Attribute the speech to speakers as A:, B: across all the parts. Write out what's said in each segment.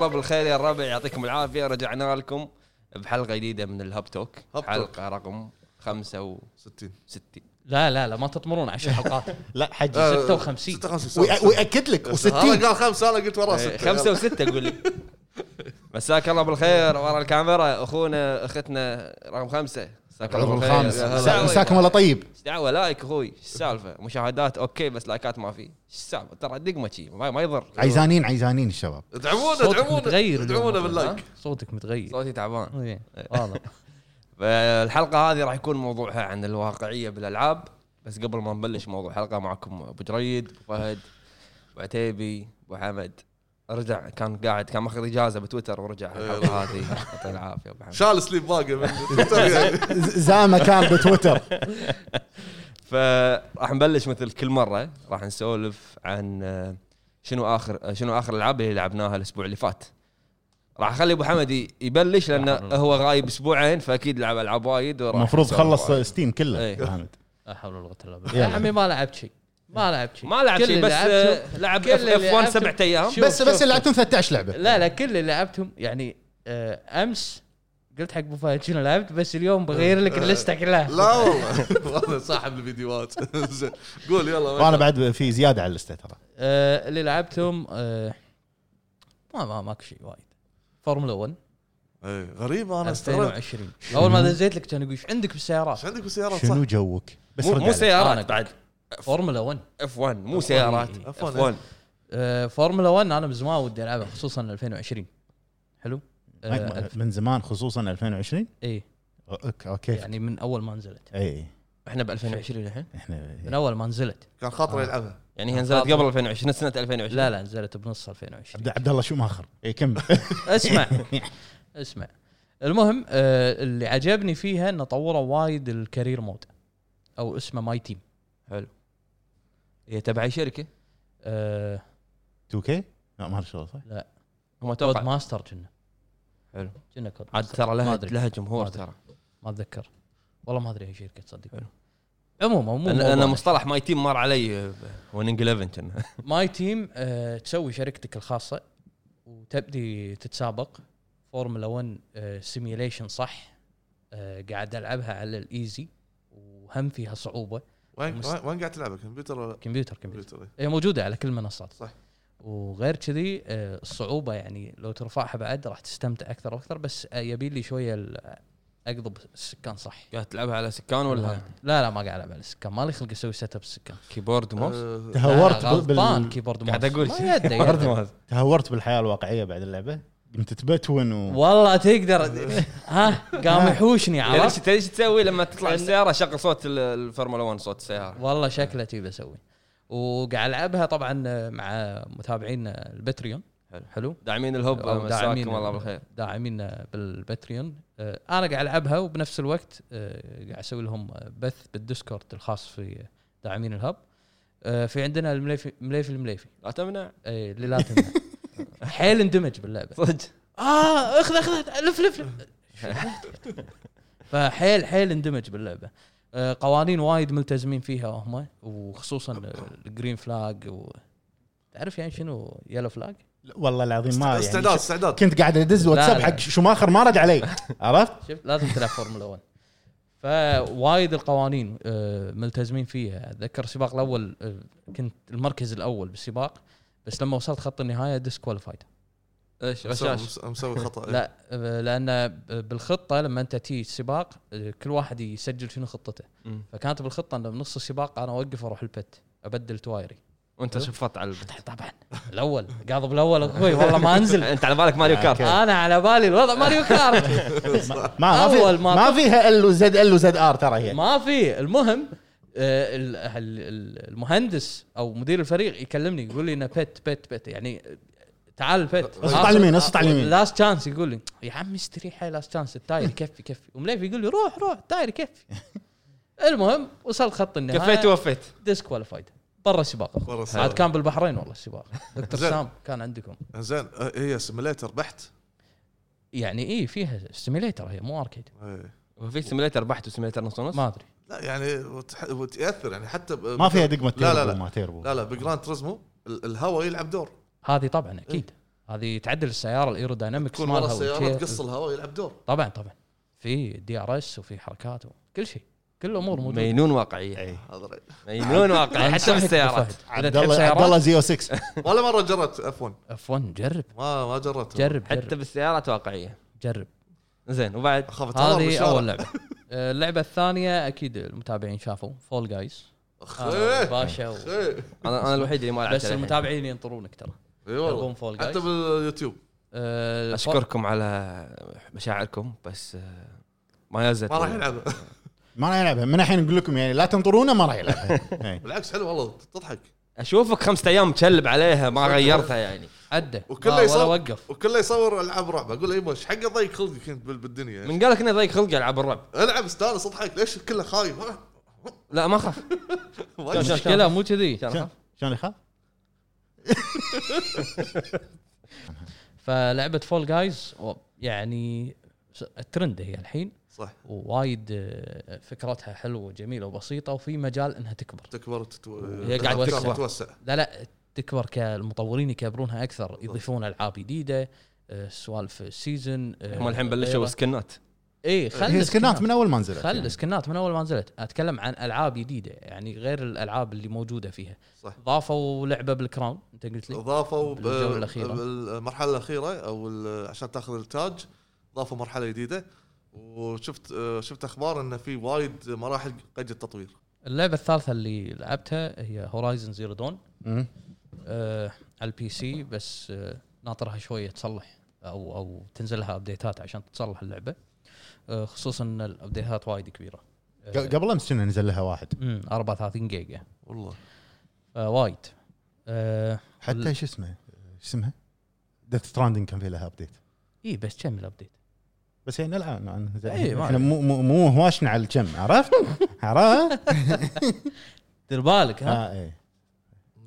A: بالخير يا الربع يعطيكم العافيه رجعنا لكم بحلقه جديده من الهاب توك
B: هاب توك.
A: حلقه رقم 65
B: 60
C: لا لا لا ما تطمرون عشر حلقات
D: لا حجي
B: آه،
C: 56
B: 56
D: ويأ- وياكد لك و60
B: هذا قال خمسه انا قلت وراه
C: إيه،
B: سته
A: خمسة وستة قول لي مساك الله بالخير ورا الكاميرا اخونا اختنا رقم خمسة مساك الله
D: رقم
A: بالخير
D: خامس
A: يا هلا.
D: مسا- مساكم الله طيب
A: ايش دعوه لايك اخوي ايش السالفه مشاهدات اوكي بس لايكات ما في ايش السالفه ترى دقمه شي ما, ما يضر
D: عايزانين عايزانين الشباب
B: ادعمونا
C: صوتك
B: ادعمونا
C: متغير اليوم
B: ادعمونا
C: والله،
B: باللايك
C: ها؟ صوتك متغير
A: صوتي تعبان
C: إيه، واضح
A: فالحلقه هذه راح يكون موضوعها عن الواقعيه بالالعاب بس قبل ما نبلش موضوع الحلقه معكم ابو جريد ابو فهد ابو عتيبي ابو حمد رجع كان قاعد كان ماخذ اجازه بتويتر ورجع الحلقه هذه يعطيه العافيه ابو حمد
B: شال سليب باقي من تويتر يعني.
D: ز- زامه كان بتويتر
A: فراح نبلش مثل كل مره راح نسولف عن آه، شنو اخر آه، شنو اخر الالعاب اللي لعبناها الاسبوع اللي فات راح اخلي ابو حمد ي- يبلش لانه هو غايب اسبوعين فاكيد لعب العاب وايد وراح
D: المفروض
A: يسولف
D: خلص
A: وايد.
D: ستيم كله
A: إيه.
D: أبو حمد
C: لا حول ولا قوه الا بالله
D: يلا.
C: يا عمي ما لعبت شيء ما لعبت شيء
A: ما لعب
C: كل
A: شيء
C: اللي
A: بس
C: لعبته-
A: آه، لعب
C: كل
A: اف
C: اللي
A: اف 1
C: لعبته-
A: سبعة ايام
C: شوف،
D: بس
C: شوف،
D: بس
C: شوف.
D: اللي لعبتهم 13 لعبه
C: لا لا كل اللي لعبتهم يعني آه، امس قلت حق ابو فهد شنو لعبت بس اليوم بغير لك اللسته كلها
B: لا والله والله صاحب الفيديوهات زين. قول يلا
D: وانا بعد في زياده على اللسته ترى
C: آه، اللي لعبتهم آه، ما ما ماكو شيء وايد فورمولا 1
B: إيه، غريب انا استغربت
C: 2020 اول ما دزيت لك كان يقول ايش عندك بالسيارات؟
B: ايش عندك بالسيارات صح؟
D: شنو جوك بس
A: مو,
D: رد
A: مو
C: آه،
D: علي.
C: أنا
A: سيارات
C: قلت.
A: بعد
C: فورمولا 1
A: اف 1 مو سيارات
C: إيه.
A: اف
B: F1
A: 1
C: آه، فورمولا 1 انا من زمان ودي العبها خصوصا 2020 حلو؟ آه،
A: آه،
C: إيه.
D: ما- من زمان خصوصا 2020
C: اي
D: اوكي اوكي
C: يعني من اول ما نزلت
D: اي
A: احنا ب 2020 الحين
D: إيه.
C: من
D: احنا
C: اول ما نزلت
B: كان
D: آه.
B: خاطره يلعبها
A: يعني هي نزلت قبل 2020 سنه 2020
C: لا لا نزلت بنص 2020
D: عبد- عبد الله شو ماخر اي كمل
C: اسمع اسمع المهم آه، اللي عجبني فيها انه طوروا وايد الكارير مود او اسمه ماي تيم
A: حلو هي تبع اي شركه؟
C: آه
D: 2K لا ما اعرف شو صح
A: هم
C: كود
A: اتوقع
C: ماستر كنا
A: حلو
C: كنا كود
A: عاد
C: ماستر.
A: ترى
C: ما
A: لها
C: أدري.
A: لها جمهور
C: ما أدري.
A: ترى
C: ما اتذكر والله ما ادري هي شركه تصدق
A: حلو.
C: عموما مو
A: انا انا
C: موضوع.
A: مصطلح ماي تيم مر علي ونينج 11 كنا
C: ماي تيم آه، تسوي شركتك الخاصه وتبدي تتسابق فورمولا 1 سيميوليشن صح آه، قاعد العبها على الايزي وهم فيها صعوبه
B: وين
C: مست-
B: وين قاعد تلعب الكمبيوتر ولا
C: كمبيوتر كمبيوتر
B: كمبيوتر إيه.
C: هي موجوده على كل المنصات
B: صح.
C: وغير كذي آه، الصعوبه يعني لو ترفعها بعد راح تستمتع اكثر واكثر بس آه، يبي لي شويه ال- اقضب السكان صح
A: قاعد تلعبها على سكان ولا
C: لا لا ما قاعد العب على السكان مالي خلق اسوي سيت اب السكان
A: كيبورد وماوس؟
B: آه،
D: تهورت
C: لا، غلطان
D: بال...
C: كيبورد
A: قاعد
C: ماوس.
A: اقول
C: أه، ما
A: شي. يعني
C: يده،
A: كيبورد
C: يده.
A: وماوس.
D: تهورت بالحياه الواقعيه بعد اللعبه قمت تبتون و...
C: والله تقدر ها قام يحوشني
A: تدري
C: عرفت
A: ايش- تدري ايش تسوي لما تطلع
C: يعني-
A: السياره شغل صوت ال- الفورمولا 1 صوت السياره
C: والله شكله تي بسوي وقاعد العبها طبعا مع متابعين البتريون
A: حلو.
C: حلو
A: داعمين الهب
C: أو
A: مساكم الله بالخير
C: داعمين بالبتريون آه، انا قاعد العبها وبنفس الوقت آه، قاعد اسوي لهم بث بالديسكورد الخاص في داعمين الهب آه، في عندنا المليفي مليفي المليفي
A: لا تمنع
C: اي اللي لا تنهى. حيل اندمج باللعبه
A: صدق
C: اه اخذ اخذ لف لف لف فحيل حيل اندمج باللعبه آه، قوانين وايد ملتزمين فيها هم وخصوصا الجرين فلاج و تعرف يعني شنو يلو فلاج؟
D: والله العظيم ما يعني
B: استعداد استعداد
D: كنت قاعد ادز واتساب
C: لا.
D: حق شماخر ما رد علي عرفت؟
C: شفت لازم تلعب فورمولا 1 فوايد القوانين آه، ملتزمين فيها اتذكر السباق الاول آه، كنت المركز الاول بالسباق بس لما وصلت خط النهايه ديسكواليفايد
A: ايش غشاش
B: مسوي- مسوي خطا إيه.
C: لا آه، لان آه، بالخطه لما انت تي السباق آه، كل واحد يسجل شنو خطته
A: مم.
C: فكانت بالخطه انه بنص السباق انا اوقف اروح البت ابدل توايري
A: وانت شفط على
C: طبعا الاول قاضب الاول اخوي والله ما انزل
A: انت على بالك ماريو كارت
C: انا على بالي الوضع ماريو كارت
D: ما ما
C: أول
D: في
C: ما
D: ما فيها ال وزد ال وزد ار ترى هي
C: ما في المهم آه، ال- ال- ال- المهندس او مدير الفريق يكلمني يقول لي انه بت بت بت يعني آه، تعال البت
D: اسقط على اليمين، اسقط على اليمين.
C: لاست تشانس يقول لي يا عمي استريح هاي لاست تشانس التاير يكفي يكفي ومليف يقول لي روح روح التاير يكفي المهم وصلت خط النهايه
A: كفيت ووفيت
C: ديسكواليفايد برا السباق
B: برا السباق.
C: عاد كان بالبحرين والله السباق دكتور
B: زين.
C: سام كان عندكم
B: زين آه، هي سيميليتر بحت
C: يعني اي فيها سيميليتر هي مو اركيد
B: إيه.
A: وفي سيميليتر بحت وسيميليتر نص ونص
C: ما ادري
B: لا يعني وتح- وتاثر يعني حتى ب-
D: ما فيها دقمه
B: لا لا
D: تيربو
B: لا
D: ما تيربو
B: لا لا بجراند تريزمو ال- الهواء يلعب دور
C: هذه طبعا اكيد هذه تعدل السياره الايروداينامكس
B: إيه. تكون ورا
C: مالها
B: السياره
C: وتشير-
B: تقص الهواء يلعب دور
C: طبعا طبعا في دي ار اس وفي حركات وكل شيء كل الامور موجوده
A: مينون واقعيه
D: اي
B: هذا رأيي.
A: مينون واقعيه حتى
C: أنصحك
A: بالسيارات
C: بفهد.
D: عبد
C: اذا تحب
D: الله عبد الله
C: سيارات
D: زيرو 6
B: ولا مره جربت اف 1
C: اف 1 جرب
B: ما ما جربت
C: جرب
A: حتى
C: جرب
A: بالسيارات واقعيه
C: جرب
A: زين وبعد
B: اخاف اتعور
C: هذه
B: بالشارع.
C: اول لعبه آه، اللعبه الثانيه اكيد المتابعين شافوا فول جايز
B: اخي
C: باشا و-
B: اخي
A: انا انا الوحيد اللي ما لعبت
C: بس
A: للحين.
C: المتابعين ينطرونك ترى
B: اي
C: يلعبون
B: والله
C: فول
B: حتى
C: جايز
B: باليوتيوب
C: آه،
A: اشكركم على مشاعركم بس آه، ما يزت
B: ما راح يلعب
D: ما راح يلعبها من الحين نقول لكم يعني لا تنطرونا ما راح يلعبها إيه. إي.
B: بالعكس حلو والله تضحك
A: اشوفك خمسة ايام تشلب عليها ما غيرتها يعني
C: عده
B: وكله
C: ما- ولا
B: يصور.
C: وقف
B: وكله يصور العاب رعب اقول له ايوه ايش حق ضيق خلقك انت بال- بالدنيا يعني.
A: من قال لك انه ضيق خلقي العب الرعب
B: العب استانس اضحك ليش كله خايف ها؟
A: لا ما خاف
B: ما
A: شلون-
B: يدري.
C: المشكله مو كذي
D: شلون- شلون يخاف؟
C: فلعبه فول جايز يعني س- الترند هي الحين
B: صح
C: ووايد آه، فكرتها حلوه وجميله وبسيطه وفي مجال انها تكبر
B: تكبر تتو...
C: هي قاعد
B: تتوسع-
C: تكبر.
B: تتوسع
C: لا لا تكبر كالمطورين يكبرونها اكثر يضيفون العاب جديده آه، سوالف آه، سيزون
A: هم الحين بلشوا إيه، سكنات
C: اي خل
D: هي سكنات
C: السكنات
D: من اول ما نزلت
C: خل
D: يعني.
C: السكنات من اول ما نزلت اتكلم عن العاب جديده يعني غير الالعاب اللي موجوده فيها
B: صح.
C: ضافوا لعبه بالكراون انت قلت لي
B: ضافوا ب-
C: بالجولة الأخيرة.
B: بالمرحله الاخيره او ال- عشان تاخذ التاج ضافوا مرحله جديده وشفت آه، شفت اخبار ان في وايد مراحل قيد التطوير
C: اللعبه الثالثه اللي لعبتها هي هورايزن زيرو دون
D: مم.
C: آه على البي سي بس آه ناطرها شويه تصلح او او تنزل لها ابديتات عشان تصلح اللعبه آه خصوصا ان الابديتات وايد كبيره
D: ق- قبل امس كنا نزل لها واحد
C: امم 34 جيجا
B: والله
C: آه وايد آه
D: حتى شو اسمه شو اسمها؟ ديث ستراندنج كان في لها ابديت
C: اي إيه، بس كم الابديت
D: بس هي نلعب نعم.
C: إي، إيه، ما
D: احنا مو مو مو هواشنا على الكم عرفت؟ عرفت؟
C: دير بالك ها
D: اه اي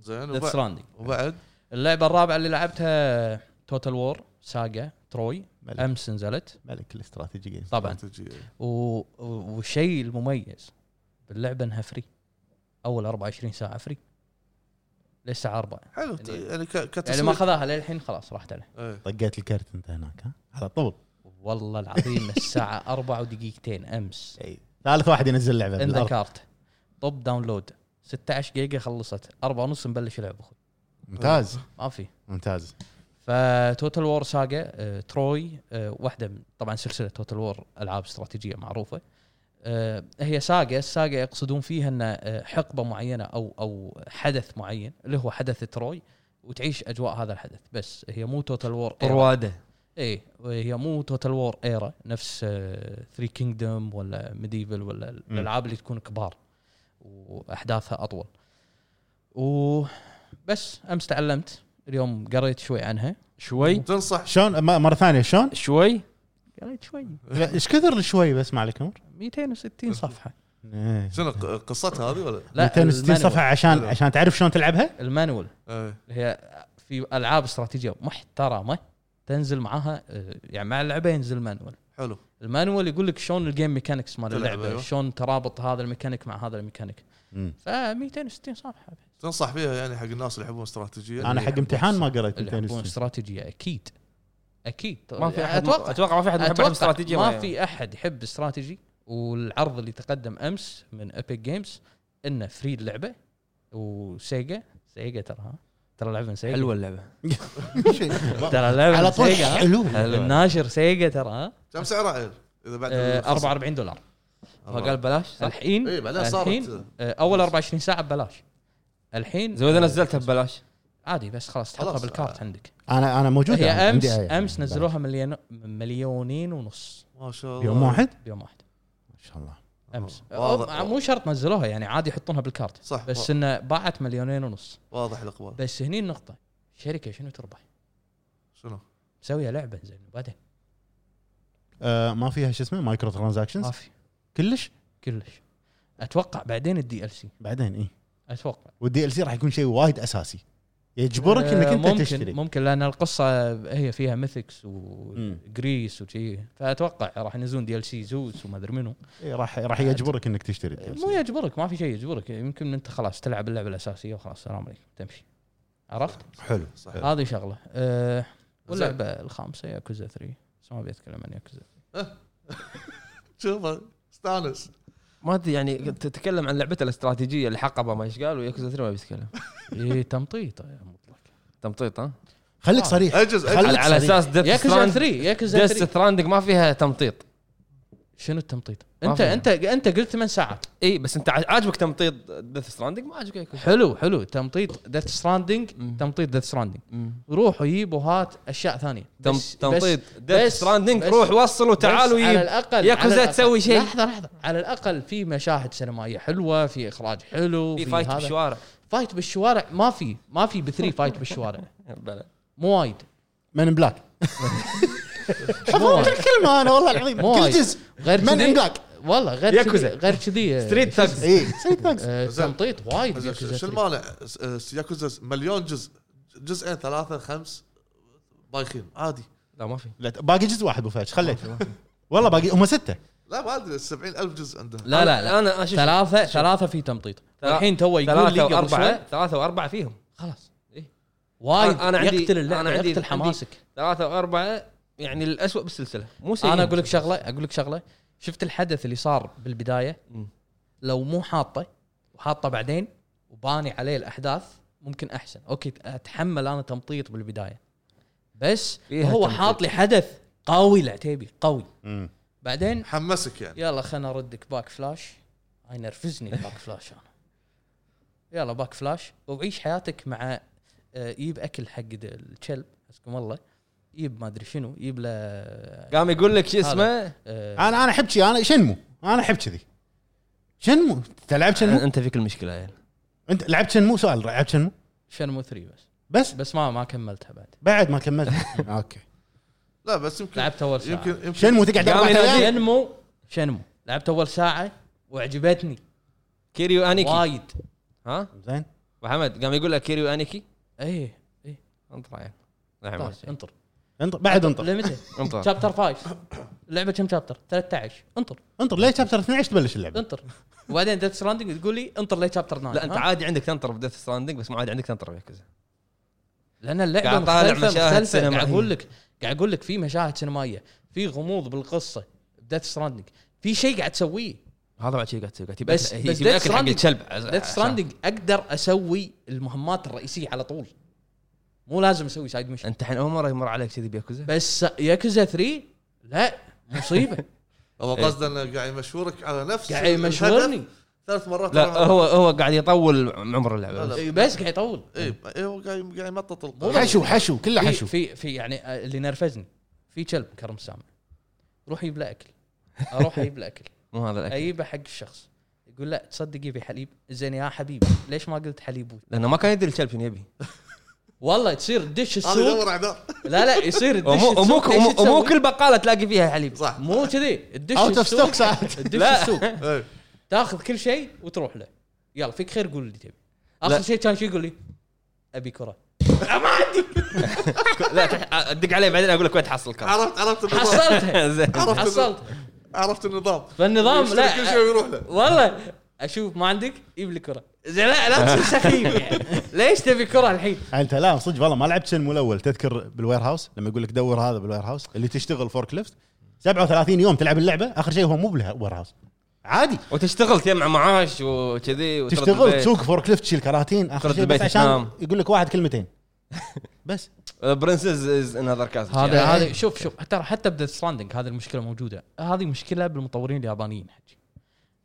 B: زين
C: ديث
B: وبع-
C: ستراندنج
B: وبعد
C: اللعبه الرابعه اللي لعبتها توتال وور ساجا تروي
D: ملك.
C: امس نزلت
D: ملك الاستراتيجي جيم
C: طبعا
B: استراتيجية.
C: و... و- والشيء المميز باللعبه انها فري اول 24 ساعه فري للساعه 4
B: حلو
C: يعني-
B: يعني ك- كتسويق
C: يعني ما خذاها للحين خلاص راحت له
B: إيه.
D: طقيت الكرت انت هناك ها؟ على طول
C: والله العظيم الساعه 4 ودقيقتين امس
D: اي ثالث واحد ينزل لعبه بالأرض.
C: اندكارت طب داونلود 16 جيجا خلصت 4 ونص نبلش لعب اخوي
D: ممتاز
C: ما في
D: ممتاز
C: فتوتال وور ساجا آه، تروي آه، واحده من طبعا سلسله توتال وور العاب استراتيجيه معروفه آه، هي ساجا الساجا يقصدون فيها ان آه، حقبه معينه او او حدث معين اللي هو حدث تروي وتعيش اجواء هذا الحدث بس هي مو توتال وور
A: رواده
C: اي هي مو توتال وور ايرا نفس ثري كينجدوم ولا ميديفل ولا
D: مم.
C: الالعاب اللي تكون كبار واحداثها اطول وبس امس تعلمت اليوم قريت شوي عنها
A: شوي
B: تنصح
D: شلون م- مره ثانيه شلون؟
A: شوي
C: قريت شوي
D: لا، ايش كثر شوي بس مالك نور؟
C: 260 صفحه
D: إيه.
B: شنو ق- قصتها هذه ولا؟
D: 260
C: المانوال.
D: صفحه عشان عشان تعرف شلون تلعبها؟
C: المانوال
B: إيه.
C: اللي هي في العاب استراتيجيه محترمه تنزل معاها آه، يعني مع اللعبه ينزل مانوال
B: حلو
C: المانوال يقول لك شلون الجيم ميكانكس مال
B: تلعب،
C: اللعبه
B: أيوة.
C: شلون ترابط هذا الميكانيك مع هذا الميكانيك
D: مم.
C: ف 260 صفحه
B: تنصح فيها يعني حق الناس اللي يحبون استراتيجيه
D: انا حق امتحان ما قريت
C: اللي يحبون
D: 260
C: استراتيجيه اكيد اكيد
A: ما في احد
C: اتوقع
A: اتوقع ما في احد يحب
C: أتوقع
A: الاستراتيجيه
C: ما في احد يحب استراتيجي والعرض اللي تقدم امس من ايبك جيمز انه فري اللعبه وسيجا سيجا ترى ها ترى لعبه من سيجا
A: حلوه اللعبه
C: ترى لعبه
D: على
C: من
D: طول
C: سيجا ها؟
D: حلو
C: الناشر سيجا ترى ها
B: كم سعرها عيل؟ اذا بعد
C: آه،
B: الخصم.
C: 44 دولار
A: هو قال بلاش صح؟
C: الحين
B: اي إيه، بعدين
C: الحين
B: صارت
C: آه، اول 24 ساعه ببلاش الحين
A: زود نزلتها ببلاش
C: عادي بس خلاص تحطها
B: خلاص.
C: بالكارت عندك
D: انا انا موجود
C: هي امس
D: عندي آية.
C: امس نزلوها مليون مليونين ونص
B: ما شاء الله
D: يوم واحد؟
C: بيوم واحد
D: ما شاء الله
C: امس
B: واضح.
C: أو- مو شرط نزلوها يعني عادي يحطونها بالكارت
B: صح
C: بس انه باعت مليونين ونص
B: واضح الاقبال
C: بس هني النقطه شركه شنو تربح؟
B: شنو؟
C: مسويه لعبه زين وبعدين
D: آه، ما فيها شو اسمه مايكرو
C: ما
D: ترانزاكشنز
C: في
D: كلش
C: كلش اتوقع بعدين الدي ال سي
D: بعدين اي
C: اتوقع
D: والدي ال سي راح يكون شيء وايد اساسي يجبرك
C: آه،
D: انك انت
C: ممكن
D: تشتري
C: ممكن لان القصه هي فيها ميثكس
D: مم.
C: وجريس وشي فاتوقع راح ينزلون دي ال سي زوس وما ادري منو
D: إيه، راح راح يجبرك انك تشتري ال DLC.
C: آه، مو يجبرك ما في شيء يجبرك يمكن انت خلاص تلعب اللعبه الاساسيه وخلاص السلام عليكم تمشي عرفت؟
D: حلو
B: صح
C: هذه شغله أه واللعبه الخامسه ياكوزا 3 بس ما ابي اتكلم عن ياكوزا
B: شوفه استانس
A: ما ادري يعني تتكلم عن لعبته الاستراتيجيه الحقبه ما ايش قال وياكوزا 3 ما بيتكلم
C: اي تمطيط مطلق
A: تمطيط ها
D: خليك صريح
B: اجز اجز
A: على,
D: خليك
A: على
D: صريح.
A: اساس ديث
C: ياكوزا
A: ستراند
C: 3 ياكوزا
A: ديث
C: 3
A: ستراندنج ما فيها تمطيط
C: شنو التمطيط؟
A: ما
C: انت
A: فيها.
C: انت انت قلت 8 ساعات
A: اي بس انت ع- عاجبك تمطيط ديث ستراندنج ما عاجبك ياكوزا
C: حلو حلو تمطيط ديث ستراندنج
A: مم.
C: تمطيط ديث ستراندنج
A: مم.
C: روحوا جيبوا هات اشياء ثانيه
A: تم-
C: بس-
A: تمطيط
C: بس-
A: ديث
C: بس-
A: ستراندنج
C: بس-
A: روح وصل وتعال
C: بس على
A: ويب
C: الاقل
A: ياكوزا
C: على الأقل-
A: تسوي شيء.
C: لحظه لحظه على الاقل في مشاهد سينمائيه حلوه في اخراج حلو
A: في فايت
C: هذا.
A: بالشوارع
C: فايت بالشوارع ما في ما في بثري فايت بالشوارع
A: بلى
C: مو وايد
D: من بلاك حفظت الكلمه انا والله العظيم
C: مو
D: كل
C: وايد.
D: جزء
C: غير
D: من
C: كذي-
D: ان بلاك
C: والله غير كذي
A: ياكوزا.
C: غير كذي آه،
A: ستريت
C: شو اسمه؟
A: ثاجز
D: اي ستريت ثانكس
C: آه، تمطيط وايد
B: أجل،
C: ياكوزا
B: شو
C: ثري.
B: المانع س- س- ياكوزا مليون جزء جزئين ثلاثه خمس بايخين عادي
A: لا ما في
D: لا باقي جزء واحد ابو فهد خليت والله باقي هم سته
B: لا ما ادري 70000 جزء عنده
C: لا لا لا
A: انا انا أشوف
C: ثلاثة ثلاثة في تمطيط
A: ثلا-
C: الحين تو يقول لي
A: ثلاثة
C: قبل شوي
A: وأربعة ثلاثة وأربعة فيهم
C: خلاص
A: إيه.
C: وايد
A: أنا- أنا عندي-
C: يقتل اللعبة
A: أنا عندي-
C: يقتل
A: عندي-
C: حماسك
A: ثلاثة وأربعة يعني الأسوأ بالسلسلة مو سيئين
C: انا اقول لك شغله اقول لك شغله شفت الحدث اللي صار بالبدايه
A: مم.
C: لو مو حاطه وحاطه بعدين وباني عليه الاحداث ممكن احسن اوكي اتحمل انا تمطيط بالبدايه بس
A: فيها
C: هو
A: تمطيط.
C: حاط لي حدث قوي العتيبي قوي بعدين
B: حمسك يعني
C: يلا خلنا اردك باك فلاش هاي نرفزني باك فلاش انا يلا باك فلاش وعيش حياتك مع آه، يجيب اكل حق د- الكلب حسكم الله يجيب ما ادري شنو يجيب له آه،
A: قام يقول لك شو اسمه
C: آه،
D: انا انا احب كذي انا شنمو انا احب كذي شنمو تلعب شنمو
A: انت فيك المشكله يعني
D: انت لعبت شنمو سؤال لعبت شنمو
C: شنمو 3 بس
D: بس
C: بس ما ما كملتها بعد
D: بعد ما كملت اوكي
B: لا بس يمكن
C: لعبت اول ساعه
B: يمكن يمكن
D: شنمو تقعد
A: قام
D: اربع
A: ينادي.
D: ليالي
C: شنمو شنمو لعبت اول ساعه وعجبتني
A: كيريو انيكي
C: وايد
A: ها
D: زين
A: ابو حمد قام يقول لك كيريو انيكي
C: ايه ايه
A: انطر عين نعم
C: خلاص، انطر
D: انطر بعد انطر
C: لمتى؟
A: انطر
C: شابتر 5 اللعبه كم شابتر؟ 13 انطر
D: انطر ليه شابتر 12 تبلش اللعبه
C: انطر وبعدين ديث ستراندنج تقول لي انطر لي شابتر 9
A: لا انت
C: ها؟
A: عادي عندك تنطر بديث ستراندنج بس مو عادي عندك تنطر بيكوزا
C: لان
A: قاعد
C: اللعبه
A: طالع
C: مختلفه
A: مشاهد
C: مختلفه
A: سينمائية.
C: قاعد اقول لك قاعد اقول لك في مشاهد سينمائيه في غموض بالقصه بديث ستراندنج في شيء قاعد تسويه
A: هذا بعد شيء قاعد تسوي قاعد
C: بس- بس
A: بس
C: Death
A: اكل حق
C: Stranding-
A: الكلب
C: ديث ستراندنج اقدر اسوي المهمات الرئيسيه على طول مو لازم اسوي سايد ميشن
A: انت الحين اول مره يمر عليك كذي بيكوزا
C: بس ياكوزا 3 لا مصيبه
B: هو قصده انه قاعد يمشورك على نفس
C: إيه. قاعد
B: الهدف
C: يمشورني
B: ثلاث مرات
A: لا
B: أربع مرات.
A: هو هو قاعد يطول عمر اللعبه
B: لا، لا.
A: بس.
C: إيه، بس قاعد يطول
A: إيه.
B: اي إي، هو قاعد قاعد يمطط القلب
D: حشو حشو كله
C: في
D: حشو
C: في, في يعني آه، اللي نرفزني في كلب كرم سامع روح يجيب له اكل اروح اجيب له اكل
A: مو هذا الاكل
C: اجيبه حق الشخص يقول لا تصدق يبي حليب زين يا حبيبي ليش ما قلت حليب
A: لانه ما كان يدري الكلب شنو يبي
C: والله تصير
B: هذا
C: دش السوق
B: يدور عذار
C: لا لا يصير
A: ومو
C: تدش
A: ومو
C: السوق ليش
A: ومو- ومو
C: تسوي؟
A: كل بقاله تلاقي فيها حليب
B: صح
C: مو كذي تدش
D: اوت اوف
C: السوق
D: ستوك ساعات
C: تدش
A: لا.
C: السوق
B: إي.
C: تاخذ كل شيء وتروح له يلا فيك خير قول لي تبي
A: لا.
C: اخر شيء كان شو يقول لي ابي كره
A: لا تح- ادق عليه بعدين اقول لك وين تحصل الكلب
B: عرفت عرفت النظام
C: حصلتها
A: زين
B: عرفت إنه-
C: حصلت
B: عرفت النظام
C: فالنظام
B: يشتري كل شيء
C: لا
B: ويروح له
C: والله اشوف ما عندك جيب لي كره زين لا لا تصير سخيف يعني ليش تبي كره الحين؟
D: آه، انت لا صدق والله ما لعبت شنمو الاول تذكر بالوير هاوس لما يقول لك دور هذا بالوير هاوس اللي تشتغل فورك ليفت 37 يوم تلعب اللعبه اخر شيء هو مو بالوير هاوس عادي
A: وتشتغل تجمع معاش وكذي وترد
D: تشتغل
A: البيت.
D: تسوق فورك ليفت تشيل كراتين اخر
A: ترد
D: شيء بس
A: البيت
D: عشان
A: تنام.
D: يقول لك واحد كلمتين بس
A: برنسز از انذر كاست
C: هذا هذا شوف شوف ترى حتى بذا ستراندنج هذه المشكله موجوده هذه مشكله بالمطورين اليابانيين حجي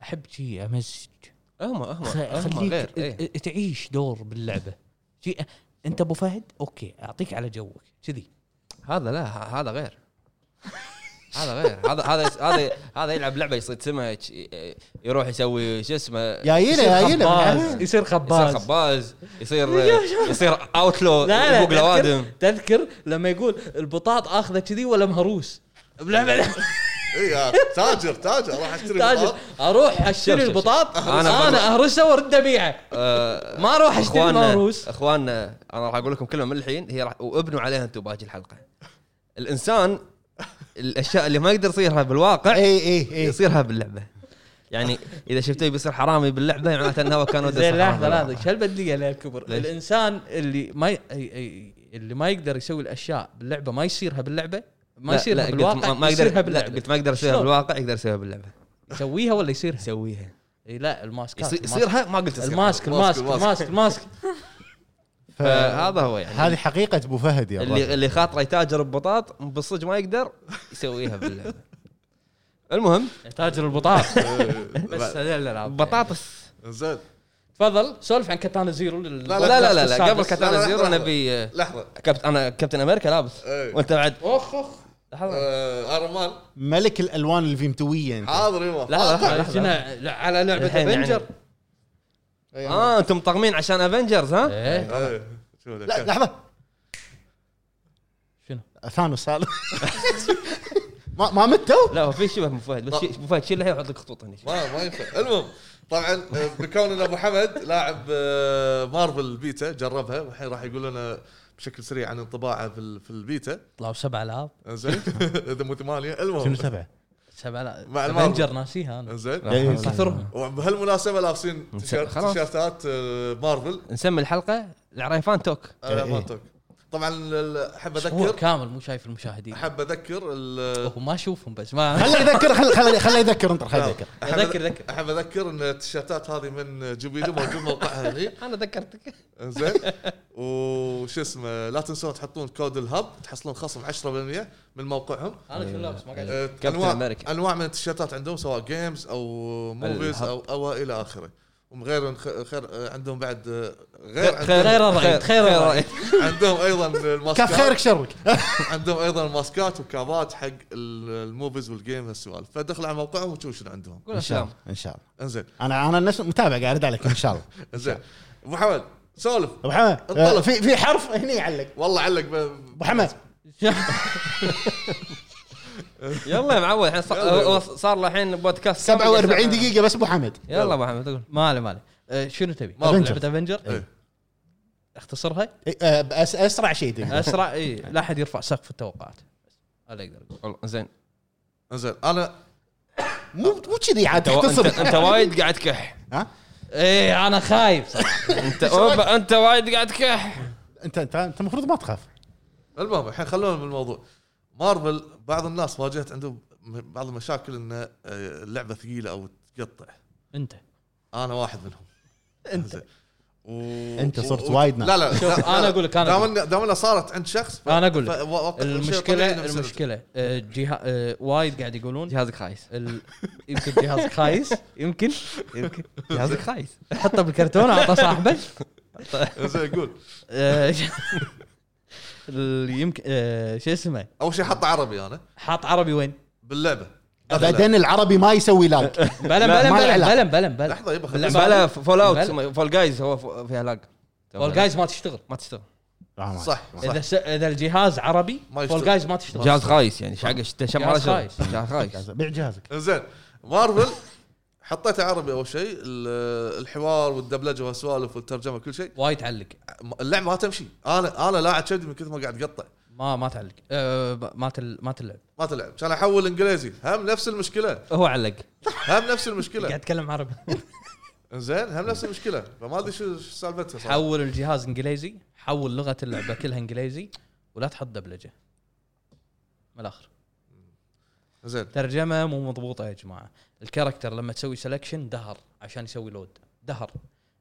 C: احب شي امزج
A: هم هم
C: خ-
A: هم غير
C: خليك
A: إيه.
C: ت- تعيش دور باللعبه شي أ- انت ابو فهد اوكي اعطيك على جوك كذي
A: هذا لا ه- هذا غير هذا غير هذا هذا هذا هذا يلعب لعبه يصيد سمك ي- يروح يسوي شو اسمه
D: يا يلا
C: يصير
D: يا يلا
C: خباز يصير
A: يصير
C: خباز
A: خباز يصير يصير اوتلو
C: لا لا
A: فوق
C: تذكر,
A: لوادم
C: تذكر لما يقول البطاط اخذه كذي ولا مهروس بلعبه
B: اي إيه يا تاجر تاجر راح اشتري
C: تاجر
B: نظام.
C: اروح
A: شوف،
C: اشتري
A: شوف.
C: البطاط
A: أنا
C: انا, أنا اهرسه وارد ابيعه
A: آه،
C: ما اروح اشتري
A: اخواننا
C: مهروس
A: اخواننا انا راح اقول لكم كلمه من الحين هي راح وابنوا عليها انتم باقي الحلقه الانسان الاشياء اللي ما يقدر يصيرها بالواقع
C: إيه،
D: اي اي اي
A: يصيرها باللعبه يعني اذا شفته بيصير حرامي باللعبه يعني معناته انه هو كان وده
C: زين
A: يصير
C: لحظه
A: حرامي
C: لحظه شو البدليه اللي الكبر
A: ليش؟
C: الانسان اللي ما ي... ي- ي- اللي ما يقدر يسوي الاشياء باللعبه ما يصيرها باللعبه ما
A: لا،
C: يصيرها
A: لا، قلت
C: بالواقع
A: ما- ما
C: يصيرها
A: يقدر لا
C: باللعبه
A: قلت ما يقدر يسويها
C: شلون؟
A: بالواقع يقدر يسويها باللعبه
C: يسويها ولا يصيرها؟
A: يسويها
C: اي لا الماسكات
A: يصير- يصيرها ما قلت يصيرها.
C: الماسك الماسك
B: الماسك-
C: الماسك الماسك
A: فهذا هو يعني
D: هذه حقيقه ابو فهد يا
A: اللي
D: اللي
A: اللي خاطره يتاجر ببطاط بالصج ما يقدر يسويها باللعبه المهم
C: تاجر البطاط بس
B: لا
C: هذول الالعاب
A: بطاطس
B: إيه، زين
C: تفضل سولف عن كاتانا زيرو
B: لا،
A: لا لا لا, لا قبل كاتانا
B: لا،
A: زيرو
B: لحظة.
A: نبي
B: لحظه
A: كابت انا كابتن امريكا لابس
B: إيه.
A: وانت بعد
C: اخ اخ لحظه
B: آه، ايرون مان
D: ملك الالوان الفيمتويه انت
B: حاضر يما
A: لحظه لحظه, لحظة.
C: جينا ل- على لعبه
A: الحين يعني-
C: افنجر
D: آه.
A: اه انتم مطقمين عشان افنجرز ها؟
C: ايه
B: إيه. شو ذا؟
D: لا لحظه
C: شنو؟
D: ثانوس هذا ما ما مت تو؟
A: لا هو في شبه ابو فهد بس شي- ابو فهد شيل الحين وحط لك خطوط هنا
B: ما ما ينفع المهم طبعا آه، بكون ان ابو حمد لاعب آه، مارفل بيتا جربها والحين راح يقول لنا بشكل سريع عن انطباعه في ال- في البيتا
C: طلعوا سبع العاب
B: زين اذا مو ثمانيه
D: شنو
B: المهم
D: سبعه؟
C: سبع العاب
B: مع المارفل.
C: افنجر ناسيها انا
B: زين
A: لا،
D: إيه.
A: كثرهم
B: وبهالمناسبه لابسين
A: نس-
B: تيشيرت-
A: خلاص.
B: تيشيرتات آه، مارفل
A: نسمي الحلقه العريفان توك
B: انا
D: إيه.
B: ما أتوقع. طبعا ال- ال- احب
C: اسبوع
B: اذكر
C: كامل مو شايف المشاهدين
B: احب اذكر ال-
C: هو ما اشوفهم بس ما
D: خليه يذكر خل- خل- خليه يذكر انطر خليه
B: لا.
D: يذكر
B: أحب-
C: ذكر- ذكر.
B: احب اذكر ان التيشيرتات هذه من جوبيلو موجود موقعها هني
A: انا ذكرتك
B: زين وش اسمه لا تنسون تحطون كود الهب تحصلون خصم 10% من موقعهم
C: انا شو لابس ما قاعد
B: آه،
A: كابتن
B: انواع
A: أمريكا.
B: انواع من التيشيرتات عندهم سواء جيمز او موفيز
A: الهب.
B: او او الى اخره وغير خير آه، عندهم بعد آه، غير
A: خير
B: عندهم,
C: خير الرأي، خير الرأي.
B: عندهم ايضا الماسكات
D: كف خيرك شرك
B: عندهم ايضا ماسكات وكابات حق ال- الموفيز والجيم هالسوالف فدخل على موقعهم وشوف شنو عندهم
A: قول
D: ان شاء
A: السلام
D: الله ان شاء الله
B: انزين
D: انا انا نفس متابع قاعد ارد عليك ان شاء الله
B: انزين ابو حمد سولف
D: ابو حمد
B: انطلق.
D: آه، في في حرف هنا يعلق
B: والله علق ب-
D: ابو حمد
A: يلا يا معود الحين صار-
B: يلا.
A: هو صار له الحين بودكاست
D: 47 دقيقه بس ابو حمد
A: يلا ابو حمد تقول
C: ما علي ما علي آه، شنو تبي؟
D: Avenger.
C: لعبه افنجر
B: إيه.
C: اختصرها
D: إيه، آه، بأس- اسرع شيء
B: إيه.
D: تقدر
C: اسرع اي لا احد يرفع سقف التوقعات بس هذا اقدر اقول
A: والله زين
B: انزين انا
D: مو مو كذي عاد
A: انت انت,
D: تختصر
A: انت وايد قاعد كح
D: ها
C: ايه انا خايف صراحه
A: انت أوبا انت وايد قاعد كح
D: انت انت انت المفروض ما تخاف
B: المهم الحين خلونا بالموضوع مارفل بعض الناس واجهت عندهم م- بعض المشاكل ان آه، اللعبه ثقيله او تقطع
C: انت
B: انا واحد منهم انت و...
D: أنت
B: و-
D: صرت
B: و-
D: وايد ناس.
B: لا لا
C: شوف، أنا أقول لك، أنا
B: دام
C: أقول
B: إن- دام إنها صارت عند شخص ف-
C: أنا أقول لك.
B: ف- و- وقت- الشيء
C: المشكله
B: طبيعي نفس
C: المشكله آه، جها آه، وايد قاعد يقولون
A: جهازك خايس
C: ال- يمكن جهازك خايس يمكن يمكن
A: جهازك خايس
C: حطه بالكرتون اعطه صاحبه
B: زين قول
C: آه، ال- يمكن آه، شو اسمه
B: اول شيء حط عربي انا
C: حاط عربي وين؟
B: باللعبه
D: بعدين العربي ما يسوي آه، لاج
C: بلم
D: لا،
C: بلم
D: ما
C: بلم
D: له
C: بلم بلم بلم
B: لحظه يبا خلنا-
C: باللعبة.
A: بلا فول
C: بلا.
A: اوت فول جايز هو فو- فيها لاج
C: فول جايز ما تشتغل
A: ما تشتغل
B: صح صح
C: اذا س- اذا الجهاز عربي
B: ما
C: فول
B: يشتغل.
C: جايز ما تشتغل
A: جهاز خايس يعني شعق شم
C: جهاز
A: على شغل.
C: خايس.
A: جهاز خايس
D: بيع جهازك
B: زين مارفل حطيته عربي اول شيء ال- الحوار والدبلجه والسوالف والترجمه كل شيء
C: وايد تعلق
B: اللعبه ما تمشي انا انا لاعب شدي من كثر ما قاعد اقطع
C: ما ما تعلق آه، ب- ما تل- ما تلعب
B: ما تلعب كان احول انجليزي هم نفس المشكله
A: هو علق
B: هم نفس
C: قاعد
B: المشكله
C: اتكلم عربي
B: زين هم نفس المشكله فما ادري شو شو سالفتها صراحه
C: حول الجهاز انجليزي حول لغه اللعبه كلها انجليزي ولا تحط دبلجه من الاخر
B: زين
C: ترجمه مو مضبوطه يا جماعه الكاركتر لما تسوي سelection دهر عشان يسوي لود دهر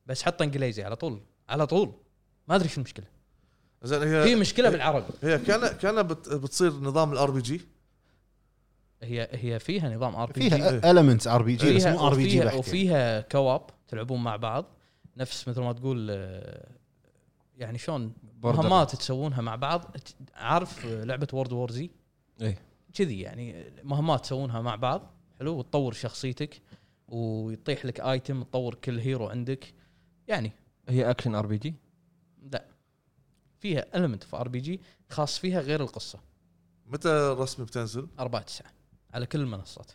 C: بس حط انجليزي على طول على طول ما ادري شو المشكله
B: زين
C: في
B: هي
C: مشكله بالعربي
B: هي كان كان بت- بتصير نظام الار بي جي
C: هي هي فيها نظام ار بي جي
D: فيها المنتس ار بي جي بس
C: فيها
D: مو ار بي جي
C: وفيها,
D: بحت
C: وفيها كواب تلعبون مع بعض نفس مثل ما تقول آه، يعني شلون مهمات تسوونها مع بعض عارف آه، لعبه وورد وور زي
A: إيه.
C: كذي يعني مهمات تسوونها مع بعض حلو وتطور شخصيتك ويطيح لك ايتم تطور كل هيرو عندك يعني
A: هي اكشن ار بي جي
C: لا فيها المنت في ار بي جي خاص فيها غير القصه
B: متى الرسم بتنزل؟
C: 4 9 على كل المنصات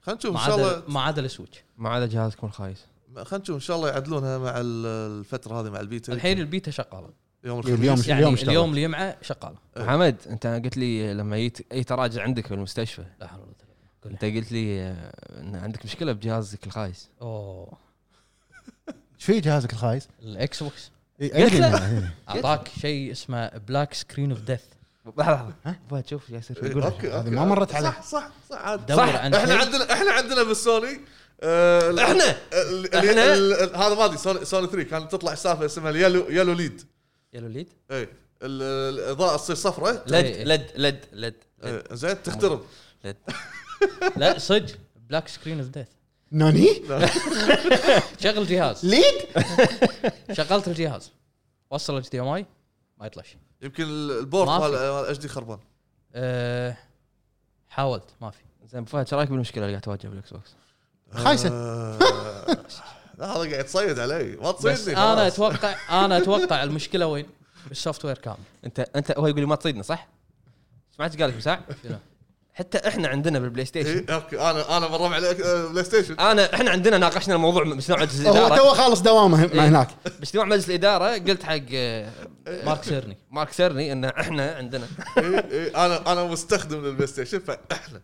B: خلينا نشوف
C: ما
B: ان شاء
C: عدا
B: الله
C: ما عدا السويتش
A: ما عدا جهازكم الخايس
B: خلينا نشوف ان شاء الله يعدلونها مع ال- الفتره هذه مع البيتا
C: الحين البيتا شغاله
B: يوم
D: اليوم
B: الخميس
D: شو-
C: يعني
D: اليوم
C: اليوم,
D: اشتغلت.
C: اليوم الجمعه شغاله
B: إيه.
A: حمد انت قلت لي لما جيت اي تراجع عندك بالمستشفى
C: لا حول ولا قوه إلا بالله.
A: انت قلت لي آه، ان عندك مشكله بجهازك الخايس
C: اوه
D: ايش في جهازك الخايس؟ إيه،
C: الاكس بوكس
D: قلت
A: له.
C: اعطاك شيء اسمه بلاك سكرين اوف ديث
A: لحظه لحظه شوف يا يصير يقول
B: اوكي
D: هذه
B: اوكي
D: ما مرت علي.
B: إيه، صح صح صح عاد.
C: دور
A: صح،
C: عن
B: احنا
C: شيء
B: عندنا احنا عندنا بالسوني آه، ال-
A: احنا
B: ال-
A: إحنا-
B: ال- ال- ال- هذا ما ادري سوني سوني 3 كانت تطلع سالفه اسمها اليلو يلو ليد
A: يلو ليد
B: اي ال- ال- الاضاءه تصير صفراء
A: لد
C: إيه.
A: لد لد لد لد.
B: آه، زين تخترب
A: لد
C: لا صدق بلاك سكرين اوف ديث
D: ناني
C: شغل جهاز
D: ليد
C: شغلت الجهاز وصل اتش دي ام اي ما يطلع شيء
B: يمكن ال- البورد
C: ما في.
B: مال اتش دي خربان
C: أه حاولت ما في
A: زين أبو فهد شو رايك بالمشكله اللي قاعد تواجه بالاكس بوكس؟
D: خايسه
B: آه، لا، هذا قاعد يتصيد علي ما
C: بس
B: تصيدني
C: انا
B: طيب، خلاص.
C: اتوقع انا اتوقع المشكله وين؟ بالسوفت وير كامل
A: انت انت هو يقول لي ما تصيدنا صح؟ سمعت ايش قال لك مساع؟
C: شنو؟
A: حتى احنا عندنا بالبلاي ستيشن
B: إيه، اوكي انا انا مرام على آه، بلاي ستيشن
A: انا احنا عندنا ناقشنا الموضوع باجتماع مجلس
D: هو
A: الاداره
D: تو خالص دوامه هن-
A: إيه.
D: ما هناك
A: باجتماع مجلس الاداره قلت حق
C: أه،
A: آه،
C: مارك سيرني
A: مارك سيرني ان احنا عندنا
B: إيه، إيه، انا انا مستخدم للبلاي ستيشن فاحنا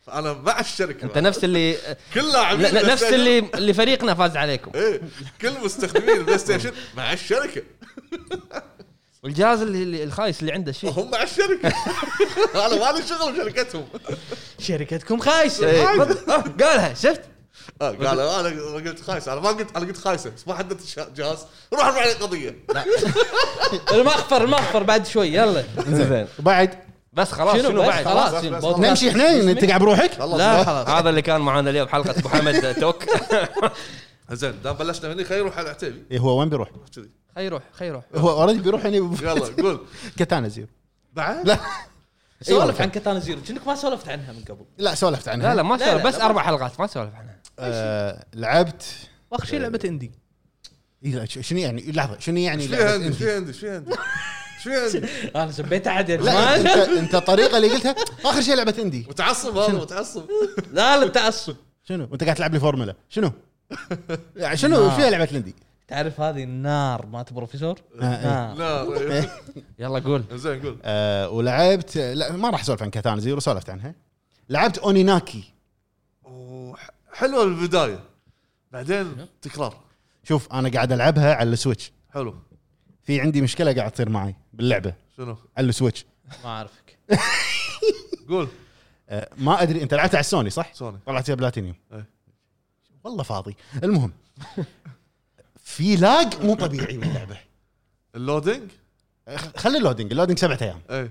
B: فانا مع الشركه
A: انت نفس اللي
B: كل لاعبين
A: لا- لا،
B: البلاي
A: نفس
B: ستيشن-
A: اللي اللي فريقنا فاز عليكم
B: ايه كل مستخدمين البلاي ستيشن مع الشركه
A: والجهاز اللي اللي- الخايس اللي عنده شيء
B: هم مع الشركه انا مالي شغل بشركتهم
C: شركتكم خايسه
A: إيه، بط- آه، قالها شفت
B: آه، قال انا أنا قلت خايس انا ما قلت انا قلت خايسه بس ما حددت الش- جهاز روح ارفع لي قضيه
C: المخفر المخفر بعد شوي يلا
A: زين
D: وبعد
A: بس خلاص
C: شنو
A: شنو
C: بس؟
A: بعد
C: خلاص
B: خلاص،
C: شنو؟
B: بس.
C: بودكاست.
D: نمشي احنا انت قاعد بروحك
B: خلاص
C: لا خلاص
A: هذا اللي كان معانا اليوم بحلقه ابو حمد توك
B: زين دام بلشنا هني خلينا نروح على عتيبي
D: إيه، هو وين بيروح؟
B: كذي
A: خي يروح خي يروح
D: هو اوريدي بيروح يعني
B: يلا قول
D: كتانا زيرو
B: بعد
D: لا
C: سولف عن كاتانا زيرو كأنك ما سولفت عنها من قبل
D: لا سولفت عنها
A: لا لا ما
C: لا، لا،
A: سولف بس
C: لا.
A: اربع حلقات ما سولف عنها
D: آه، لعبت
C: واخر شيء لعبه اندي
D: إيه، لا، ش- شنو يعني لحظه شنو يعني
B: ايش في
D: لعبة
B: عندي ايش
D: إندي؟
B: في عندي ايش في عندي ايش في عندي
C: انا سبيت احد يا
D: لا
C: جماعه
D: انت انت الطريقه اللي قلتها اخر شيء لعبه اندي
B: متعصب هذا متعصب
C: لا لا التعصب
D: شنو وانت قاعد تلعب لي فورمولا شنو يعني
A: آه.
D: شنو فيها لعبه الاندي
C: تعرف هذه النار مات بروفيسور
D: آه،
C: آه.
B: لا رأيك.
A: يلا قول
B: زين قول
D: آه، ولعبت لا ما راح اسولف عن كاتانا زيرو سولفت عنها لعبت اونيناكي
B: أوه، ح- حلوه البدايه بعدين تكرار
D: شوف انا قاعد العبها على السويتش
B: حلو
D: في عندي مشكله قاعد تصير معي باللعبه
B: شنو
D: على السويتش
C: ما اعرفك
B: قول
D: آه، ما ادري انت لعبتها على السوني صح؟
B: سوني
D: طلعت فيها بلاتينيوم
B: إيه.
D: والله فاضي المهم في لاج مو طبيعي باللعبه
B: اللودينج
D: خ- خلي اللودينج اللودينج سبعة ايام
B: ايه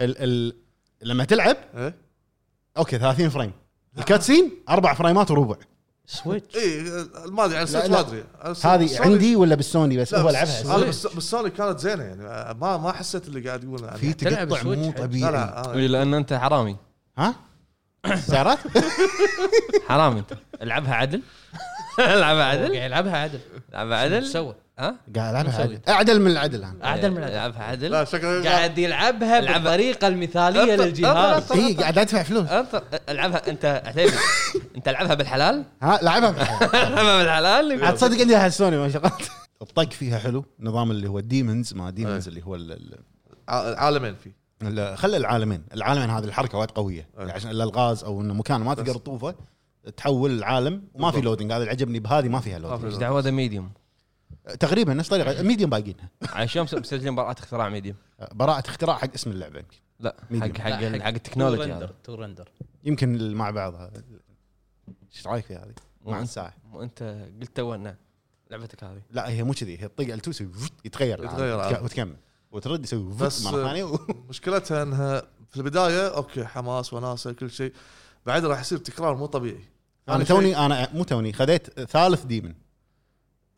D: ال ال لما تلعب
B: ايه
D: اوكي 30 فريم الكاتسين اربع فريمات وربع
C: سويتش
B: ايه ما ادري على
D: لا،
B: السويتش
D: لا.
B: ما ادري على السويتش-
D: هذه
B: سوني-
D: عندي ولا بالسوني بس
B: لا
D: هو
B: بس-
D: العبها
B: انا بس بس سوني كانت زينه يعني ما ما حسيت اللي قاعد يقول عنها.
D: في
C: تلعب
D: تقطع
C: سويتش
D: مو
C: حق-
B: لا
D: طبيعي
B: لا آه.
A: لان انت حرامي
D: ها سعرات
A: حرامي انت العبها عدل العبها
C: قاعد
A: عدل
C: يلعبها عدل
A: العبها عدل
C: سوى
A: ها
D: قاعد العبها
C: مسوي.
D: عدل. اعدل من العدل انا
C: أعدل من العدل.
A: العبها عدل
B: لا شكله
C: قاعد يلعبها
A: العبها.
C: بالطريقه المثاليه
A: أبطأ-
C: للجهاز
A: أبطأ-
D: اي إيه، قاعد ادفع فلوس
A: انت العبها انت عتيبي انت العبها بالحلال
D: ها لعبها بالحياة.
A: العبها بالحلال
D: عاد تصدق عندي على السوني ما شغلت الطق فيها حلو نظام اللي هو الديمونز ما ديمونز اللي هو ال- ال-
B: ع- عالمين فيه
D: لا، خلي العالمين العالمين هذه الحركه وايد قويه
B: أي.
D: عشان الالغاز او انه مكان ما تقدر تطوفه تحول العالم وما في لودنج هذا اللي عجبني بهذه ما فيها
B: ما في
D: لودنج
A: ايش دعوه ذا ميديوم
D: تقريبا نفس طريقه ميديوم باقيينها
A: عشان مسجلين براءه اختراع ميديوم
D: براءه اختراع حق اسم اللعبه يمكن
A: لا
D: ميديوم.
A: حق حق ال- حق التكنولوجيا هذا
C: تو رندر
D: يمكن مع بعض هذا. ايش رايك في هذه؟ مع الساعه
A: مو انت قلت تو انه لعبتك هذه
D: لا هي مو كذي هي تطق ال2 يسوي فوت، يتغير
B: يتغير
D: العالم
B: العالم.
D: وتك- وتكمل وترد يسوي فوت
B: بس- آه،
D: مره ثانيه و-
B: مشكلتها انها في البدايه اوكي حماس وناسه كل شيء بعدين راح يصير تكرار مو طبيعي يعني
D: انا توني انا مو توني خذيت ثالث ديمن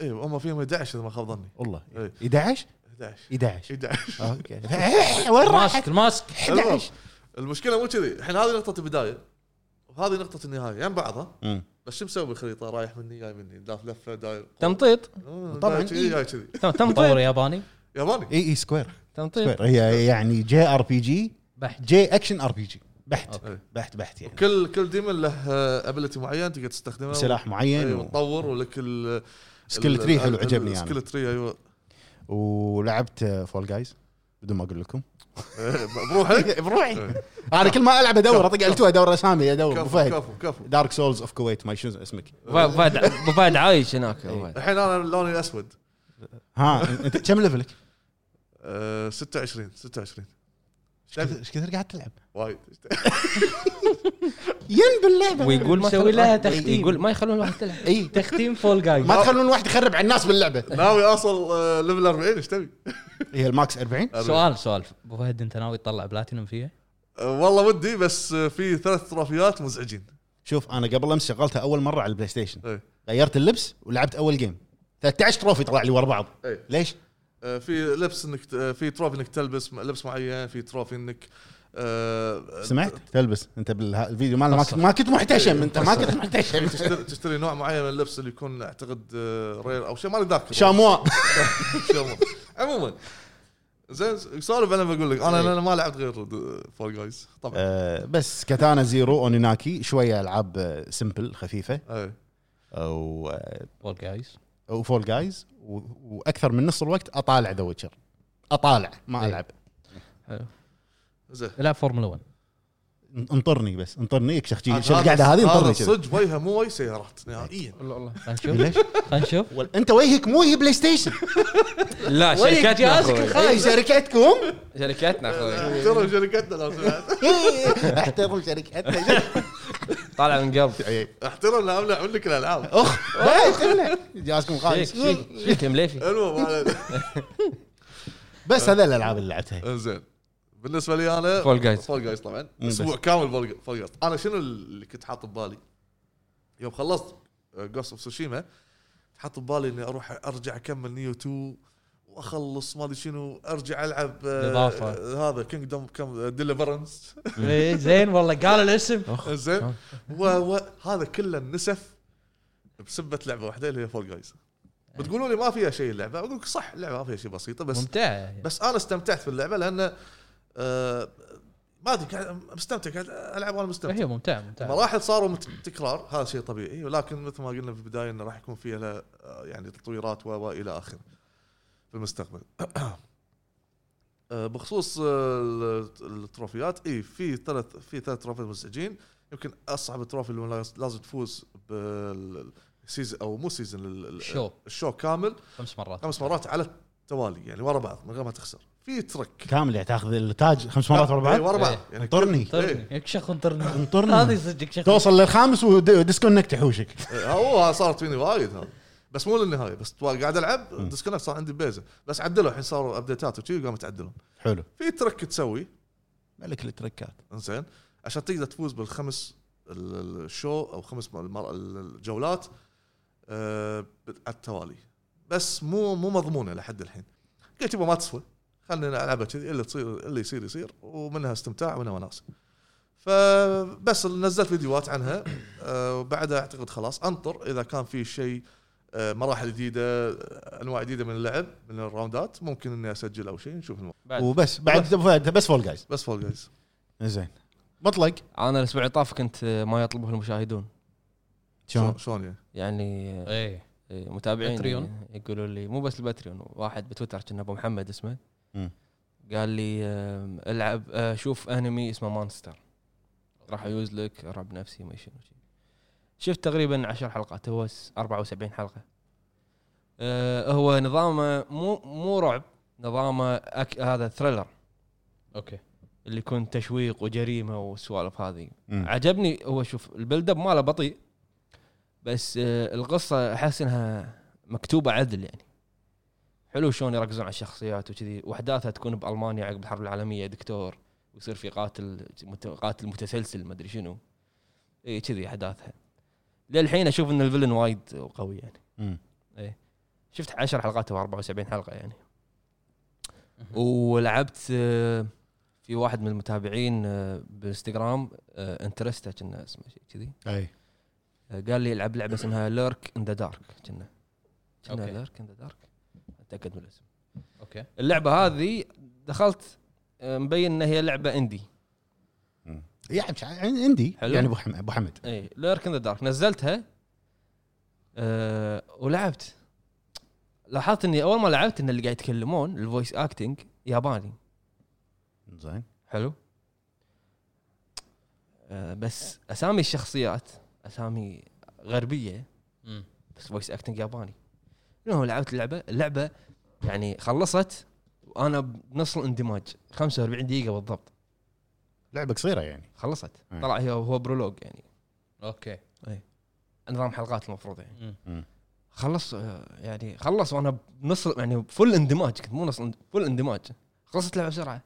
B: اي هم إيه، فيهم 11 اذا ما خاب ظني
D: والله
B: إيه.
D: 11
B: 11
D: 11
B: 11
D: اوكي وين
C: الماسك
D: راحت؟
C: الماسك
D: 11
B: المشكله مو كذي الحين هذه نقطه البدايه وهذه نقطه النهايه يعني بعضها
D: مم.
B: بس شو مسوي خريطه رايح مني جاي مني لف لفه داير
A: تمطيط
B: آه،
D: طبعاً،
B: داير كذي
D: إيه.
B: جاي كذي
A: تم-
C: مطور
A: تمطيط
C: ياباني
B: ياباني
D: اي اي سكوير
A: تمطيط
D: سكوير هي يعني جي ار بي جي
C: بحت
D: جي اكشن ار بي جي بحت
B: أوكي.
D: بحت بحت يعني
B: كل كل ديمن له ابيلتي معين تقدر تستخدمه
D: سلاح
B: اي
D: معين و-
B: وتطور ولك أيوة، ال
D: سكيل تري حلو عجبني
B: سكيل
D: يعني
B: تري ايوه
D: ولعبت فول جايز بدون ما اقول لكم إيه،
B: بروحك
D: بروحي انا كل ما العب ادور اطق ال2 ادور اسامي ادور ابو
B: كفو
D: فهد
B: كفو كفو
D: دارك سولز اوف كويت ما شنو اسمك
A: أبو فهد ابو فهد عايش هناك أبو فهد.
B: الحين انا لوني الاسود
D: ها انت كم ليفلك؟
B: آه، 26 26
D: ايش كثر- إيش كثر قاعد تلعب؟
B: وايد
D: ين باللعبه
A: ويقول ما
C: يسوي
A: يخلون-
C: لها
A: آه،
C: تختيم.
A: يقول ما يخلون الواحد تلعب
C: إيه.
D: اي
C: تختيم فول جايز
D: ما تخلون واحد يخرب على الناس باللعبه
B: ناوي اوصل آه، ليفل 40 ايش تبي؟
D: هي الماكس 40
C: سؤال سؤال ابو فهد انت ناوي تطلع بلاتينوم فيها؟
B: آه، والله ودي بس آه، في ثلاث تروفيات مزعجين
D: شوف انا قبل امس شغلتها اول مره على البلاي ستيشن
B: إيه.
D: غيرت اللبس ولعبت اول جيم 13 تروفي طلع لي ورا بعض
B: إيه.
D: ليش؟
B: آه، في لبس انك آه، في تروفي انك تلبس م- لبس معين في تروفي انك آه،
D: سمعت؟ تلبس انت بالفيديو مالنا ما كنت
C: قصر.
D: ما كنت محتشم انت ما كنت محتشم
B: تشتري, تشتري نوع معين من اللبس اللي يكون اعتقد آه، رير او شيء ماني ذاكر
D: شاموا
B: شامو. عموما زين سولف انا بقول لك انا
D: إيه.
B: انا ما لعبت غير فول جايز طبعا
D: آه، بس كاتانا زيرو اونيناكي شويه العاب آه، سمبل خفيفه
B: أي.
D: او آه،
C: فول جايز
D: او فول جايز واكثر من نص الوقت اطالع ذا ويتشر اطالع ما
C: إيه.
D: العب
B: زين
C: لا فورمولا 1
D: انطرني بس انطرني اكشخ شي-
B: عاد
D: شي
B: آه، هذا-
D: القعده هذه
B: هذا
D: انطرني كذا.
B: صدق وجهه مو وجه سيارات نهائيا
A: والله والله
C: خلينا نشوف
D: ليش؟
C: خلينا نشوف
D: وال- انت وجهك مو هي بلاي ستيشن
A: لا
C: ويك
A: شركتنا
C: جهازك
A: أخوي.
B: أيوة.
C: الخايس.
D: هاي شركتكم
A: شركتنا اخوي
B: ترى شركتنا لو سمحت
D: احترم شركتنا
A: طالع من قلب
D: إيه.
B: احترم لا امنع منك الالعاب
D: اخ لا تمنع. جهازكم
A: شيك
D: خايس
A: شيك شيك مليفي
B: المهم ما علينا.
D: بس هذا الالعاب اللي لعبتها
B: زين بالنسبه لي انا
A: Fall Guys.
B: فول جايز طبعا
D: مم، بس.
B: اسبوع كامل فول- فول جايز انا شنو اللي كنت حاط ببالي يوم خلصت آه، جوست اوف سوشيما حاط ببالي اني اروح ارجع اكمل نيو 2 واخلص ما ادري شنو ارجع العب آه،
C: إضافة.
B: آه، هذا آه، كينجدوم كم ديليفرنس
C: إيه، زين والله قال الاسم
B: زين وهذا كله النسف بسبه لعبه واحده اللي هي فول جايز
D: إيه.
B: بتقولوا لي ما فيها شيء اللعبه اقول لك صح اللعبه ما فيها شيء بسيطه بس
C: ممتع
B: بس انا استمتعت في اللعبه لان آه، ما ادري قاعد مستمتع قاعد العب وانا مستمتع
C: هي إيه، ممتع ممتع
B: مراحل صاروا مت- تكرار هذا شيء طبيعي ولكن مثل ما قلنا في البدايه انه راح يكون فيها لا- آه، يعني تطويرات و- والى اخره في المستقبل آه، بخصوص آه، ال- التروفيات اي في ثلاث في ثلاث تروفيات مزعجين يمكن اصعب تروفي اللي لاز- لازم تفوز بالسيزون او مو سيزون ال- ال-
C: شو
B: الشو كامل
C: خمس مرات
B: خمس مرات على التوالي يعني ورا بعض من غير ما تخسر في ترك
D: كامل يعني تاخذ التاج خمس مرات ورا
B: إيه،
D: بعض
B: ورا بعض
C: إيه.
B: يعني
D: انطرني
C: طرني يك شخ انطرني
D: انطرني.
C: هذه صدق شخ
D: توصل للخامس وديسكونكت يحوشك
B: إيه، هو صارت فيني وايد هذا بس مو للنهايه بس تو- قاعد العب ديسكونكت صار عندي بيزه بس عدلوا الحين صاروا ابديتات وشي قاموا تعدلون
D: حلو
B: في ترك تسوي
D: ملك التركات
B: انزين عشان تقدر تفوز بالخمس ال- ال- الشو او خمس مر- ال- الجولات آه، على التوالي بس مو مو مضمونه لحد الحين قلت يبا ما تسوى خلينا العبها كذي اللي تصير اللي يصير يصير ومنها استمتاع ومنها وناس فبس نزلت فيديوهات عنها آه، وبعدها اعتقد خلاص انطر اذا كان في شيء آه، مراحل جديده آه، انواع جديده من اللعب من الراوندات ممكن اني اسجل او شيء نشوف الموضوع
D: وبس بعد أبو فهد بس فول جايز
B: بس فول جايز
D: زين مطلق
A: انا الاسبوع اللي طاف كنت آه، ما يطلبه المشاهدون
D: شلون؟
B: شلون يعني
A: يعني
C: ايه
A: إيه، متابعين
C: باتريون.
A: يقولوا لي مو بس الباتريون واحد بتويتر كان ابو محمد اسمه
D: مم.
A: قال لي آم، العب آه، شوف انمي اسمه مانستر راح يوز لك رعب نفسي ما شنو شي. شفت تقريبا عشر حلقات هو س- 74 حلقه آه، هو نظامه مو مو رعب نظامه أك... هذا ثريلر
C: اوكي
A: اللي يكون تشويق وجريمه والسوالف هذه عجبني هو شوف البيلد اب ماله بطيء بس آه، القصه احس انها مكتوبه عدل يعني حلو شلون يركزون على الشخصيات وكذي واحداثها تكون بالمانيا عقب الحرب العالميه دكتور ويصير في قاتل مت- قاتل متسلسل ما ادري شنو اي كذي احداثها للحين اشوف ان الفيلن وايد قوي يعني
D: مم.
A: شفت 10 حلقات او 74 حلقه يعني ولعبت آه، في واحد من المتابعين آه، بالانستغرام انترستا كنا اسمه شيء كذي
D: اي
A: آه، قال لي العب لعبه اسمها ليرك ان ذا دارك كنا كنا
C: أوكي.
A: ليرك ان ذا دارك اتاكد من الاسم
C: اوكي
A: اللعبه هذه دخلت آه، مبين ان هي لعبه اندي
D: يعني مش ع- عندي
A: حلو.
D: يعني ابو حمد ابو حمد
A: اي ليرك ان ذا دارك نزلتها أه ولعبت لاحظت اني اول ما لعبت ان اللي قاعد يتكلمون الفويس اكتنج ياباني
D: زين
A: حلو أه بس اسامي الشخصيات اسامي غربيه
C: مم.
A: بس فويس اكتنج ياباني المهم لعبت اللعبه اللعبه يعني خلصت وانا بنص الاندماج 45 دقيقه بالضبط
D: لعبه قصيره يعني
A: خلصت
D: أي.
A: طلع هي هو برولوج يعني
C: اوكي
A: نظام حلقات المفروض يعني
C: مم.
A: خلص آه، يعني خلص وانا بنص يعني فل اندماج كنت مو نص اند- فل اندماج خلصت اللعبه بسرعه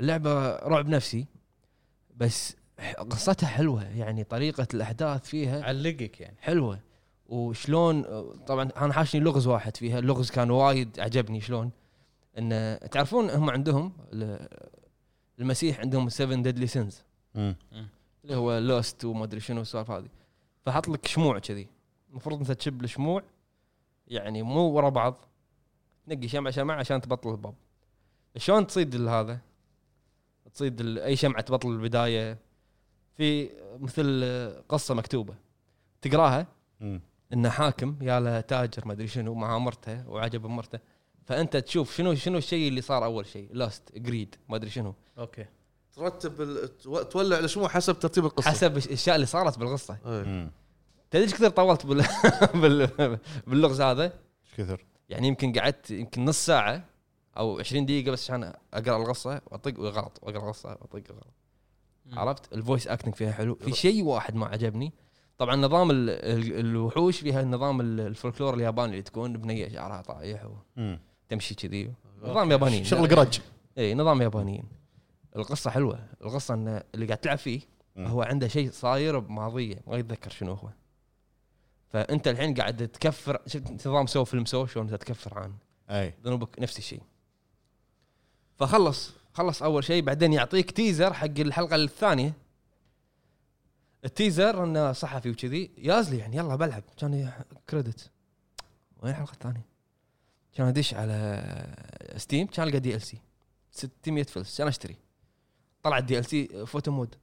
A: اللعبه رعب نفسي بس ح- قصتها حلوه يعني طريقه الاحداث فيها
C: علقك يعني
A: حلوه وشلون آه، طبعا انا حاشني لغز واحد فيها اللغز كان وايد عجبني شلون ان تعرفون هم عندهم ال- المسيح عندهم 7 ديدلي سينز
D: مم.
A: اللي هو لوست وما ادري شنو السوالف هذه فحط لك شموع كذي المفروض انت تشب الشموع يعني مو ورا بعض تنقي شمعه شمعه عشان تبطل الباب شلون تصيد هذا تصيد ال- اي شمعه تبطل البدايه في مثل آه، قصه مكتوبه تقراها
D: مم.
A: انه حاكم يا له تاجر ما ادري شنو مع مرته وعجب مرته فانت تشوف شنو شنو الشيء اللي صار اول شيء لاست جريد ما ادري شنو
C: اوكي
B: ترتب ال- تو- تولع الشموع حسب ترتيب إيه. القصه حسب
A: حسب الاشياء اللي صارت بالقصه
D: مم.
A: تدري ايش كثر طولت بال... بال... باللغز هذا؟
D: ايش كثر؟
A: يعني يمكن قعدت يمكن نص ساعه او 20 دقيقه بس عشان اقرا القصه واطق غلط واقرا القصه واطق غلط عرفت؟ الفويس اكتنج فيها حلو، في شيء واحد ما عجبني طبعا نظام ال... ال... الوحوش فيها نظام ال- الفولكلور الياباني اللي تكون بنيه شعرها طايح
D: مم.
A: وتمشي كذي نظام ياباني
D: شغل قرج
A: اي إيه، نظام يابانيين القصه حلوه القصه ان اللي قاعد تلعب فيه
D: مم.
A: هو عنده شيء صاير بماضيه ما يتذكر شنو هو فانت الحين قاعد تكفر شفت نظام سو فيلم سو شلون انت تكفر عن
D: اي
A: ذنوبك نفس الشيء فخلص خلص اول شيء بعدين يعطيك تيزر حق الحلقه الثانيه التيزر انه صحفي وكذي يازلي يعني يلا بلعب كان ي- كريدت وين الحلقه الثانيه؟ كان ادش على ستيم كان القى دي ال سي 600 فلس كان اشتري طلع الدي ال سي فوتو مود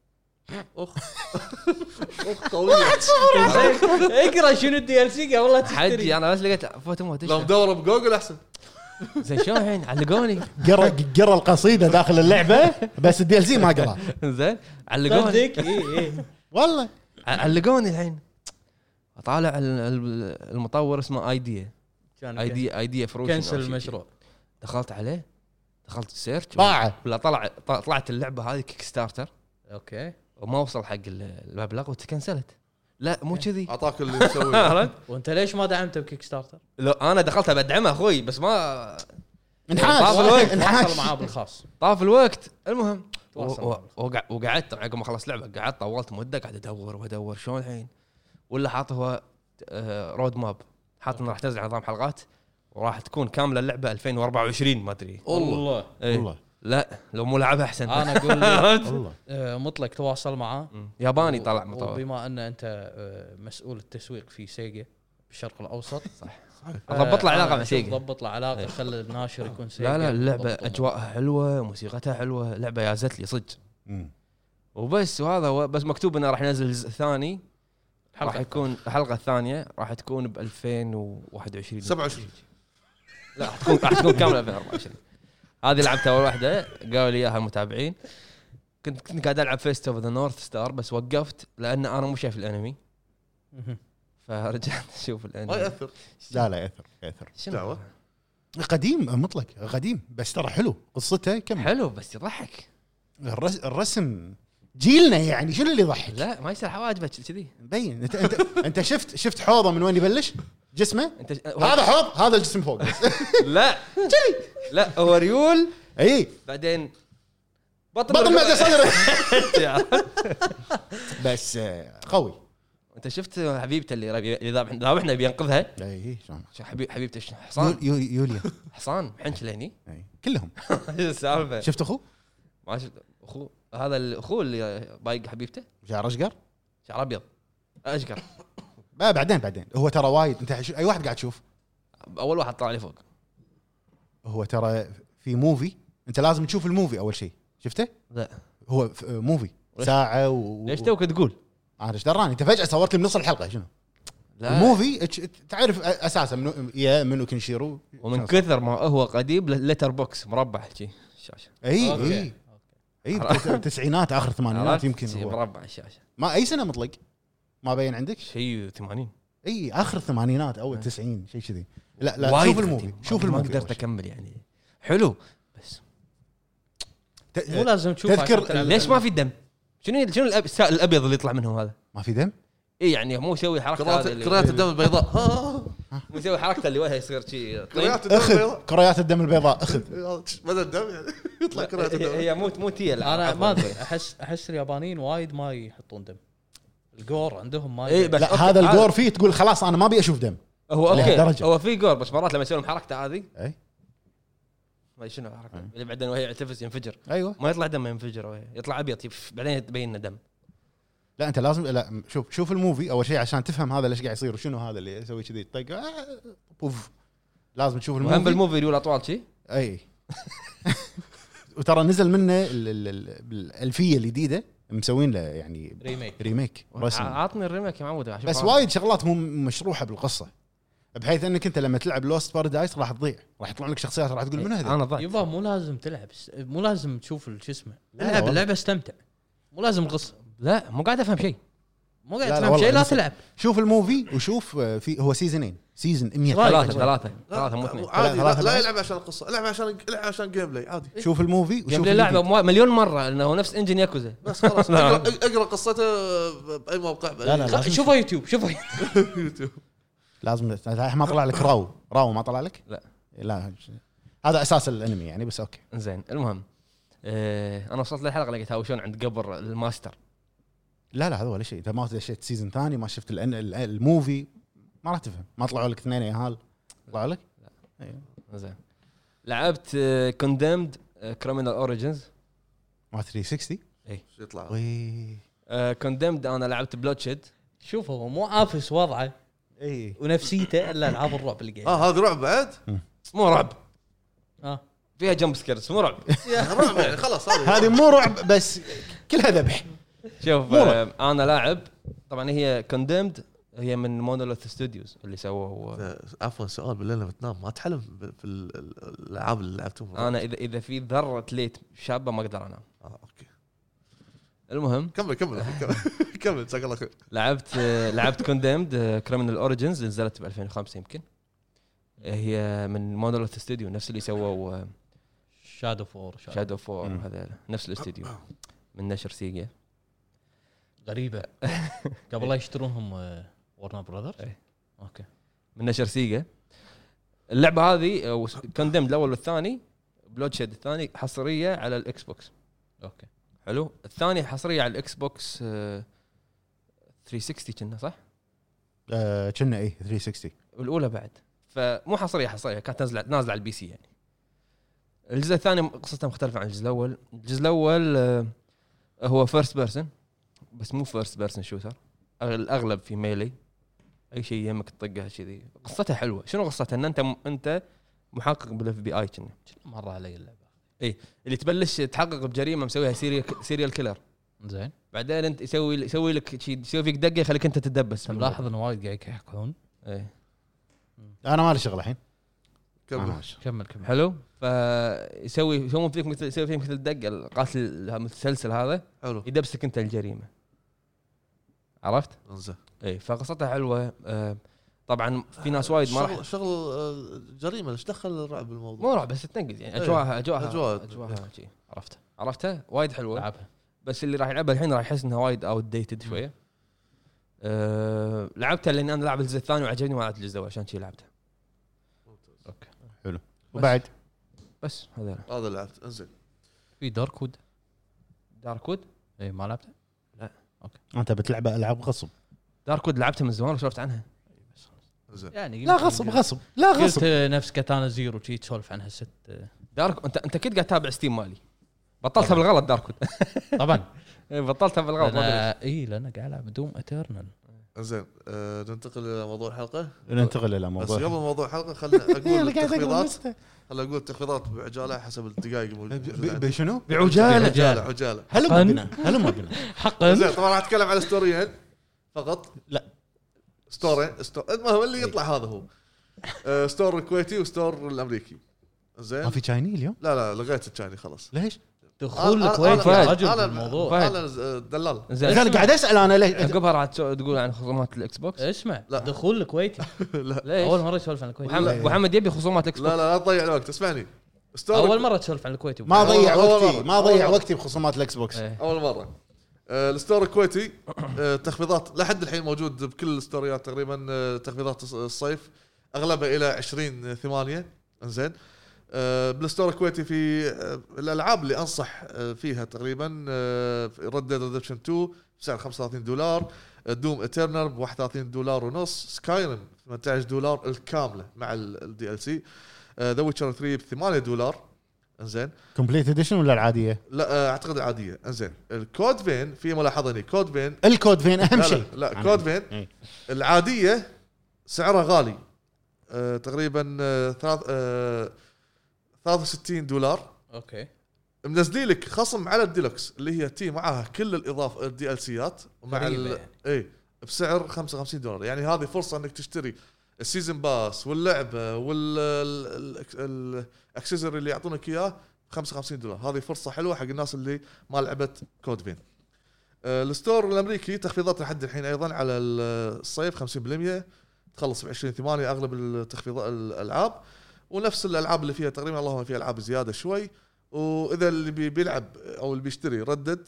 B: قويه
C: اقرا شنو الدي ال سي قبل لا
A: حجي انا بس لقيت فوتو مود
B: لو مدور بجوجل احسن
A: زين شلون الحين علقوني
D: قرا قرا القصيده داخل اللعبه بس الدي ال سي ما قرا
A: زين علقوني
C: صدق إيه، اي اي
D: والله
A: علقوني الحين اطالع ال- ال- المطور اسمه ايديا
C: كان
A: ايديا ايديا فروشن أو
C: كنسل
A: شي.
C: المشروع
A: دخلت عليه دخلت السيرش
D: باعه
A: ولا طلع ط- طلعت اللعبه هذه كيك ستارتر
C: اوكي
A: وما وصل حق ال- المبلغ وتكنسلت لا مو كذي
B: اعطاك اللي مسويه
A: عرفت؟
C: وانت ليش ما دعمته بكيك ستارتر؟
A: لو انا دخلتها بدعمها اخوي بس ما
D: انحاش
A: طاب الوقت.
C: تواصل
D: انحاش
C: معاه بالخاص
A: طاف الوقت المهم و-
C: تواصل
A: و-
C: معه.
A: وقع- وقعدت عقب ما خلصت لعبه قعدت طولت مده قاعد ادور وادور شلون الحين ولا حاط هو آه، رود ماب حاط انه راح تنزل نظام حلقات وراح تكون كامله اللعبه 2024 ما ادري
C: والله
A: إيه.
D: والله
A: لا لو مو لعبها احسن
C: انا اقول لك،
A: عرفت؟
D: والله
C: آه، مطلق تواصل معاه
A: مم. ياباني طلع مطور
C: وبما ان انت آه، مسؤول التسويق في سيجا بالشرق الاوسط صح
A: آه، ضبط له علاقه مع سيجا إيه.
C: ضبط له علاقه خلي الناشر يكون سيجا
A: لا لا اللعبه
C: ضبطه.
A: اجواءها حلوه موسيقتها حلوه لعبه يازت لي صدق
D: مم.
A: وبس وهذا هو بس مكتوب انه راح ينزل جزء ثاني راح
C: الحلقه
A: يكون الحلقه الثانيه راح تكون ب 2021
B: 27
A: لا راح تكون راح تكون كامله 2024 هذه لعبتها اول واحده قالوا لي اياها المتابعين كنت كنت قاعد العب فيست اوف ذا نورث ستار بس وقفت لان انا مو شايف الانمي
C: مهم.
A: فرجعت اشوف
B: ما
A: الانمي
B: ياثر
D: لا لا ياثر ياثر
A: شنو
B: دعوة.
D: قديم مطلق قديم بس ترى حلو قصته كم
A: حلو بس يضحك
D: الرس الرسم جيلنا يعني شنو اللي يضحك
A: لا ما يصير حواجبك كذي
D: مبين انت انت انت شفت شفت حوضه من وين يبلش جسمه
A: انت
D: هذا حوض هذا الجسم فوق
A: لا لا هو ريول
D: اي
A: بعدين بطن
D: إيه. بطن معده
A: مرقبة.
D: صدر بس آه، قوي
A: انت شفت حبيبته اللي ربي- اللي ذابح- ذابحنا بينقذها
D: اي شلون
A: شو حبيب حبيبته شنو؟ حصان
D: يول- يول- يوليا
A: حصان حنش لهني
D: إي. كلهم
A: شو السالفه
D: شفت اخوه
A: ما شفت اخوه هذا الاخو اللي بايق حبيبته
D: شعر اشقر
A: شعر ابيض اشقر
D: آه، بعدين بعدين هو ترى وايد انت ش- اي واحد قاعد تشوف
A: اول واحد طلع لي فوق
D: هو ترى في موفي انت لازم تشوف الموفي اول شيء شفته
A: لا
D: هو ف- موفي
A: ليش-
D: ساعه و...
A: ليش توك تقول؟
D: انا ايش دراني انت فجاه صورت لي بنص الحلقه شنو
A: لا
D: الموفي اتش- تعرف اساسا منو يا منو كنشيرو
A: ومن كثر ما هو قديم لتر بوكس مربع شي الشاشه
D: اي
C: أوكي.
A: إيه.
D: اي اي بت- التسعينات اخر الثمانينات
A: عرفت؟
D: يمكن
A: شي
D: هو.
A: مربع الشاشه
D: ما اي سنه مطلق ما بين عندك
A: شيء 80
D: اي اخر الثمانينات اول التسعين شيء كذي لا لا
A: إيه. وايد
D: شوف الموفي
A: قديم.
D: شوف
A: ما
D: الموفي
A: قدرت اكمل يعني حلو بس
D: ت-
C: مو لازم تشوف
D: تذكر
C: عشان تلعب.
A: ليش ما في دم؟ شنو شنو الأب- السائل الابيض اللي يطلع منهم هذا؟
D: ما في دم؟
A: اي يعني مو يسوي حركه
B: كرات
A: هذه اللي-
B: كرات الدم البيضاء ها
A: مو يسوي حركته اللي وجهه يصير شي طيب.
B: كرات الدم
D: اخذ
B: البيضاء
D: كريات الدم البيضاء اخذ
B: بدل الدم يعني يطلع
D: إيه،
B: كرات
A: هي
B: الدم
A: هي مو مو تي الألعاب.
C: انا ما
A: عفواً.
C: ادري احس احس اليابانيين وايد ما يحطون دم الجور عندهم ما
A: إيه،
C: يدري.
A: بس
D: لا
A: أوكي،
D: هذا
A: هذا-
D: الجور فيه تقول خلاص انا ما ابي اشوف دم
A: هو اوكي
D: لهالدرجة.
A: هو في جور بس مرات لما يسوي لهم حركته هذه
D: اي
A: ما أدري شنو الحركه اللي بعدين وهي يعتفس ينفجر
D: ايوه
A: ما يطلع دم ينفجر وهي. يطلع ابيض يف- بعدين تبين انه دم
D: لا انت لازم لا شوف شوف الموفي اول شيء عشان تفهم هذا ليش قاعد يصير وشنو هذا اللي يسوي كذي طق آه، بوف لازم تشوف
A: وهم
D: الموفي
A: بالموفي يقول اطوال شي
D: اي وترى نزل منه ال- ال- ال- الالفيه الجديده مسوين له يعني
C: ريميك
D: ريميك
A: آه،
D: رسمي
A: عطني الريميك يا معود عشان
D: بس
A: أعرف.
D: وايد شغلات مو مشروحه بالقصه بحيث انك انت لما تلعب لوست بارادايس راح تضيع راح يطلع لك شخصيات راح تقول من هذا
A: انا ضعت
C: يبا مو لازم تلعب س- مو لازم تشوف ال- شو اسمه
D: لا
C: العب
D: والله.
C: اللعبه استمتع مو لازم قصه
A: لا مو قاعد افهم شيء
C: مو
D: لا،
C: قاعد
D: لا
C: تفهم
D: والله
C: شيء لا
D: لسه.
C: تلعب
D: شوف الموفي وشوف آه، في هو سيزونين سيزون 100
C: رايك؟
A: ثلاثه ثلاثه ثلاثه مو اثنين
B: عادي
D: ثلاثة
B: لا- لا
D: بعد.
B: يلعب عشان القصه العب عشان العب عشان جيم بلاي عادي
D: شوف الموفي وشوف
A: جيم بلاي
D: الجديد.
A: لعبه مو- مليون مره انه هو نفس انجن ياكوزا
B: بس خلاص
A: لا.
B: اقرا اقرا قصته باي موقع
D: نعم. لا لا لازم
C: شوفه يوتيوب شوفه
B: يوتيوب
D: لازم الحين ما طلع لك راو راو ما طلع لك؟
A: لا.
D: لا هذا اساس الانمي يعني بس اوكي
A: زين المهم إيه، انا وصلت للحلقه لقيت هاوشون عند قبر الماستر
D: لا لا هذا ولا شيء انت ما دشيت سيزون ثاني ما شفت الأن... ال- الموفي ما راح تفهم ما طلعوا لك اثنين ياهال طلعوا لك
A: آه، زين لعبت آه، كوندمد كريمنال اوريجنز
D: ما 360
B: شو يطلع
D: وي
A: كوندمد انا آه، لعبت بلوتشد
C: شوف هو مو عافس وضعه
D: اي
C: ونفسيته الا العاب الرعب اللي قاعد
B: اه هذا رعب بعد
A: مو رعب
C: اه
A: فيها جمب سكيرز مو رعب
B: رعب يعني خلاص
D: هذه مو رعب بس كلها ذبح
A: شوف
D: مو رعب.
A: آه، انا لاعب طبعا هي كوندمد هي من مونوليث ستوديوز اللي سووه
B: عفوا سؤال بالليل لما تنام ما تحلم ب- في ال- ال- الالعاب اللي لعبتهم
A: انا اذا اذا في ذره ليت شابه ما اقدر انام
B: اه اوكي
A: المهم
B: كمل كمل كمل- كمل جزاك الله خير
A: لعبت آه، لعبت كوندمد كريمنال اوريجنز نزلت ب 2005 يمكن آه، هي من مونوليث ستوديو نفس اللي سووا آه،
C: شادو فور شادو
A: شادو فور
D: طيب. مم. آه.
A: هذا نفس الاستديو من نشر سيجا
C: غريبه قبل لا يشترونهم آه، ورنا براذرز
A: إيه.
C: اوكي
A: من نشر سيجا اللعبه هذه كوندمد الاول والثاني بلوتشيد الثاني حصريه على الاكس بوكس
C: اوكي
A: حلو الثاني حصريه على الاكس بوكس آه، 360 كنا صح
D: آه، كنا اي 360
A: الاولى بعد فمو حصريه حصريه كانت نازله نازله على البي سي يعني الجزء الثاني قصته مختلفه عن الجزء الاول الجزء الاول آه، هو فيرست بيرسون بس مو فيرست بيرسون شوتر الاغلب في ميلي اي شيء يمك تطقه كذي قصتها حلوه شنو قصتها ان انت م... انت محقق بالاف بي اي كنا
C: شنو مر علي اللعبه
A: اللي تبلش تحقق بجريمه مسويها سيريال سيريال كيلر
C: زين
A: بعدين انت يسوي يسوي لك شي يسوي فيك دقه يخليك انت تدبس
C: ملاحظ ان وايد قاعد يحكون
A: ايه
D: انا مالي شغل الحين أنا
B: كمل
D: مالي شغل.
C: كمل كمل
A: حلو فيسوي يسوون فيك مثل يسوي فيك مثل دقه القاتل المتسلسل هذا
B: حلو
A: يدبسك انت الجريمه عرفت؟
B: انزين
A: اي فقصتها حلوه آه، طبعا في ناس وايد ما راح
B: شغل شغل آه، جريمه ايش دخل الرعب بالموضوع؟
A: مو راح بس تنقز يعني اجواءها اجواءها
B: أجواء.
A: اجواءها شي. عرفت عرفتها وايد حلوه
C: لعبها
A: بس اللي راح يلعبها الحين راح يحس انها وايد اوت ديتد شويه أه لعبتها لان انا لاعب الجزء الثاني وعجبني ما لعبت الجزء الاول عشان شي لعبته
D: وبعد
A: بس هذا
B: هذا اللي لعبت انزين
C: في دارك وود
A: داركود
C: اي ما لعبته
D: انت بتلعب العاب غصب
A: داركود لعبتها من زمان وسولفت عنها
B: انزين
C: يعني
D: لا
C: يمكن
D: غصب
C: قلت-
D: غصب لا
C: قلت
D: غصب
C: آه، نفس كاتانا زيرو شي تسولف عنها ست آه،
A: دارك انت انت كنت قاعد تتابع ستيم مالي بطلتها بالغلط داركود
C: طبعا
A: بطلتها بالغلط ما أدري.
C: انا اي لان إيه، قاعد العب دوم اترنال
B: انزين آه، ننتقل الى موضوع الحلقه
D: ننتقل الى
B: بس
D: موضوع
B: قبل موضوع الحلقه خلنا اقول
D: إيه، قاعد أقرأ
B: التخفيضات
D: لستة.
B: خلنا اقول التخفيضات بعجاله حسب الدقائق
D: ب-
B: الموجوده
D: ب- بشنو؟
A: بعجاله
B: عجاله عجاله
D: هلم
C: حقاً؟
D: بنا هلم بنا
C: حقا
B: زين طبعا راح اتكلم على ستوريين فقط
D: لا.
B: ستورين ستور المهم اللي يطلع هذا هو آه، ستور الكويتي وستور الامريكي زين
D: ما في شايني اليوم
B: لا لا لغيت التشايني خلاص
D: ليش؟
C: دخول
B: أنا-
C: الكويت
B: أنا-
C: يا
A: فهد.
C: رجل
B: انا
C: بالموضوع
A: فهد.
B: انا آه، دلال
A: زين
D: انا قاعد اسال انا ليش
A: عقبها راح تسو- تقول عن خصومات الاكس بوكس
C: اسمع
B: لا.
C: دخول الكويت
A: ليش؟
C: اول مره يسولف عن الكويت
A: محمد محمد يبي خصومات الاكس
B: لا
A: بوكس
B: لا لا تضيع الوقت اسمعني استوعب
C: اول مره تسولف عن الكويت
D: ما ضيع
B: أول مرة.
D: وقتي ما ضيع
B: أول مرة.
D: وقتي بخصومات الاكس بوكس
A: إيه.
B: اول مره آه، الستور الكويتي آه، تخفيضات لحد الحين موجود بكل الستوريات تقريبا آه، تخفيضات الص- الصيف اغلبها الى 20 8 انزين آه، بالستور الكويتي في آه، الالعاب اللي انصح آه، فيها آه، تقريبا ريد ديد ريدمشن 2 بسعر 35 دولار آه، دوم اترنال ب 31 دولار ونص سكايرم 18 دولار الكامله مع الدي ال سي ذا ويتشر 3 ب 8 دولار انزين
D: كومبليت اديشن ولا العاديه؟
B: لا آه، اعتقد العاديه انزين الكود فين في ملاحظه هنا كود فين
D: الكود فين
B: لا
D: اهم
B: لا,
D: شيء
B: لا
D: أنا-
B: كود فين
D: إيه.
B: العاديه سعرها غالي أه تقريبا أه ثلاث أه 63 دولار
C: اوكي
B: منزلين لك خصم على الديلوكس اللي هي تي معاها كل الاضافه الدي ال سيات ومع
C: غريبة
B: ال-
C: يعني.
B: اي بسعر 55 دولار يعني هذه فرصه انك تشتري السيزون باس واللعبه والاكسسوري اللي يعطونك اياه 55 دولار هذه فرصه حلوه حق الناس اللي ما لعبت كود فين آه، الستور الامريكي تخفيضات لحد الحين ايضا على الصيف 50% تخلص ب 20 8 اغلب التخفيضات الالعاب ونفس الالعاب اللي فيها تقريبا اللهم في العاب زياده شوي واذا اللي بي- بيلعب او اللي بيشتري ردد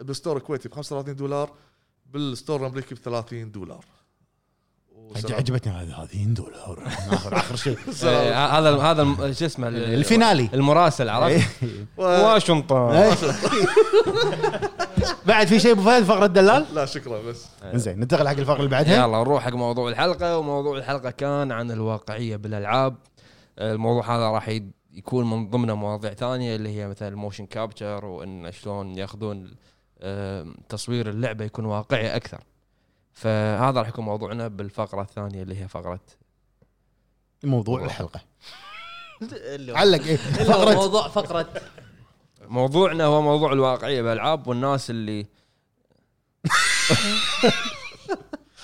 B: بالستور الكويتي ب 35 دولار بالستور الامريكي ب 30 دولار
D: عج- عجبتني هذه هذه دولار اخر اخر شيء
A: إيه، ه- هذا هذا الم- شو اسمه ال-
D: الفينالي
A: المراسل
B: إيه.
A: عرفت؟
B: و...
A: واشنطن
D: إيه. بعد في شيء ابو فهد فقره الدلال؟
B: لا شكرا بس
D: زين ننتقل حق الفقره اللي بعدها
A: يلا نروح حق موضوع الحلقه وموضوع الحلقه كان عن الواقعيه بالالعاب الموضوع هذا راح ي- يكون من ضمنه مواضيع ثانيه اللي هي مثلا الموشن كابتشر وان شلون ياخذون آم، تصوير اللعبه يكون واقعي اكثر فهذا راح يكون موضوعنا بالفقره الثانيه اللي هي فقره
D: موضوع الحلقه
C: اللي هو-
D: علق ايه
C: اللي هو
D: فقره
C: موضوع فقره
A: موضوعنا هو موضوع الواقعيه بالالعاب والناس اللي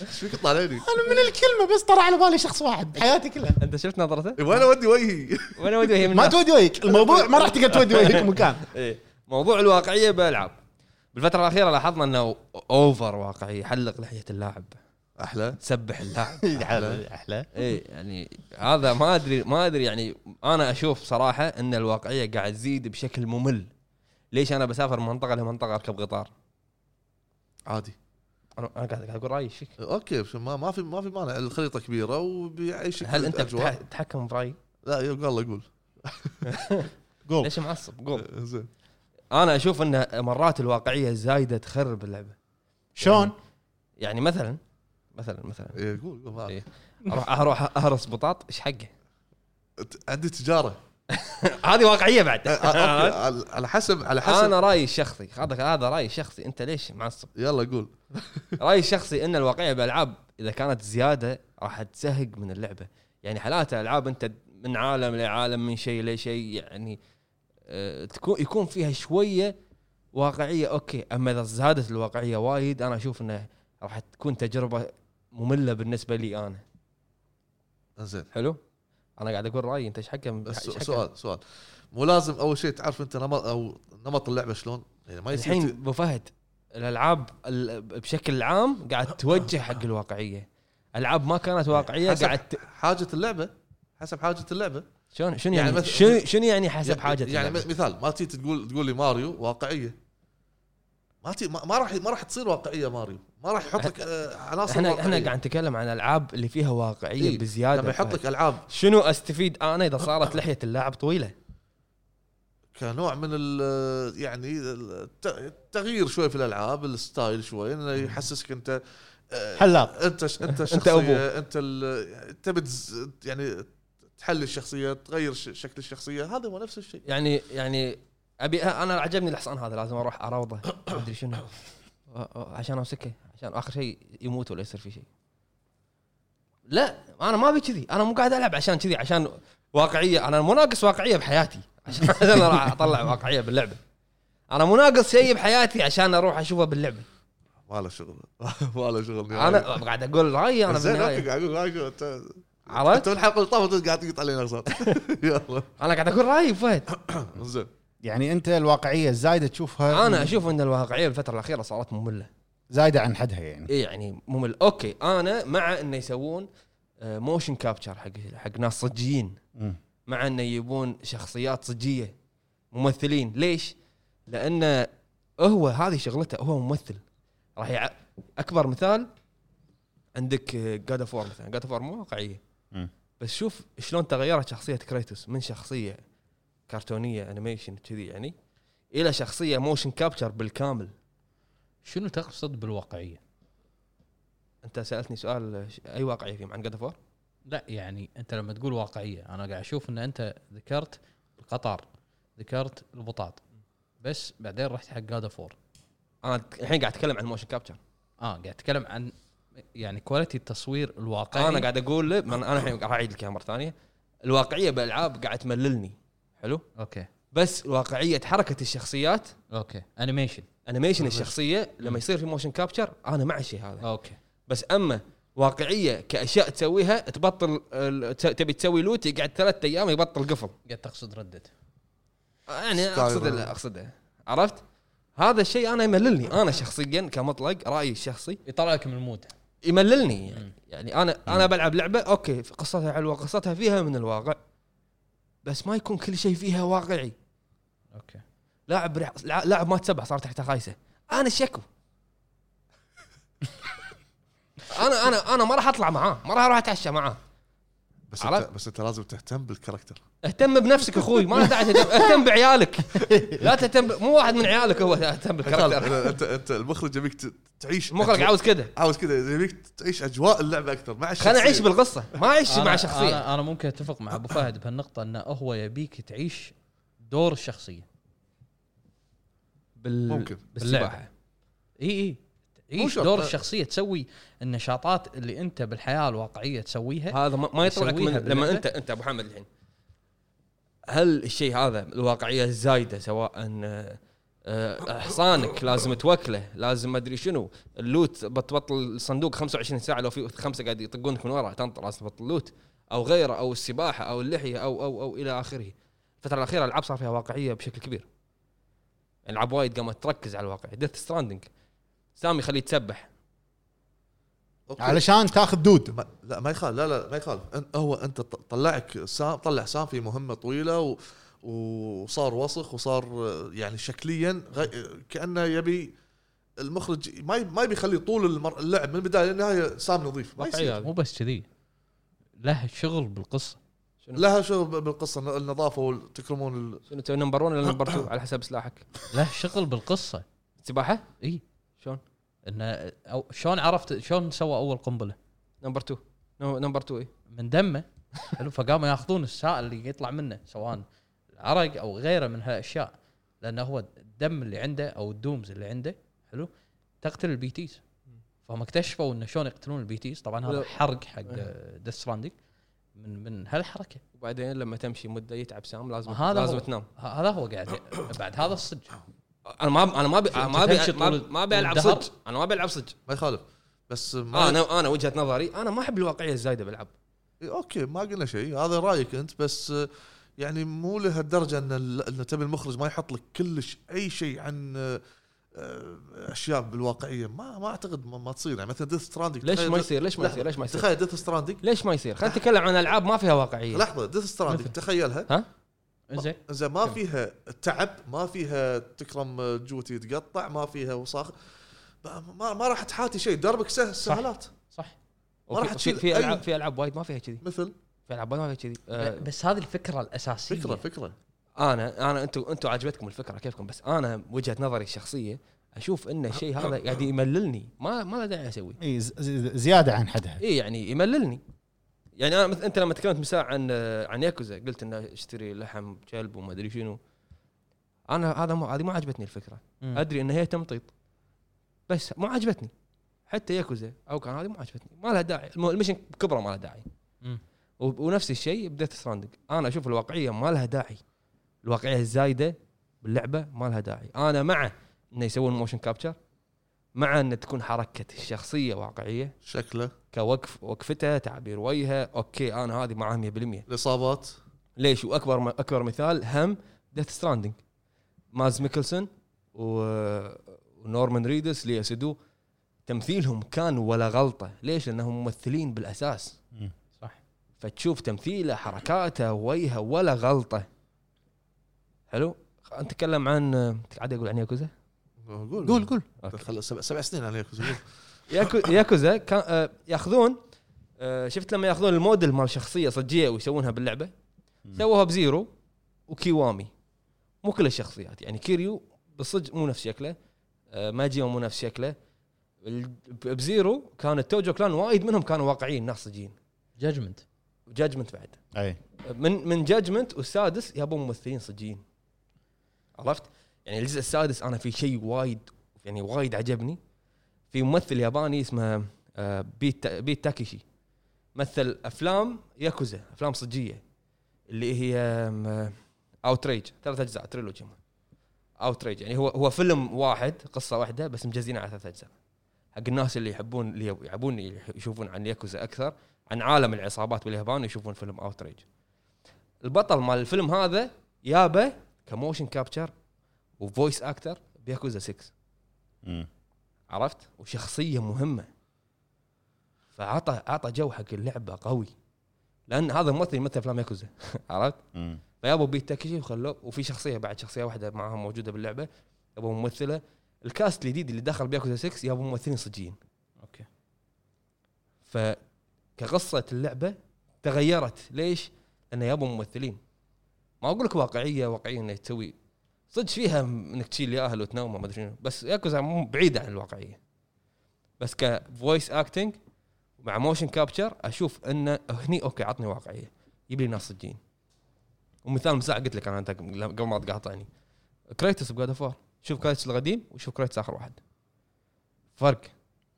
B: ايش فيك طالعني؟
D: انا من الكلمه بس طرى على بالي شخص واحد بحياتي كلها
A: انت شفت نظرته؟
B: وين اودي وجهي؟
A: وانا ودي هي إيه، من
D: ما تودي وجهك الموضوع ما راح تقدر تودي وجهك مكان
A: إيه. موضوع الواقعيه بالالعاب بالفتره الاخيره لاحظنا انه اوفر واقعي يحلق لحيه اللاعب
B: احلى
A: تسبح اللاعب
D: احلى
A: اي يعني هذا ما ادري ما ادري يعني انا اشوف صراحه ان الواقعيه قاعد تزيد بشكل ممل ليش انا بسافر من منطقه لمنطقه اركب قطار
B: عادي
A: انا أنا قاعد قاعد اقول رايي ايش فيك؟
B: اوكي بس ما ما في ما في مانع الخريطه كبيره وبيعيشك
A: هل انت
B: الأجواء.
A: بتح- تتحكم برايي؟
B: لا يبقى الله قول
D: قول
A: ليش معصب؟ قول
B: إيه، زين أه.
A: انا اشوف ان مرات الواقعيه الزايده تخرب اللعبه
D: شلون؟
A: يعني مثلا مثلا مثلا
B: إيه، قول قول معك.
A: إيه. اروح اروح اهرس بطاط ايش حقه؟
B: أنت عندي تجاره
A: هذه واقعيه بعد
B: آه، آه، أوكي، على- على حسب على حسب
A: انا رايي الشخصي هذا هذا رايي الشخصي انت ليش معصب؟
B: يلا قول
A: رايي الشخصي ان الواقعيه بالالعاب اذا كانت زياده راح تزهق من اللعبه يعني حالات الالعاب انت من عالم لعالم من شيء لشيء يعني آه، تكون يكون فيها شويه واقعيه اوكي اما اذا زادت الواقعيه وايد انا اشوف انه راح تكون تجربه ممله بالنسبه لي انا
B: آه، زين
A: حلو انا قاعد اقول رايي انت ايش حكم
B: بس
A: إيش حكم؟
B: سؤال سؤال مو لازم اول شيء تعرف انت نمط او نمط اللعبه شلون يعني ما يصير
A: الحين
B: ت-
A: ابو فهد الالعاب ال- بشكل عام قاعد توجه حق الواقعيه العاب ما كانت واقعيه
B: حسب
A: قاعد ت-
B: حاجه اللعبه حسب حاجه اللعبه
A: شلون شنو
B: يعني
A: يعني,
B: مثل-
A: شنو شنو يعني حسب حاجه
B: يعني
A: اللعبة؟
B: م- مثال ما تي تقول تقول لي ماريو واقعيه ما تي ما ما راح ما راح تصير واقعيه ماريو ما راح يحط لك آه، عناصر
A: احنا احنا
B: واقعية.
A: قاعد نتكلم عن العاب اللي فيها واقعيه
B: إيه،
A: بزياده
B: لما يحط
A: فهد.
B: لك العاب
A: شنو استفيد انا اذا صارت لحيه اللاعب طويله
B: كنوع من ال- يعني الت- التغيير شوي في الالعاب الستايل شوي انه يحسسك انت آه،
D: حلاق
B: انت ش- انت
A: أنت أبوه.
B: شخصيه انت ال- انت بتز يعني تحل الشخصيه تغير ش- شكل الشخصيه هذا هو نفس الشيء
A: يعني يعني ابي انا عجبني الحصان هذا لازم اروح اروضه ما ادري شنو أ- أ- عشان امسكه عشان اخر شيء يموت ولا يصير في شيء لا انا ما ابي كذي انا مو قاعد العب عشان كذي عشان واقعيه انا مو ناقص واقعيه بحياتي عشان عشان اروح اطلع واقعيه باللعبه انا مو ناقص شيء بحياتي عشان اروح اشوفه باللعبه
B: ما له شغل ما له شغل
A: انا قاعد اقول رايي انا
B: زين اوكي
A: بالنهايه
B: قاعد اقول رايك انت
A: عرفت
B: انت من الحلقه اللي طافت قاعد تقطع علينا اغصان يلا
A: انا قاعد اقول رايي فهد
B: زين
D: يعني انت الواقعيه الزايده تشوفها
A: انا اشوف ان الواقعيه بالفتره الاخيره صارت ممله
D: زايده عن حدها يعني
A: إيه يعني ممل اوكي انا مع انه يسوون موشن كابتشر حق حق ناس صجيين
D: مم.
A: مع انه يبون شخصيات صجيه ممثلين ليش؟ لانه هو هذه شغلته هو ممثل راح يع... اكبر مثال عندك آه، جاد اوف مثلا جاد اوف مو واقعيه
D: مم.
A: بس شوف شلون تغيرت شخصيه كريتوس من شخصيه كرتونيه انيميشن كذي يعني الى شخصيه موشن كابتشر بالكامل
C: شنو تقصد بالواقعيه؟
A: انت سالتني سؤال ش- اي واقعيه فيهم عن جاد اوف
C: لا يعني انت لما تقول واقعيه انا قاعد اشوف ان انت ذكرت القطار ذكرت البطاط بس بعدين رحت حق جاد فور
A: انا الحين قاعد اتكلم عن موشن كابتشر
C: اه قاعد اتكلم عن يعني كواليتي التصوير الواقعي
A: انا قاعد اقول لك- من- انا الحين راح اعيد الكلام مره ثانيه الواقعيه بالالعاب قاعد تمللني حلو
C: اوكي
A: بس واقعيه حركه الشخصيات
C: اوكي انيميشن
A: انيميشن الشخصيه لما يصير في موشن كابتشر انا مع الشيء هذا
C: اوكي
A: بس اما واقعيه كاشياء تسويها تبطل ال- ت- تبي تسوي لوت يقعد ثلاثة ايام يبطل قفل
C: قاعد تقصد ردت
A: يعني
B: Skyrim.
A: اقصد ال- اقصده عرفت؟ هذا الشيء انا يمللني انا شخصيا كمطلق رايي الشخصي
C: يطلع لك من المود
A: يمللني يعني, يعني انا انا بلعب لعبه اوكي في قصتها حلوه قصتها فيها من الواقع بس ما يكون كل شيء فيها واقعي
C: اوكي
A: لاعب رع- لع- لاعب ما تسبح صار تحت خايسه انا شكو انا انا انا ما راح اطلع معاه ما راح اروح اتعشى معاه
B: بس
A: عرفت؟
B: انت بس انت لازم تهتم بالكاركتر
A: اهتم بنفسك اخوي ما له داعي تهتم- اهتم بعيالك لا تهتم ب- مو واحد من عيالك هو اهتم بالكاركتر
B: انت انت المخرج يبيك ت- تعيش
A: مخك
B: أجواء-
A: عاوز كذا
B: عاوز كذا يبيك تعيش اجواء اللعبه اكثر مع الشخصيه
A: خلينا اعيش بالقصه ما اعيش مع
C: أنا-
A: شخصيه
C: انا انا ممكن اتفق مع ابو فهد بهالنقطه انه هو يبيك تعيش دور الشخصيه
A: بال...
B: ممكن.
A: بالسباحه
C: اي اي
B: مو
C: تعيش
B: شرط.
C: دور الشخصيه تسوي النشاطات اللي انت بالحياه الواقعيه تسويها
A: هذا ما, ما يطلع لك من
C: يسويها
A: لما
C: باللعبة.
A: انت انت ابو حمد الحين هل الشيء هذا الواقعيه الزايده سواء آه، آه، حصانك لازم توكله لازم ما ادري شنو اللوت بتبطل الصندوق 25 ساعه لو في خمسه قاعد يطقونك من ورا تنطر لازم تبطل اللوت او غيره او السباحه او اللحيه او او او الى اخره الفتره الاخيره الالعاب صار فيها واقعيه بشكل كبير العاب وايد قامت تركز على الواقع ديث ستراندنج سامي خليه يتسبح
B: أوكي.
D: علشان تاخذ دود
B: ما لا ما يخالف لا لا ما يخالف أن- هو انت ط- طلعك سام طلع سام في مهمه طويله و وصار وسخ وصار آه، يعني شكليا غي... كانه يبي المخرج ما ي... ما يبي يخلي طول المر... اللعب من البدايه للنهايه سام نظيف ما يصير
A: واقعية هذه.
C: مو بس كذي له شغل بالقصه
B: لها شغل ب- بالقصه الن- النظافه وتكرمون ال...
A: شنو تسوي نمبر 1 ولا نمبر 2 على حسب سلاحك
C: له شغل بالقصه
A: السباحه
C: اي
A: شلون
C: انه أو شلون عرفت شلون سوى اول قنبله
A: نمبر 2 نو- نمبر 2 اي
C: من دمه حلو فقاموا ياخذون السائل اللي يطلع منه سواء عرق او غيره من هالاشياء لانه هو الدم اللي عنده او الدومز اللي عنده حلو تقتل البيتيز فهم اكتشفوا انه شلون يقتلون البيتيز طبعا هذا
A: لا.
C: حرق حق
A: إيه.
C: ديث ستراندنج من من هالحركه
A: وبعدين لما تمشي مده يتعب سام لازم
C: ما هذا
A: لازم
C: هو.
A: تنام
C: ه- هذا هو قاعد ي- بعد هذا الصج
A: انا ما انا ما بي
C: أنت
A: ما بي
C: تمشي
A: ما
C: طول-
A: ما
C: طول
A: بي العب
C: الدهر؟
A: صج انا ما بلعب صج
B: ما يخالف بس ما
A: انا انا وجهه نظري انا ما احب الواقعيه الزايده بالعب
B: إيه، اوكي ما قلنا شيء هذا رايك انت بس آه، يعني مو لهالدرجه ان ال- ان تبي المخرج ما يحط لك كلش اي شيء عن آه، آه، اشياء بالواقعيه ما ما اعتقد ما, ما تصير يعني مثلا ديث ستراندنج
A: ليش ما يصير ليش ما يصير ليش ما يصير
B: تخيل ديث ستراندنج
A: ليش ما يصير خلينا نتكلم عن العاب ما فيها واقعيه
B: لحظه ديث ستراندنج
C: مثل.
B: تخيلها
C: زين
B: اذا ما فيها تعب ما فيها تكرم آه، جوتي يتقطع ما فيها وصاخ ما- ما, ما راح تحاتي شيء دربك سهل سهلات
C: صح
B: ما راح
A: وفي- في,
B: تشيل
A: في
B: أي-
A: العاب في العاب وايد ما فيها كذي
B: مثل
A: في العاب وايد ما فيها كذي آه،
C: بس هذه الفكره الاساسيه
B: فكره فكره
A: انا انا انتم انتم عجبتكم الفكره كيفكم بس انا وجهه نظري الشخصيه اشوف ان الشيء هذا قاعد يمللني ما ما له داعي اسويه
D: اي ز- ز- زياده عن حدها
A: اي يعني يمللني يعني انا مثل انت لما تكلمت من ساعه عن عن ياكوزا قلت انه اشتري لحم كلب وما ادري شنو انا هذا ما هذه ما عجبتني الفكره
C: مم.
A: ادري ان هي تمطيط بس مو عجبتني حتى ياكوزا او كان هذه مو عجبتني ما لها داعي الم- المشن كبرى ما لها داعي
C: مم.
A: و- ونفس الشيء بديت ستراندنج انا اشوف الواقعيه ما لها داعي الواقعيه الزايده باللعبه ما لها داعي انا مع انه يسوون موشن كابتشر مع ان تكون حركه الشخصيه واقعيه
B: شكله
A: كوقف وقفته تعبير وجهه اوكي انا هذه معاه 100%
B: الاصابات
A: ليش واكبر اكبر مثال هم ديث ستراندنج ماز ميكلسون و- ونورمان ريدس ليا سيدو تمثيلهم كان ولا غلطه ليش لانهم ممثلين بالاساس
C: صح
A: فتشوف تمثيله حركاته وجهه ولا غلطه حلو خ- نتكلم عن عادي اقول عن ياكوزا
B: قول
D: قول قول
A: أوكي.
B: خل- سبع, سبع سنين عليك
A: ياكو- ياكوزا كان آه، ياخذون آه، شفت لما ياخذون الموديل مال شخصيه صجيه ويسوونها باللعبه
D: مم.
A: سووها بزيرو وكيوامي مو كل الشخصيات يعني كيريو بالصدق مو نفس شكله آه، ماجيو مو نفس شكله ال- ب- بزيرو كان التوجو كلان وايد منهم كانوا واقعيين ناس صجيين
C: جاجمنت
A: وجاجمنت بعد
D: اي
A: من من جاجمنت والسادس يابون ممثلين صجيين عرفت؟ يعني الجزء السادس انا في شيء وايد يعني وايد عجبني في ممثل ياباني اسمه آه، بيت بيت تاكيشي مثل افلام ياكوزا افلام صجيه اللي هي اوتريج ثلاث اجزاء تريلوجي اوتريج يعني هو هو فيلم واحد قصه واحده بس مجزينه على ثلاث اجزاء حق الناس اللي يحبون اللي يحبون يشوفون عن ياكوزا اكثر عن عالم العصابات باليابان يشوفون فيلم اوتريج البطل مال الفيلم هذا يابه كموشن كابتشر وفويس اكتر بياكوزا 6
D: مم.
A: عرفت وشخصيه مهمه فعطى عطى جو حق اللعبه قوي لان هذا الممثل يمثل افلام ياكوزا عرفت
D: مم.
A: فيابوا بيه تاكيشي وخلوه وفي شخصيه بعد شخصيه واحده معاها موجوده باللعبه يابوا ممثله الكاست الجديد اللي دخل بياكوزا 6 يابوا ممثلين صجيين
C: اوكي
A: فكقصه اللعبه تغيرت ليش؟ لان يابوا ممثلين ما اقول لك واقعيه واقعيه انك تسوي صدق فيها انك تشيل يا اهل وتنومه ما ادري شنو بس ياكوزا مو بعيده عن الواقعيه بس كفويس اكتنج مع موشن كابتشر اشوف انه هني اوكي عطني واقعيه جيب لي ناس صجين ومثال مساع قلت لك انا انت قبل ما تقاطعني كريتوس بجاد اوف وار. شوف كريتوس القديم وشوف كريتوس اخر واحد فرق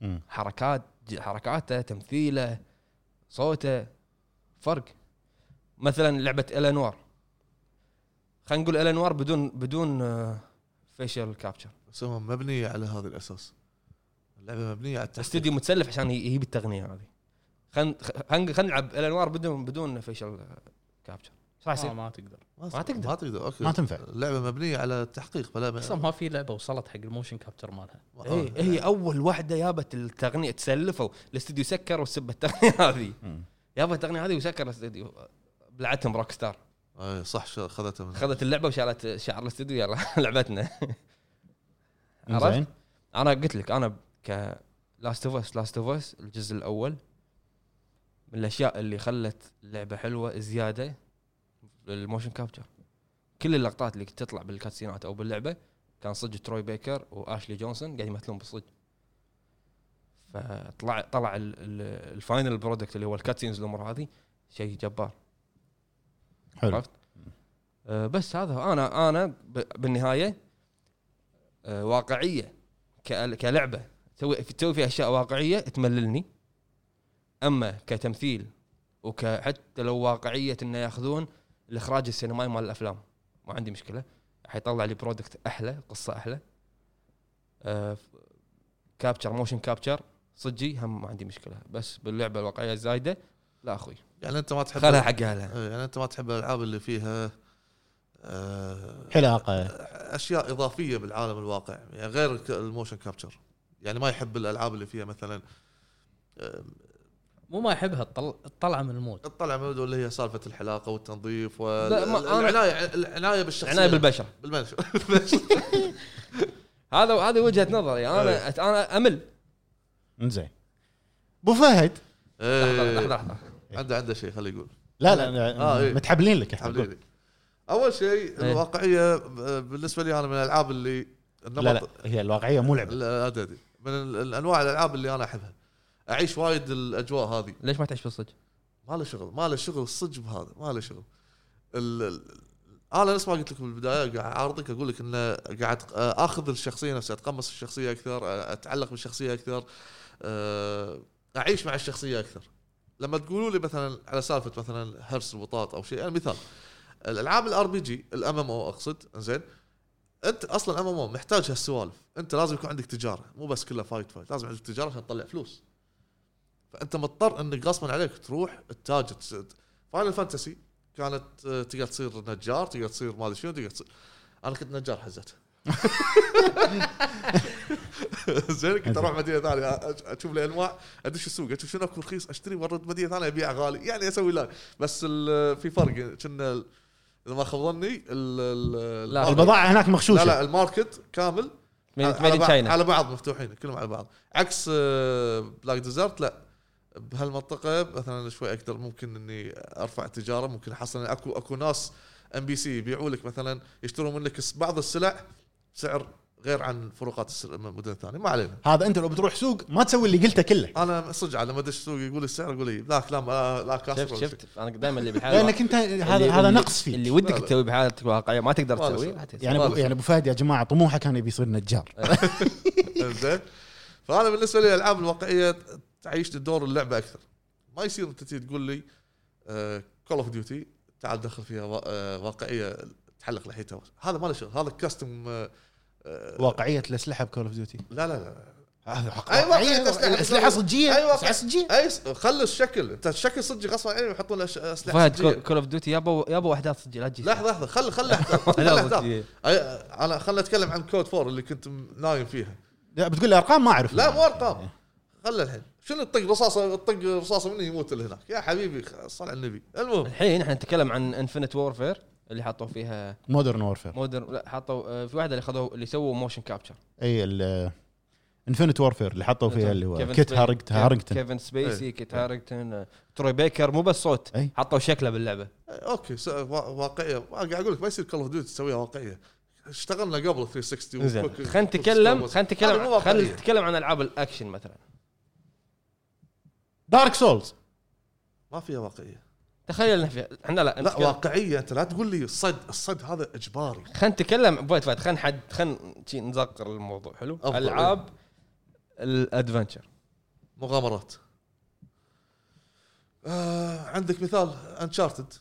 D: مم.
A: حركات حركاته تمثيله صوته فرق مثلا لعبه الانوار خلينا نقول الانوار بدون بدون آه، فيشل كابتشر
B: بس هم مبنيه على هذا الاساس اللعبه مبنيه على التحقيق
A: استديو متسلف عشان ي- يجيب التغنيه هذه خلينا خلينا نلعب الانوار بدون بدون آه، فيشل كابتشر ايش راح يصير؟
C: ما تقدر
A: ما تقدر.
B: ما تقدر اوكي
D: ما تنفع.
B: اللعبه مبنيه على التحقيق فلا ما-
C: اصلا ما في لعبه وصلت حق الموشن كابتر مالها
B: ما-
A: هي إيه، هي اول واحده جابت التغنيه تسلفوا الاستديو سكر وسب التغنيه هذه
D: مم.
A: جابت التغنيه هذه وسكر الاستديو بلعتهم روك ستار
B: اي آه، صح شو- خذتها من
A: خذت اللعبه وشالت شعر الاستوديو يلا لعبتنا عرفت؟
D: زين
A: انا قلت لك انا ك لاست اوف اس لاست اوف اس الجزء الاول من الاشياء اللي خلت اللعبه حلوه زياده الموشن كابتشر كل اللقطات اللي تطلع بالكاتسينات او باللعبه كان صدق تروي بيكر واشلي جونسون قاعد يمثلون بالصدق فطلع طلع ال- ال- الفاينل برودكت اللي هو الكاتسينز الامور هذه شيء جبار
D: حلو
A: عرفت؟ آه، بس هذا هو. انا انا ب- بالنهايه آه، واقعيه ك- كلعبه تسوي تسوي فيها اشياء واقعيه تمللني اما كتمثيل وكحتى لو واقعيه انه ياخذون الاخراج السينمائي مال الافلام ما عندي مشكله حيطلع لي برودكت احلى قصه احلى آه، ف- كابتشر موشن كابتشر صجي هم ما عندي مشكله بس باللعبه الواقعيه الزايده لا اخوي
B: يعني انت ما تحب
A: خلها حق اهلها
B: إيه، يعني انت ما تحب الالعاب اللي فيها آه،
D: حلاقه
B: اشياء اضافيه بالعالم الواقع يعني غير ك- الموشن كابتشر يعني ما يحب الالعاب اللي فيها مثلا آه،
C: مو ما يحبها الطل- الطلعه من المود
B: الطلعه مبدو اللي هي سالفه الحلاقه والتنظيف
A: لا، ما- أنا-
B: والعنايه العنايه بالشخصيه
A: عنايه بالبشر
B: بالمنشور
A: هذا هذه وجهه نظري انا
B: أي.
A: انا امل
D: زين ابو فهد
A: لحظه
D: إيه.
A: لحظه لحظه
B: آه، عنده عنده شيء خليه يقول
D: لا لا, لا
B: آه، إيه.
D: متحبلين لك إحنا.
B: حبيبي اول شيء
A: إيه.
B: الواقعيه آه، بالنسبه لي انا من الالعاب اللي النمط
D: لا لا هي الواقعيه مو لعبه
B: لا لا تدري. من ال- الانواع الالعاب اللي انا احبها اعيش وايد الاجواء هذه
A: ليش ما تعيش بالصدق؟
B: ما له شغل ما له شغل الصج بهذا ما له شغل ال... ال- انا نفس ما قلت لك بالبدايه قاعد اعارضك اقول لك انه قاعد آه، اخذ الشخصيه نفسها اتقمص الشخصيه اكثر آه، اتعلق بالشخصيه اكثر آه، اعيش مع الشخصيه اكثر لما تقولوا لي مثلا على سالفه مثلا هرس البطاط او شيء يعني مثال الالعاب الار بي جي الام ام او اقصد زين انت اصلا ام ام او محتاج هالسوالف انت لازم يكون عندك تجاره مو بس كلها فايت فايت لازم عندك تجاره عشان تطلع فلوس فانت مضطر انك غصبا عليك تروح التاجر فاينل فانتسي كانت آه، تقدر تصير نجار تقدر تصير ما ادري شنو تقدر تصير انا كنت نجار حزت زين كنت اروح مدينه ثانيه أ- اشوف لي انواع ادش السوق اشوف شنو اكو رخيص اشتري وارد مدينه ثانيه ابيع غالي يعني اسوي لا بس ال- في فرق كنا ال- اذا ما خاب ظني ال- ال-
A: لا،
B: الماركت-
D: البضاعه هناك مغشوشه
B: لا لا الماركت كامل على-
A: ميد
B: على
A: ان
B: بعض-
A: تشاينا
B: على بعض مفتوحين كلهم على بعض عكس آه، بلاك ديزرت لا بهالمنطقه مثلا شوي اقدر ممكن اني ارفع تجاره ممكن احصل اكو اكو ناس ام بي سي يبيعوا لك مثلا يشتروا منك س- بعض السلع بسعر غير عن فروقات السلع- المدن الثانيه ما علينا
D: هذا انت لو بتروح سوق ما تسوي اللي قلته كله
B: انا صدق على مدى السوق يقول السعر يقول لي لا كلام لا, لا كاسر
A: شفت
B: ولا شيء.
A: شفت انا دائما اللي بحاله
D: لانك انت هذا هذا نقص فيك
A: أيوة. اللي
B: لا،
A: ودك
B: لا.
A: تسوي بحالتك الواقعيه ما تقدر
B: ولا
A: تسوي
B: شيء.
A: لا تسوي.
D: يعني ابو يعني ابو فهد يا جماعه طموحه كان يبي يصير نجار
B: زين فانا بالنسبه لي الالعاب الواقعيه تعيشني دور اللعبه اكثر ما يصير انت تجي تقول لي آه، كول اوف ديوتي تعال دخل فيها وا- آه، واقعيه تحلق لحيتها هذا ما له شغل هذا كاستم آه،
A: أيوة.
B: آه،
D: واقعيه الاسلحه بكول اوف ديوتي
B: لا لا لا
D: هذا حق إيه،
B: أي واقعية
D: واقعية.
B: أسلحة.
D: الاسلحه صجيه
B: أي واقع.
D: اسلحه صجيه
B: اي س- خلي الشكل انت الشكل صدق غصبا عني يحطون له آه، أش- اسلحه
A: فهد
B: صجية.
A: كول اوف ديوتي يابوا يابوا احداث صجيه لا تجي
B: لحظه لحظه خل خل أحداث، خل
A: أحداث
B: أحداث.
A: صجية.
B: أي- انا خل اتكلم عن كود فور اللي كنت م- نايم فيها
D: لا بتقول لي ارقام ما إيه. اعرف
B: لا مو ارقام خله الحين شنو تطق رصاصه تطق رصاصه مني يموت اللي هناك يا حبيبي خ- صل على النبي المهم
A: الحين احنا نتكلم عن انفنت وورفير اللي حطوا فيها
D: مودرن وورفير
A: مودرن لا حطوا آه، في واحده اللي خذوا اللي سووا موشن كابتشر
D: اي ال انفنت وورفير اللي حطوا فيها اللي هو
A: كيفن
D: كيت
A: سبيسي-
D: هارنجتون
A: كيف-
D: هارنجتون
A: كيفن
D: إيه.
A: سبيسي كيت هارنجتون آه، تروي بيكر مو بس صوت
D: أي.
A: حطوا شكله باللعبه
B: اوكي س- وا- واقعيه ما قاعد اقول لك ما يصير كول اوف ديوتي تسويها واقعيه اشتغلنا قبل 360
A: زين
B: وكوك-
A: خلينا نتكلم خلينا
B: وكوك- هذه مو
A: نتكلم
B: واقعية.
A: خلينا نتكلم عن العاب الاكشن مثلا
D: دارك سولز
B: ما فيها واقعيه
A: تخيل إن في- احنا لا
B: لا
A: نتكلم-
B: واقعيه انت لا تقول لي الصد الصد هذا اجباري
A: خلينا نتكلم بويت فايت خلينا حد خلينا شي نزقر الموضوع حلو
B: أفضل. إيه.
A: العاب الادفنتشر
B: مغامرات آه عندك مثال انشارتد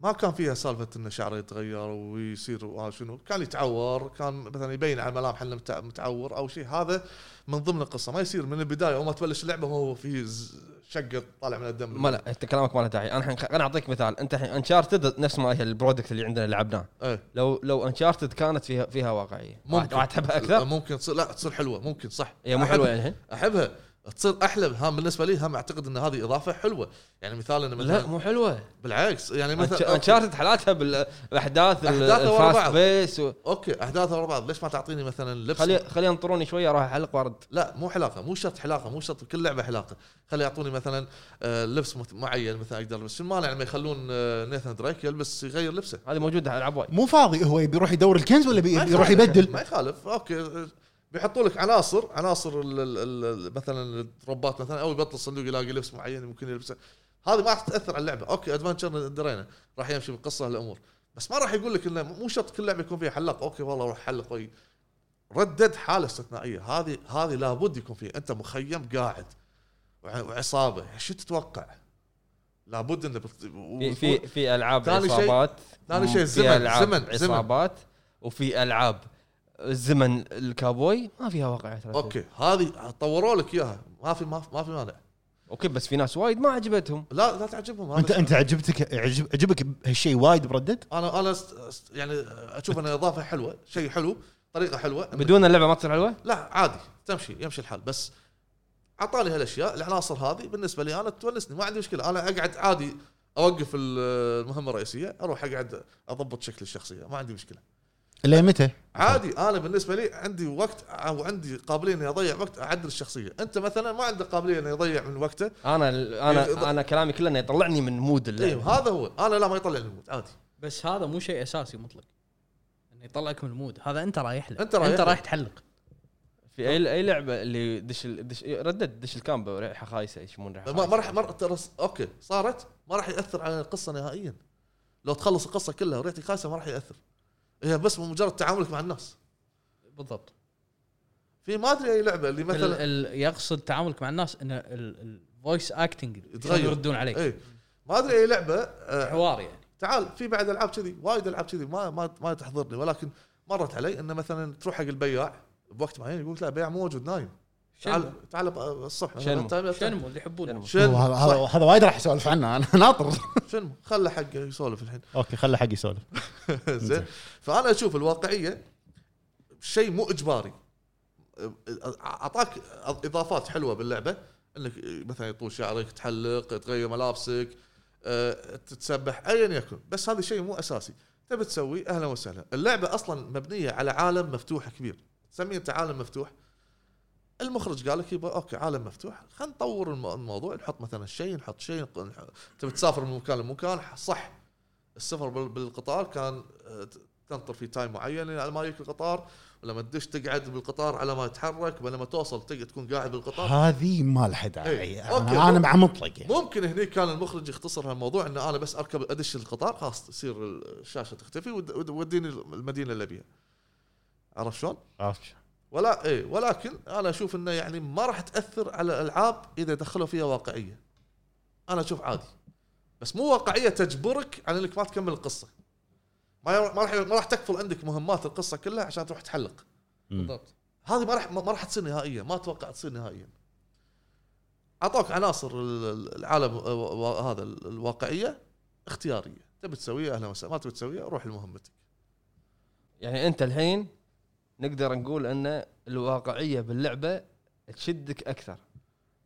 B: ما كان فيها سالفه انه شعره يتغير ويصير آه شنو كان يتعور كان مثلا يبين على الملامح انه متع- متعور او شيء هذا من ضمن القصه ما يصير من البدايه وما تبلش اللعبه وهو في ز- شقه طالع من الدم
A: ما لا انت كلامك ما له داعي انا الحين خليني اعطيك مثال انت الحين انشارتد نفس ما هي البرودكت اللي عندنا لعبناه
B: ايه.
A: لو لو انشارتد كانت فيها فيها واقعيه راح راح تحبها اكثر
B: ممكن تصير لا تصير حلوه ممكن صح
A: هي مو يعني.
B: أحب-
A: حلوه الحين
B: احبها تصير احلى هم بالنسبه لي هم اعتقد ان هذه اضافه حلوه يعني مثال انه مثلا
A: لا مو حلوه
B: بالعكس يعني مثلا أوكي.
A: انشارتد حالاتها بالاحداث ال-
B: أحداثها ورا
A: الفاست
B: بعض.
A: بيس و...
B: اوكي احداثها ورا بعض ليش ما تعطيني مثلا لبس
A: خلي خلي ينطروني شويه اروح اعلق وارد
B: لا مو حلاقه مو شرط حلاقه مو شرط كل لعبه حلاقه خلي يعطوني مثلا آه، لبس مت- معين مثلا اقدر البس شو المانع لما يخلون آه، نيثان دريك يلبس يغير لبسه
A: هذه موجوده على العاب وايد
D: مو فاضي هو يبي يروح يدور الكنز ولا
B: ما
D: بي-
B: يخالف،
D: يروح يبدل
B: ما يخالف اوكي آه، بيحطوا لك عناصر عناصر ال ال ال مثلا الدروبات مثلا او يبطل الصندوق يلاقي لبس معين ممكن يلبسه هذه ما راح تاثر على اللعبه اوكي ادفنتشر درينا راح يمشي بالقصه الامور بس ما راح يقول لك انه مو شرط كل لعبه يكون فيها حلاق اوكي والله روح طيب. حلق وي- ردد حاله استثنائيه هذه هذه لابد يكون فيها انت مخيم قاعد وع- وعصابه شو تتوقع؟ لابد انه بت-
A: في في في العاب
B: ثاني شيء-
A: اصابات
B: ثاني شيء
A: في
B: الزمن،
A: ألعاب
B: زمن، زمن.
A: اصابات وفي العاب الزمن الكابوي ما فيها واقع ترى.
B: اوكي هذه طوروا لك اياها ما في ما في- ما في مانع
A: اوكي بس في ناس وايد ما عجبتهم
B: لا لا تعجبهم هذا
D: انت
B: الشيء.
D: انت عجبتك عجب عجبك هالشيء وايد بردد
B: انا انا است- است- يعني اشوف انها اضافه حلوه شيء حلو طريقه حلوه
A: بدون اللعبه ما تصير حلوه؟
B: لا عادي تمشي يمشي الحال بس اعطاني هالاشياء العناصر هذه بالنسبه لي انا تونسني ما عندي مشكله انا اقعد عادي اوقف ال- المهمه الرئيسيه اروح اقعد اضبط شكل الشخصيه ما عندي مشكله
D: ليه متى؟
B: عادي انا بالنسبه لي عندي وقت او عندي قابليه اني اضيع وقت اعدل الشخصيه انت مثلا ما عندك قابليه انه يضيع من وقته
A: انا انا انا كلامي كله انه يطلعني من مود
B: ايوه
A: اللعبه
B: هذا هو انا لا ما يطلع لي المود عادي
C: بس هذا مو شيء اساسي مطلق انه يطلعك من المود هذا انت رايح له
B: أنت رايح
C: انت
B: له.
C: رايح تحلق
A: في اي اي لعبه اللي دش ال- دش ردد دش الكامب ريحه خايسه يشمون ريحه
B: ما ما راح
A: خايسة.
B: ما راح ترى اوكي صارت ما راح ياثر على القصه نهائيا لو تخلص القصه كلها وريحتك خايسه ما راح ياثر هي بس مجرد تعاملك مع الناس
C: بالضبط
B: في ما ادري اي لعبه اللي مثلا
C: ال ال يقصد تعاملك مع الناس ان الفويس اكتنج
B: يتغير.
C: يردون عليك
B: اي إيه. ما ادري اي لعبه آه
C: حوار يعني
B: تعال في بعد العاب كذي وايد العاب كذي ما ما ما تحضرني ولكن مرت علي انه مثلا تروح حق البياع بوقت معين يقول لك لا بياع مو موجود نايم تعال تعال ب- الصبح
A: شنمو.
B: تايم- تايم.
C: شنمو اللي يحبونه
B: شنمو
D: هذا
B: صح.
D: هذا- هذا وايد راح اسولف عنه انا ناطر
B: شنمو خله حقه يسولف الحين
D: اوكي خله حق يسولف
B: زين فانا اشوف الواقعيه شيء مو اجباري اعطاك اضافات حلوه باللعبه انك مثلا يطول شعرك تحلق تغير ملابسك أه، تتسبح ايا يكن بس هذا شيء مو اساسي تبي تسوي اهلا وسهلا اللعبه اصلا مبنيه على عالم مفتوح كبير سميه انت عالم مفتوح المخرج قال لك يبا اوكي عالم مفتوح خلينا نطور الم- الموضوع نحط مثلا شيء نحط شيء نق- تبي تسافر من مكان لمكان صح السفر بال- بالقطار كان آه، تنطر في تايم معين يعني على ما يجيك القطار ولما تدش تقعد بالقطار على ما يتحرك ولما توصل تقعد تكون قاعد بالقطار
D: هذه ما لها داعي
B: إيه. أوكي.
D: انا أنا مع مطلق يعني.
B: ممكن هني كان المخرج يختصر هالموضوع ان انا بس اركب ادش القطار خلاص تصير الشاشه تختفي ود- ود- وديني المدينه اللي ابيها عرفت شلون؟
D: عرفت شلون؟
B: ولا ايه ولكن انا اشوف انه يعني ما راح تاثر على الالعاب اذا دخلوا فيها واقعيه. انا اشوف عادي. بس مو واقعيه تجبرك على انك ما تكمل القصه. ما ير- ما راح ما راح تكفل عندك مهمات القصه كلها عشان تروح تحلق.
D: مم.
C: بالضبط
B: هذه ما راح ما راح تصير نهائيا، ما اتوقع تصير نهائيا. اعطوك عناصر ال- ال- العالم آه، و- و- هذا ال- الواقعيه اختياريه، تبي تسويها اهلا وسهلا، ما تبي تسويها روح لمهمتك.
A: يعني انت الحين نقدر نقول ان الواقعيه باللعبه تشدك اكثر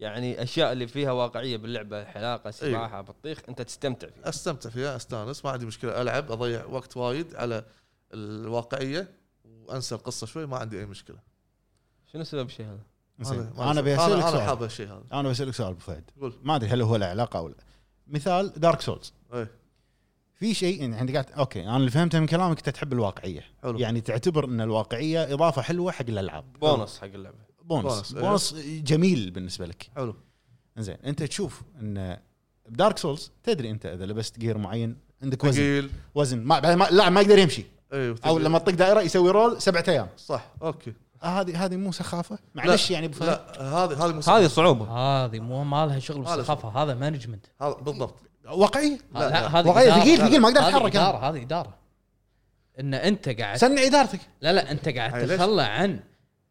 A: يعني اشياء اللي فيها واقعيه باللعبه
B: إيه.
A: حلاقه سباحه بطيخ انت تستمتع فيها
B: استمتع فيها استانس ما عندي مشكله العب اضيع وقت وايد على الواقعيه وانسى القصه شوي ما عندي اي مشكله
A: شنو سبب الشيء هذا؟
D: زين.
B: ما- ما-
D: انا ابي
B: انا
D: اسالك
B: انا
D: سؤال
B: حاب هالشيء هذا
D: انا بسالك سؤال ابو فهد
B: قول.
D: ما ادري هل هو له علاقه او لا مثال دارك سولز
B: ايه
D: في شيء يعني انت قاعد اوكي انا اللي فهمته من كلامك انت تحب الواقعيه
B: حلو يعني
D: يعني تعتبر ان الواقعيه اضافه حلوه حق الالعاب
A: بونص حق اللعبه
D: بونس
B: بونس، إيه.
D: بونس جميل بالنسبه لك
B: حلو
D: زين انت تشوف ان بدارك سولز تدري انت اذا لبست جير معين عندك وزن
B: ثقيل
D: وزن ما بعد ما- اللاعب ما يقدر يمشي
B: ايه
D: او لما تطق دائره يسوي رول سبعة ايام
B: صح اوكي
D: آه، هذه هذه مو سخافه معلش يعني أبو فهد.
B: لا هذه هذه مو
A: هذه
B: صح.
A: صعوبه
C: هذه مو ما لها شغل
B: ما لها
C: بالثقافه هذا مانجمنت
B: هذا بالضبط
D: واقعيه
B: لا، لا.
C: هذه
D: واقعية،
C: إدارة.
D: ثقيل، ثقيل، ما أقدر
C: هذه
D: أتحرك أنا.
C: اداره هذه اداره ان انت قاعد
D: سنع ادارتك
C: لا لا انت قاعد
B: هاي ليش؟
C: تتخلى عن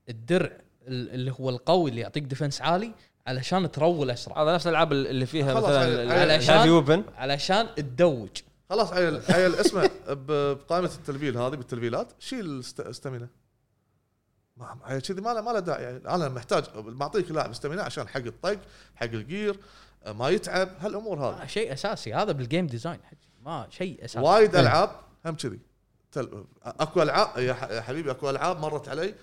C: الدرع ال- اللي هو القوي اللي يعطيك ديفنس عالي علشان ترول اسرع
A: هذا نفس الالعاب اللي فيها
B: خلاص،
A: مثلا
B: على-
A: ال-
B: على
A: ال-
C: الأشياء.
A: الهيفي ويبن
C: علشان تدوج
B: خلاص عيل عيل اسمع ب- بقائمه التلفيل هذه بالتلفيلات شيل است- ستامينا ما ما- عيل كذي ما له ما له داعي عيل. انا محتاج معطيك لاعب ستامينا عشان حق الطق حق الجير ما يتعب هالامور هذه
C: آه، شيء اساسي هذا بالجيم ديزاين حجي. ما شيء اساسي
B: وايد العاب هم كذي تل... اكو العاب يا ح- يا حبيبي اكو العاب مرت علي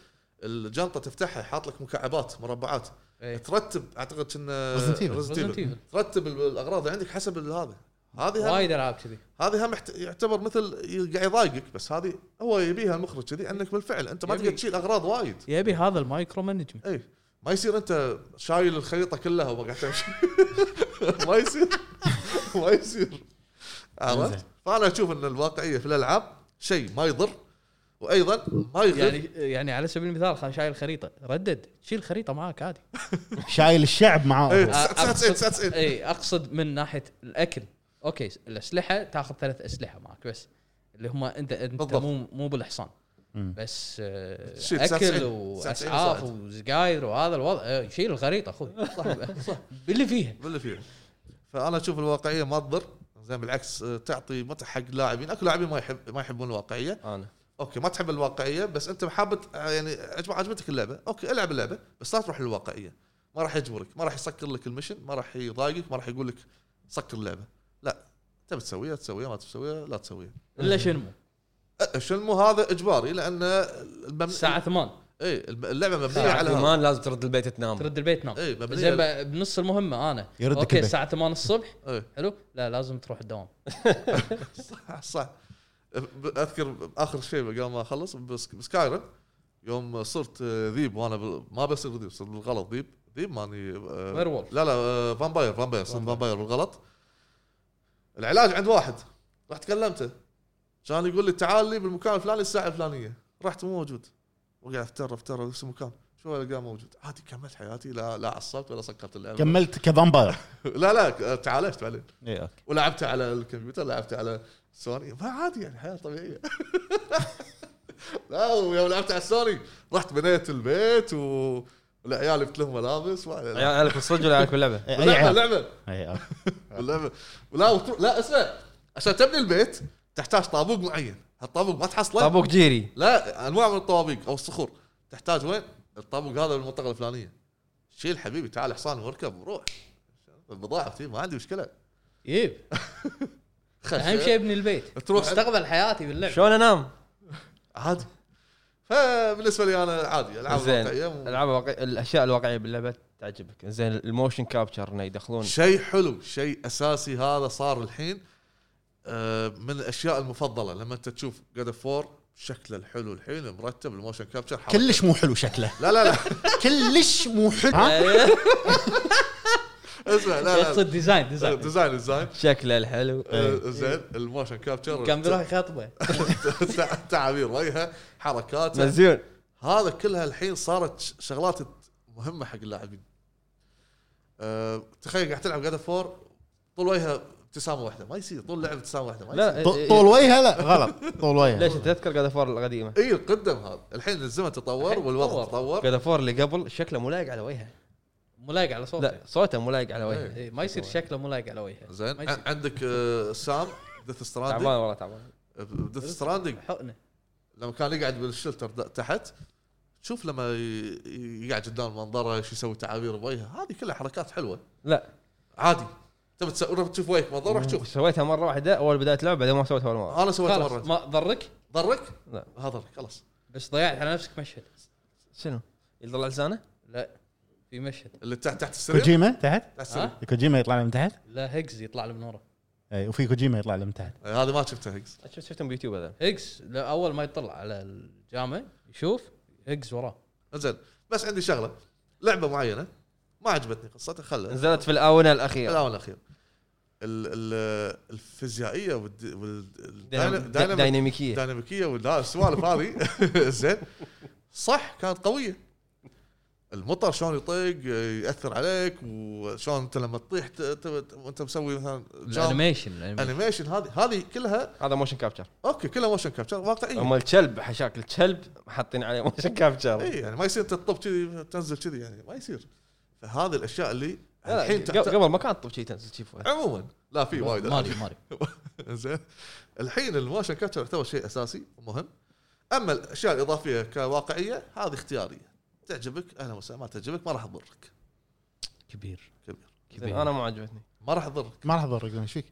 B: الجنطه تفتحها حاط لك مكعبات مربعات
C: إيه.
B: ترتب اعتقد كنا
D: Resident Evil.
B: Resident
C: Resident Evil.
B: Evil. ترتب ال- الاغراض هذه عندك حسب ال- هذا هذه هم
C: وايد العاب كذي
B: هذه هم يحت- يعتبر مثل ي- قاعد يضايقك بس هذه هو يبيها المخرج كذي انك بالفعل انت ما
C: يبي.
B: تقدر تشيل اغراض وايد
C: يبي هذا المايكرو مانجمنت
B: اي إيه، ما يصير انت شايل الخريطه كلها وما قاعد تمشي ما يصير ما يصير
D: إنزين.
B: عرفت؟ فانا اشوف ان الواقعيه في الالعاب شيء ما يضر وايضا ما يغير
C: يعني
B: يعني
C: يعني على سبيل المثال خلينا شايل خريطه ردد شيل خريطه معاك عادي
D: شايل الشعب معاه
B: إيه.
C: آه،
B: تسعة- تسعة- تسعة- تسعة- تسعة.
C: اي اقصد إيه، من ناحيه الاكل اوكي الاسلحه تاخذ ثلاث اسلحه معك بس اللي هم انت انت
B: بالضبط.
C: مو مو بالحصان
D: مم.
C: بس آه،
B: شيل
C: اكل
B: 99
C: واسعاف
B: صاعد.
C: وسقاير وهذا الوضع آه، شيل الخريطه اخوي صح صح باللي فيها
B: باللي فيه فانا اشوف الواقعيه ما تضر زين بالعكس آه، تعطي متعه حق لاعبين اكو لاعبين ما يحب ما يحبون الواقعيه
A: انا
B: اوكي ما تحب الواقعيه بس انت حابب آه، يعني عجب- عجبتك اللعبه اوكي العب اللعبه بس لا تروح للواقعيه ما راح يجبرك ما راح يسكر لك المشن ما راح يضايقك ما راح يقول لك سكر اللعبه لا تبي تسويها تسويها ما تبي تسويها لا تسويها
C: الا شنمو
B: أه، شنمو هذا اجباري لان المبنى
C: الساعه 8
B: اي اللعبه مبنيه
C: ساعة
B: على هذا. إيه،
A: كمان لازم ترد البيت تنام
C: ترد البيت نام
B: اي
C: زين
B: مبنيه
C: بقى بنص المهمه انا
D: يردك
C: اوكي
D: البيت.
C: الساعه 8 الصبح
B: اي
C: حلو لا لازم تروح الدوام
B: إيه، صح صح ب- اذكر اخر شيء قبل ما اخلص بس- بسكايرم يوم صرت آه، ذيب وانا بال- ما بصير ذيب صرت بالغلط ذيب ذيب ماني آه،
C: Werewolf.
B: لا لا آه، فامباير فامباير صرت فامباير بالغلط العلاج عند واحد رحت كلمته كان يقول لي تعال لي بالمكان الفلاني الساعه الفلانيه رحت مو موجود وقاعد افتر افتر نفس المكان شو القاه موجود عادي كملت حياتي لا لا عصبت ولا سكرت اللعبه
D: كملت كفامباير
B: لا لا آه، تعالجت بعدين
D: اي اوكي
B: ولعبت على الكمبيوتر لعبت على سوني ما عادي يعني حياه طبيعيه لا ويوم لعبت على السوني رحت بنيت البيت و العيال جبت لهم ملابس وعلى-
A: عيالك بالصج ولا عيالك باللعبه؟
D: أي- أي
B: لعبه
D: عيال.
B: لعبه
D: أي- أوكي.
B: اللعبه لا وتروح لا اسمع عشان تبني البيت تحتاج طابوق معين هالطابوق ما تحصله
A: طابوق جيري
B: لا انواع من الطوابيق او الصخور تحتاج وين؟ الطابق هذا بالمنطقه الفلانيه شيل حبيبي تعال حصان واركب وروح البضاعه بتي، ما عندي مشكله
C: يب
B: خش
C: اهم شيء ابني البيت
B: تروح-
C: مستقبل حياتي باللعب
A: شلون انام؟
B: عادي فبالنسبه لي انا عادي العاب
A: زين
B: واقعية مو-
A: العاب واقع... الاشياء الواقعيه باللعبه تعجبك زين الموشن كابتشر انه يدخلون
B: شيء حلو شيء اساسي هذا صار الحين آه، من الاشياء المفضله لما انت تشوف جاد فور شكله الحلو الحين مرتب الموشن كابتشر حركة.
D: كلش مو حلو شكله
B: لا لا لا
D: كلش مو حلو
B: اسمع لا لا
C: يقصد ديزاين ديزاين
B: ديزاين ديزاين
A: شكله الحلو إيه.
B: آه، زين الموشن كابتشر
C: إيه. كان بيروح يخطبه
B: تع- تعابير وجهه حركاته
A: مزيون
B: هذا كلها الحين صارت ش- شغلات مهمه حق اللاعبين أه تخيل قاعد تلعب جاتا فور طول وجهها ابتسامه واحده ما يصير طول لعب ابتسامه واحده ما يصير
A: لا إيه،
D: ط- طول وجهه لا غلط طول
A: ليش
D: وجهه
A: انت تذكر جاد فور القديمه
B: اي قدم إيه، هذا الحين الزمن تطور
C: الحين
B: والوضع
C: تطور.
B: تطور
A: جاد فور اللي قبل شكله مو لايق على وجهه
C: مو لايق على صوته
A: لا صوته مو لايق على وجهه
C: إيه، ما يصير شكله مو لايق على وجهه ما
B: زين
C: يصير.
B: ع- عندك آه، سام ديث
A: تعبان
B: ستراندنج
A: والله تعبان
B: ديث ستراندنج
C: حقنه
B: لما كان يقعد بالشلتر د- تحت شوف لما ي- ي- يقعد قدام منظره شو يسوي تعابير بوجهه هذه كلها حركات حلوه
A: لا
B: عادي تبي تس- روح تشوف وجهك منظره روح شوف
A: سويتها مره واحده اول بدايه لعبه بعدين ما سويتها ولا مره
B: انا سويتها
C: خلاص
B: مره
C: ما ضرك
B: ضرك؟
A: لا.
B: ها ضرك خلاص
C: بس ضيعت على نفسك مشهد
A: شنو؟ يطلع لسانه؟
C: لا في مشهد
B: اللي تحت تحت السرير تحت
D: كوجيما تحت
B: السرير
C: ها؟
D: كوجيما يطلع له من تحت
C: لا هيجز يطلع له من ورا
D: اي وفي كوجيما يطلع له من تحت
B: آه، هذه ما شفتها هيكس
A: شفت- شفتهم بيوتيوب هذا
C: هيجز لا اول ما يطلع على الجامع يشوف هيجز وراه
B: زين بس عندي شغله لعبه معينه ما عجبتني قصتها خلها
A: نزلت في الاونه الاخيره
B: الاول الاخير ال- ال- الفيزيائيه
A: دينام-
B: والديناميكيه
A: ديناميكيه
B: السوالف هذه زين صح كانت قويه المطر شلون يطيق ياثر عليك وشلون انت لما تطيح ت- ت- وانت مسوي مثلا جامب.
C: الانيميشن الأنيميشن.
B: انيميشن هذه هذه كلها
A: هذا موشن كابتشر
B: اوكي كلها موشن كابتشر واقعيه
A: هم الكلب حشاك الكلب حاطين عليه موشن كابتشر
B: اي يعني ما يصير تطب كذي تنزل كذي يعني ما يصير فهذه الاشياء اللي
A: لا،
B: الحين
A: لا،
B: تحت...
A: قبل ما كان طب شي تنزل شي فوق.
B: عموما لا في وايد
C: ماري ماري
B: زين الحين الموشن كابتشر يعتبر شيء اساسي ومهم اما الاشياء الاضافيه كواقعيه هذه اختياريه تعجبك اهلا وسهلا ما تعجبك ما راح تضرك
C: كبير
B: كبير
A: زين،
C: كبير
A: انا مو عجبتني
B: ما راح تضرك
D: ما راح اضرك ايش فيك؟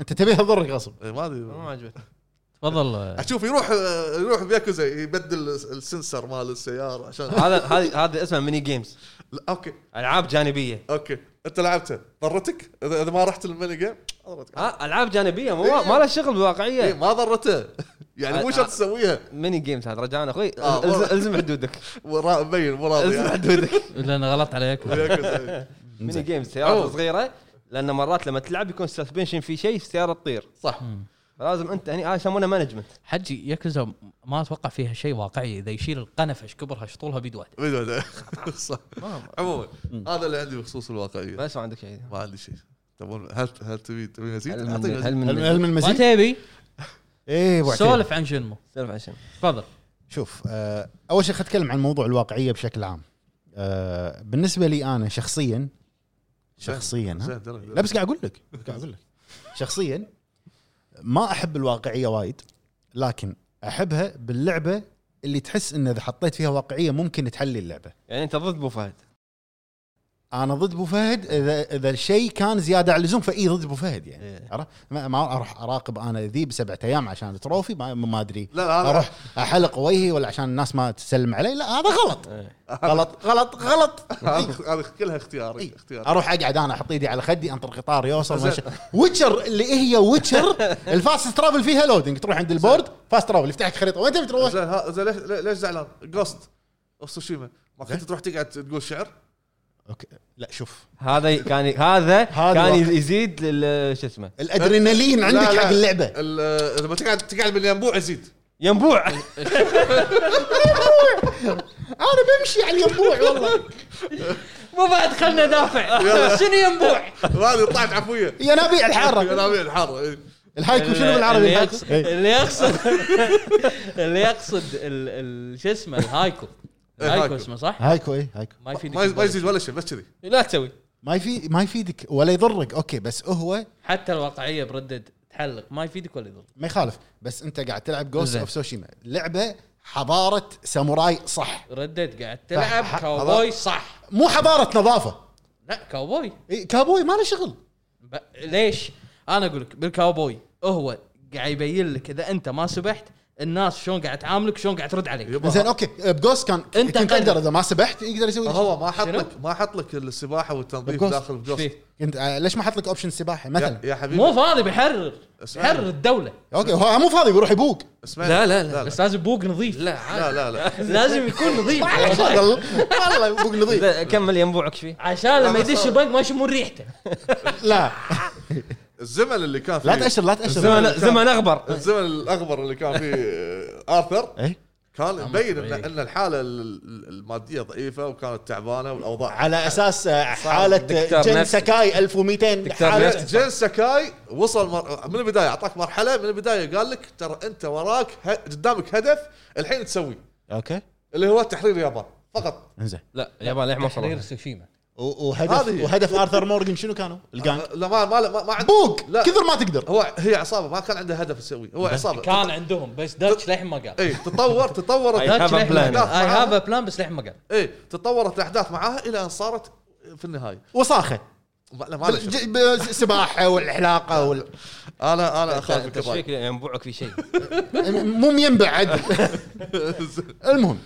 D: انت تبيها تضرك غصب
B: إيه، ما
A: أنا مو
B: ادري
A: عجبتني
C: تفضل
B: اشوف يروح يروح بياكوزا يبدل السنسر مال السياره عشان
A: هذا هذا هذا اسمه ميني جيمز
B: لا، اوكي
A: العاب جانبيه
B: اوكي انت لعبته ضرتك اذا إذا ما رحت الميني جيم ضرتك
A: ها العاب جانبيه مو
B: إيه.
A: ما لها شغل
B: إيه،
A: بالواقعيه
B: ما ضرته يعني مو
A: آه،
B: شرط
A: آه.
B: تسويها
A: ميني جيمز هذا رجعنا اخوي
B: آه،
A: الزم
B: والله.
A: الزم حدودك
B: ورا- مبين مو
A: الزم
B: راضي يعني
A: حدودك
C: لان غلطت عليك
B: وياكوزا.
A: ميني جيمز سيارات صغيره لان مرات لما تلعب يكون سسبنشن في شيء السياره تطير
B: صح
A: لازم انت هني هذا يسمونه مانجمنت
C: حجي ياكوزا ما اتوقع فيها شيء واقعي اذا يشيل القنفه ايش كبرها ايش طولها بيد واحده
B: بدون ده. صح عموما هذا اللي عندي بخصوص الواقعيه
A: ما اسمع عندك شيء
B: ما عندي شيء تبون هل هل تبي تبي مزيد؟
A: هل
B: أعطيك
A: من هل
B: مزيد.
D: هل
A: من
D: هل من
C: ما
D: مزيد؟
C: تبي
D: ايه أبو عتيبي.
C: سولف عن شنمو
A: سولف عشان
C: تفضل
D: شوف آه، اول شيء خلينا نتكلم عن موضوع الواقعيه بشكل عام آه، بالنسبه لي انا شخصيا شخصيا ها
B: زين، درج، درج.
D: لا بس قاعد اقول لك قاعد اقول لك شخصيا ما احب الواقعيه وايد لكن احبها باللعبه اللي تحس انه اذا حطيت فيها واقعيه ممكن تحلي اللعبه
A: يعني انت ضد ابو فهد
D: انا ضد ابو فهد اذا اذا الشيء كان زياده عن اللزوم فاي ضد ابو فهد يعني
A: إيه.
D: عرفت؟ ما ما راح اراقب انا ذي بسبعة ايام عشان التروفي ما, ما ادري
B: لا لا انا
D: اروح احلق وجهي ولا عشان الناس ما تسلم علي لا هذا غلط
B: إيه.
D: غلط غلط غلط
B: هذه- هذه كلها اختياري اختياري
D: اروح اقعد انا احط ايدي على خدي انطر قطار يوصل
B: زين.
D: ماشي. ويتشر اللي هي ويتشر الفاست ترافل فيها لودنج تروح عند البورد فاست ترافل يفتح لك خريطه وين تبي تروح؟
B: زين ها- زين، ليش ليش زعلان؟ جوست اوف سوشيما ما كنت تروح تقعد تقول شعر؟
D: اوكي لا شوف
A: هذا ي- كان ي- هذا
D: هذا
A: كان
D: واقع.
A: ي- يزيد لل- شو اسمه
D: الادرينالين عندك
B: لا، لا.
D: حق اللعبه
B: ال- لما تقعد تقعد بالينبوع يزيد
A: ينبوع
D: انا بمشي على الينبوع والله
C: مو بعد خلنا ندافع شنو ينبوع
B: هذه طلعت عفويه
D: يا نبيع
B: يا
D: الحاره
B: نبيل الحاره إيه.
D: الهايكو شنو بالعربي
C: اللي
D: الهايكو؟
C: يقصد
D: إيه.
C: اللي يقصد اللي يقصد ال- ال- شو اسمه الهايكو
B: إيه، هايكو.
C: هايكو اسمه صح؟
D: هايكو اي هايكو
C: ما يفيدك
B: ما ما
C: ببلاش.
B: يزيد ولا شيء بس كذي
C: لا تسوي
D: ما يفي ما يفيدك ولا يضرك اوكي بس هو
C: حتى الواقعيه بردد تحلق ما يفيدك ولا يضر
D: ما يخالف بس انت قاعد تلعب جوست
C: زين.
D: اوف سوشيما لعبه حضاره ساموراي صح
C: ردد قاعد تلعب
D: ح-
C: كاوبوي صح
D: مو حضاره نظافه
C: لا كاوبوي
D: إيه، كابوي ما له شغل
C: ب... ليش؟ انا اقول لك بالكاوبوي هو قاعد يبين لك اذا انت ما سبحت الناس شلون قاعد تعاملك شلون قاعد ترد عليك
B: يبا
D: زين اوكي بجوست يعني كان
C: أنت
D: كنت
C: قلب.
D: اقدر اذا ما سبحت يقدر يسوي شيء.
B: هو ما حط
C: شنو؟
B: لك ما حط لك السباحه والتنظيف
D: بجوست.
B: داخل
C: إيش
B: الجوست
C: فيه؟
D: كنت آه، ليش ما حط لك اوبشن سباحه
B: يا,
D: مثلا
B: يا حبيبي
C: مو فاضي بيحرر
B: اسمعني.
C: يحرر الدوله
D: اوكي هو مو فاضي بيروح يبوق
B: اسمعني
A: لا، لا، لا.
C: بس لازم بوق نظيف
A: لا عادي.
B: لا لا لا
C: لازم يكون نظيف
D: والله والله يبوق نظيف
A: إذا كمل ينبوعك فيه
C: عشان لما يدش البنك ما يشمون ريحته
D: لا
B: الزمن اللي كان فيه
D: لا تاشر لا تاشر
A: زمن زمن اغبر
B: الزمن الاغبر اللي كان فيه آه، ارثر
D: ايه
B: كان مبين ان
C: طبيعي.
B: ان الحاله ال- ال- الماديه ضعيفه وكانت تعبانه والاوضاع
D: على اساس آه، حاله
A: دكتور
D: جن
A: نفسي.
D: سكاي 1200
A: دكتور
D: حالة-
A: نفسي.
B: جين سكاي وصل مر... من البدايه اعطاك مرحله من البدايه قال لك ترى انت وراك ه... قدامك هدف الحين تسويه
D: اوكي
B: اللي هو تحرير اليابان فقط
D: انزين
A: لا اليابان للحين ما
C: تحرير
A: وصلوا
C: سوشيما
D: و-
B: هذه هي.
D: وهدف وهدف ارثر مورجن شنو كانوا؟ الجانج
B: آه، لا ما ما ما, ما عنده
D: بوق
B: لا.
D: كثر ما تقدر
B: هو هي عصابه ما كان عنده هدف يسويه هو عصابه
C: كان عندهم بس داتش للحين ما قال
B: اي تطور تطورت
A: I have a plan.
C: داتش للحين اي هاف ا بلان بس للحين ما قال
B: اي تطورت الاحداث معاها الى ان صارت في النهايه
D: وصاخه
B: ما- لا معلش
D: ج- ب- سباحه والحلاقه وال
B: انا انا
A: انت
B: اخاف
A: إنت ايش
B: الكباية.
A: فيك ينبوعك في شيء
D: مو مين بعد المهم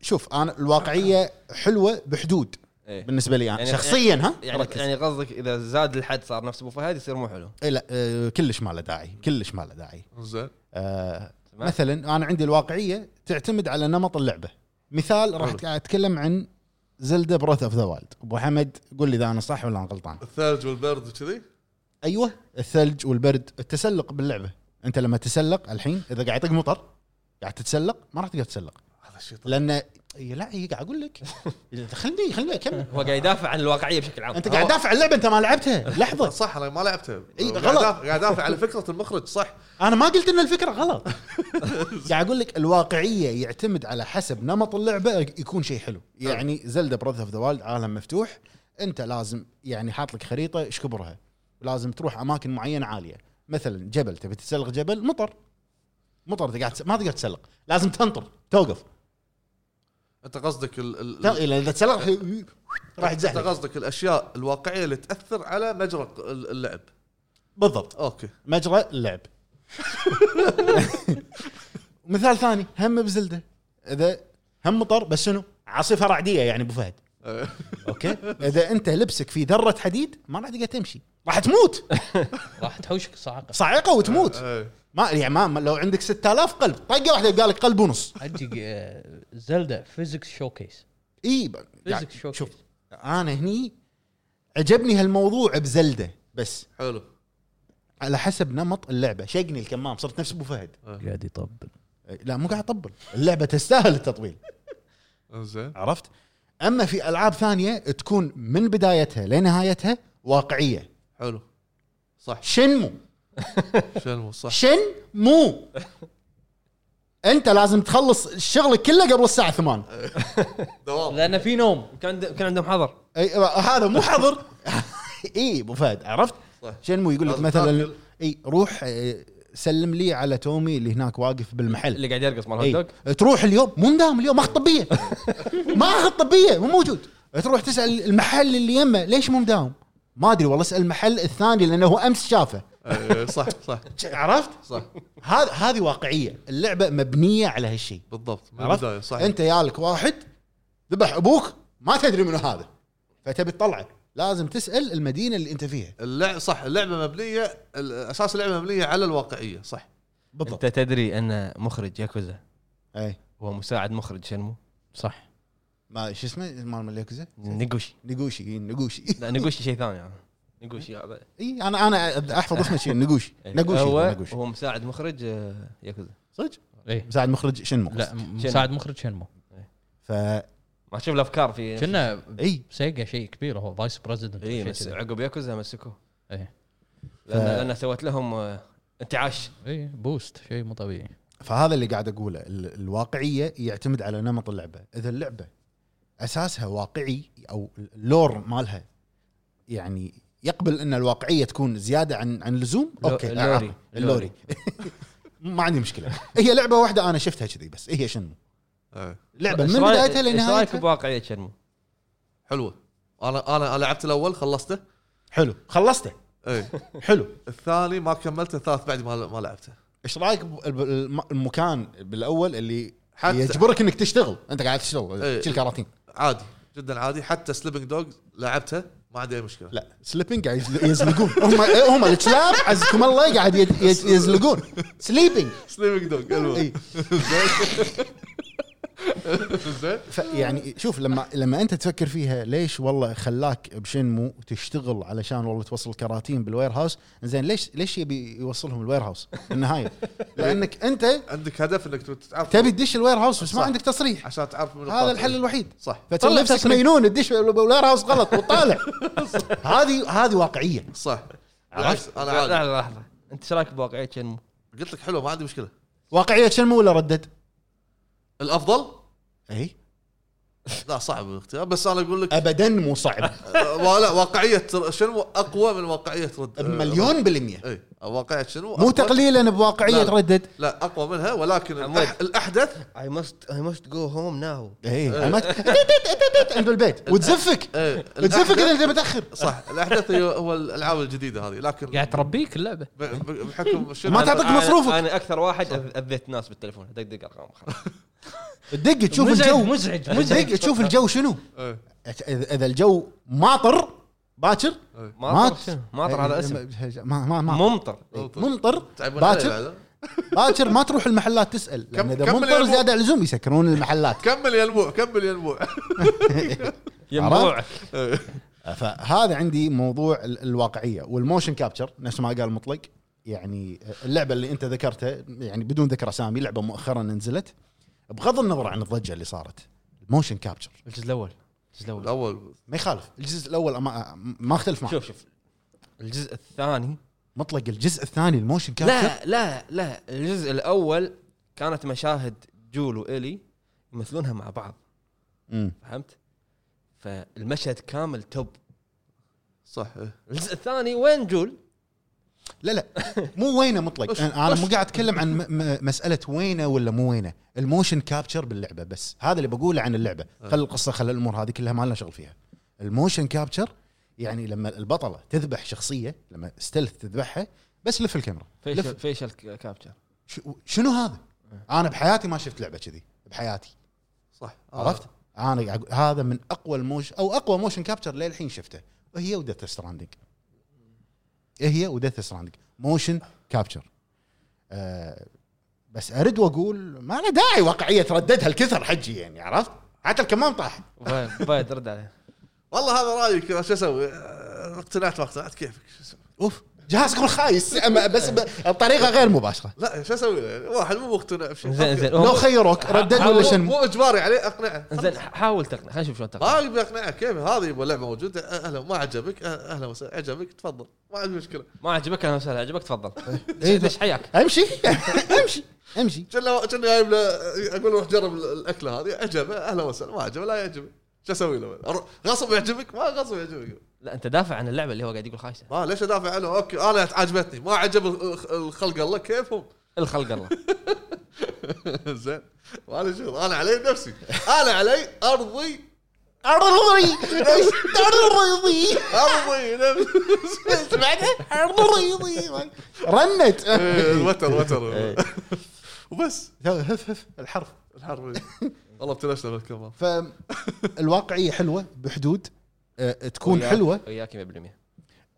D: شوف انا الواقعيه حلوه بحدود
A: إيه.
D: بالنسبه لي انا
A: يعني-
D: شخصيا ها
A: يعني يعني قصدك اذا زاد الحد صار نفس ابو فهد يصير مو حلو
D: إيه لا آه، كلش ما له داعي كلش ما له داعي
B: زين
D: آه،
A: تمام.
D: مثلا انا عندي الواقعيه تعتمد على نمط اللعبه مثال راح اتكلم عن زلدة بروث اوف ذا وايلد ابو حمد قول لي اذا انا صح ولا انا غلطان
B: الثلج والبرد وكذي
D: ايوه الثلج والبرد التسلق باللعبه انت لما تسلق الحين اذا قاعد يطق مطر قاعد تتسلق ما راح تقدر تتسلق
B: هذا الشيء طبيعي.
D: لان إي إيه، لا إي قاعد اقول لك إيه، خلني خلني اكمل
A: هو قاعد يدافع عن الواقعيه بشكل عام
D: انت قاعد تدافع عن لعبه انت ما لعبتها لحظه
B: صح انا ما لعبتها
D: إي،
B: قاعد
D: غلط.
B: أدافع- قاعد ادافع على فكره المخرج صح
D: انا ما قلت ان الفكره غلط قاعد اقول لك الواقعيه يعتمد على حسب نمط اللعبه يكون شيء حلو يعني زلدا براذ اوف ذا وايلد عالم مفتوح انت لازم يعني حاط لك خريطه ايش كبرها لازم تروح اماكن معينه عاليه مثلا جبل تبي تسلق جبل مطر مطر أنت قاعد تس- ما تقدر تسلق لازم تنطر توقف
B: انت قصدك ال ال-
D: ت- اذا تسلق راح
B: انت
D: يتزحلق
B: قصدك الاشياء الواقعيه اللي تاثر على مجرى ق- ال- اللعب
D: بالضبط
B: اوكي
D: مجرى اللعب مثال ثاني هم بزلده اذا هم مطر بس شنو؟ عاصفه رعديه يعني ابو فهد اوكي اذا انت لبسك في ذره حديد ما راح تقدر تمشي راح تموت
C: راح تحوشك صعقه
D: صاعقه وتموت
B: إي.
D: ما يعني ما ما- لو عندك 6000 قلب طقه واحده يبقى لك قلب ونص
C: عندي آه، زلدا فيزكس شوكيس
D: اي ب- يعني
C: فيزكس شوكيس
D: شوف انا هني عجبني هالموضوع بزلده بس
B: حلو
D: على حسب نمط اللعبه شقني الكمام صرت نفس ابو فهد
C: قاعد يطبل
D: لا مو قاعد اطبل اللعبه تستاهل التطويل
B: زين
D: عرفت؟ اما في العاب ثانيه تكون من بدايتها لنهايتها واقعيه
B: حلو صح
D: شنمو
B: شنو صح
D: شنمو انت لازم تخلص شغلك كله قبل الساعه 8
B: دوام
C: لان في نوم
A: كان كان عندهم حظر
D: أي هذا مو حظر اي ابو فهد عرفت
B: صح.
D: شنمو يقول لك
B: لازم
D: مثلا
B: تاكل.
D: اي روح آه، سلم لي على تومي اللي هناك واقف بالمحل
A: اللي قاعد يرقص مال هوت
D: اي
A: دوغ
D: إيه. تروح اليوم مو مدام اليوم ماخذ طبيه ما اخذ طبيه مو موجود تروح تسال المحل اللي يمه ليش مو مداوم؟ ما ادري والله اسال المحل الثاني لانه هو امس شافه
B: إي، إيه، صح صح
D: عرفت؟
B: صح
D: هذا هذه واقعيه اللعبه مبنيه على هالشيء
B: بالضبط من
D: عرفت؟
B: البدايه صح
D: انت يالك واحد ذبح ابوك ما تدري منو هذا فتبي تطلعه لازم تسال المدينه اللي انت فيها
B: اللعب صح اللعبه مبنيه ال- اساس اللعبه مبنيه على الواقعيه صح
A: انت تدري ان مخرج ياكوزا
D: اي
A: هو مساعد مخرج شنمو
C: صح
D: إيه. ما شو اسمه مال الياكوزا
A: نيغوشي
D: نقوشي إي، نقوشي إيه،
A: لا نيغوشي شيء ثاني يعني. نيغوشي هذا
D: اي انا انا احفظ اسمه شيء نقوشي نقوشي
A: إيه. هو
D: نقوشي
A: هو مساعد مخرج آه، ياكوزا
D: صدق
C: ايه
D: مساعد مخرج شنمو
C: لا
D: لا
C: م- مساعد مخرج شنمو
D: ف
A: ما تشوف الافكار في
C: كنا
D: اي
C: سيجا شيء كبير هو فايس بريزدنت
A: اي مس... عقب ياكوزا مسكوه
C: ايه
A: لان لان سوت لهم آه، انتعاش
C: اي بوست إيه، شيء مو طبيعي
D: فهذا اللي قاعد اقوله ال- الواقعيه يعتمد على نمط اللعبه اذا اللعبه اساسها واقعي او اللور مالها يعني يقبل ان الواقعيه تكون زياده عن عن اللزوم
C: لو-
D: اوكي
C: اللوري.
D: أعرف. آه، اللوري ما عندي مشكله هي لعبه واحده انا شفتها كذي بس هي شنو
B: إيه.
D: لعبه من
A: إيش إيه رأي-
D: بدايتها
A: ايش رايك
D: لنهايتها
A: بواقعيه شنمو؟
B: حلوه انا انا أنا لعبت الاول خلصته إيه.
D: حلو خلصته
B: اي
D: حلو
B: الثاني ما كملته الثالث بعد ما ما لعبته
D: ايش رايك بالب- الم- المكان بالاول اللي
B: حتى-
D: يجبرك انك تشتغل انت قاعد تشتغل
B: إيه.
D: تشيل كراتين
B: عادي جدا عادي حتى سليبنج دوغ لعبته ما عندي اي مشكله
D: لا سليبنج قاعد يزل- يزلقون هم هم الكلاب عزكم الله قاعد يد- يد- يزلقون سليبنج
B: سليبنج دوغ
D: اي
B: زين
D: ف- يعني شوف لما لما انت تفكر فيها ليش والله خلاك بشنمو تشتغل علشان والله توصل كراتين بالوير هاوس زين ليش ليش يبي يوصلهم الوير هاوس بالنهايه لانك انت
B: عندك هدف انك تعرف
D: تبي تدش الوير هاوس بس ما
B: صح.
D: عندك تصريح
B: عشان تعرف من
D: هذا الحل الوحيد
B: صح
D: فتسوي
C: طلع
D: نفسك
C: تصريح.
D: مجنون تدش بالوير هاوس غلط وطالع هذه هذه واقعيه
B: صح
A: عرفت؟
B: عرفت انا عادي
A: لحظه لحظه انت ايش رايك بواقعيه شنمو؟
B: قلت لك حلوه ما عندي مشكله
D: واقعيه شنمو ولا ردد؟
B: الافضل
D: اي
B: لا صعب الاختيار بس انا اقول لك
D: ابدا مو صعب
B: آه، لا واقعيه شنو اقوى من واقعيه رد
D: بمليون بالمية
B: اي واقعيه شنو
D: مو
B: أقوى-
D: تقليلا بواقعيه
B: لا.
D: ردد
B: لا اقوى منها ولكن
A: عمود.
B: الأح- الاحدث
A: اي ماست اي ماست جو هوم ناو
D: اي عملت تتتتتت عند البيت وتزفك
B: إيه،
D: تزفك اذا
B: الأحدث-
D: انت متاخر
B: صح الاحدث هي- هو الالعاب الجديده هذه لكن
C: قاعد تربيك اللعبه
B: ب- ب- بحكم شنو
D: ما تعطيك مصروفك.
A: انا اكثر واحد أذ- اذيت ناس بالتليفون دقدق ارقام خلاص.
D: تدق تشوف
C: مزعج-
D: الجو
C: مزعج
D: تدق
C: مزعج
D: تشوف الجو شنو
B: إيه،
D: إذا- اذا الجو ماطر باكر
B: إيه.
A: ماطر
D: مات.
A: شنو؟ ماطر هذا اسم
D: ما إيه، ما إيه. ما
A: ممطر
D: ممطر
B: تعبان علي
D: باكر
B: بعد.
D: باكر ما تروح المحلات تسال لان
B: كم-
D: اذا
B: كمل يا
D: ممطر
B: أبو.
D: زياده على اللزوم يسكرون المحلات
B: كمل يا البوع كمل يا البوع
A: ينبوعك
B: إيه،
D: فهذا عندي موضوع ال- الواقعيه والموشن كابتشر نفس ما قال مطلق يعني اللعبه اللي انت ذكرتها يعني بدون ذكر اسامي لعبه مؤخرا نزلت بغض النظر عن الضجه اللي صارت الموشن كابتشر
C: الجزء الاول الجزء الاول
B: الاول
D: ما يخالف الجزء الاول ما, ما اختلف معك
A: شوف شوف الجزء الثاني
D: مطلق الجزء الثاني الموشن كابتشر
A: لا لا لا الجزء الاول كانت مشاهد جول والي يمثلونها مع بعض
D: لا
A: فهمت؟ فالمشهد كامل توب
B: صح إيه.
A: الجزء الثاني وين جول؟
D: لا لا مو وينه مطلق
A: وش-
D: انا أنا مو
A: وش-
D: قاعد اتكلم عن م- م- مساله وينه ولا مو وينه الموشن كابتشر باللعبه بس هذا اللي بقوله عن اللعبه خل القصه خل الامور هذه كلها ما لنا شغل فيها الموشن كابتشر يعني لما البطله تذبح شخصيه لما ستيلث تذبحها بس لف الكاميرا
A: فيشل
D: لف
A: فيشل كابتشر
D: ش- شنو هذا انا بحياتي ما شفت لعبه كذي بحياتي
B: صح آه.
D: عرفت انا قاعد أقول هذا من اقوى الموش او اقوى موشن كابتشر للحين شفته هي وديث ستراندنج هي وديث ستراندنج موشن كابتشر آه بس ارد واقول ما له داعي واقعيه ترددها الكثر حجي يعني عرفت حتى الكمام طاح
A: فهد فهد رد عليه
B: والله هذا رايك شو اسوي آه، اقتنعت ما اقتنعت كيفك شو اسوي
D: اوف جهازكم خايس أما بس ب- بطريقه غير مباشره
B: لا شو اسوي يعني واحد مو مقتنع بشيء
A: زين زين
D: لو
A: هو-
D: خيروك ردد
A: حاول-
D: ولا
B: مو-
D: شنو
B: مو اجباري عليه اقنعه
A: زين حاول تقنع خلينا نشوف شلون تقنع
B: ما اقدر اقنعه كيف هذه يبغى لعبه موجوده أه- اهلا ما عجبك أه- اهلا وسهلا عجبك تفضل ما عندي مشكله
A: ما عجبك انا مسألة عجبك تفضل
D: إيه.
A: دش حياك
D: امشي امشي امشي
B: كنا كنا جايب له اقول له روح جرب الاكله هذه عجبه اهلا وسهلا ما عجبه لا يعجبه شو اسوي له؟ أروح- غصب يعجبك ما غصب يعجبك
A: لا انت دافع عن اللعبه اللي هو قاعد يقول خايسه
B: ما ليش ادافع عنه اوكي انا عجبتني ما عجب الخ- الخلق الله كيفهم
A: الخلق الله
B: زين ما لي شغل انا علي نفسي انا علي ارضي
D: ارضي ارضي
B: ارضي نفسي
D: ارضي رنت
B: إيه، الوتر وتر وبس
D: إيه. هف هف الحرف
B: الحرب والله ابتلشنا بالكمام
D: فالواقعيه حلوه بحدود آه، تكون
A: وياك-
D: حلوه
A: وياك 100%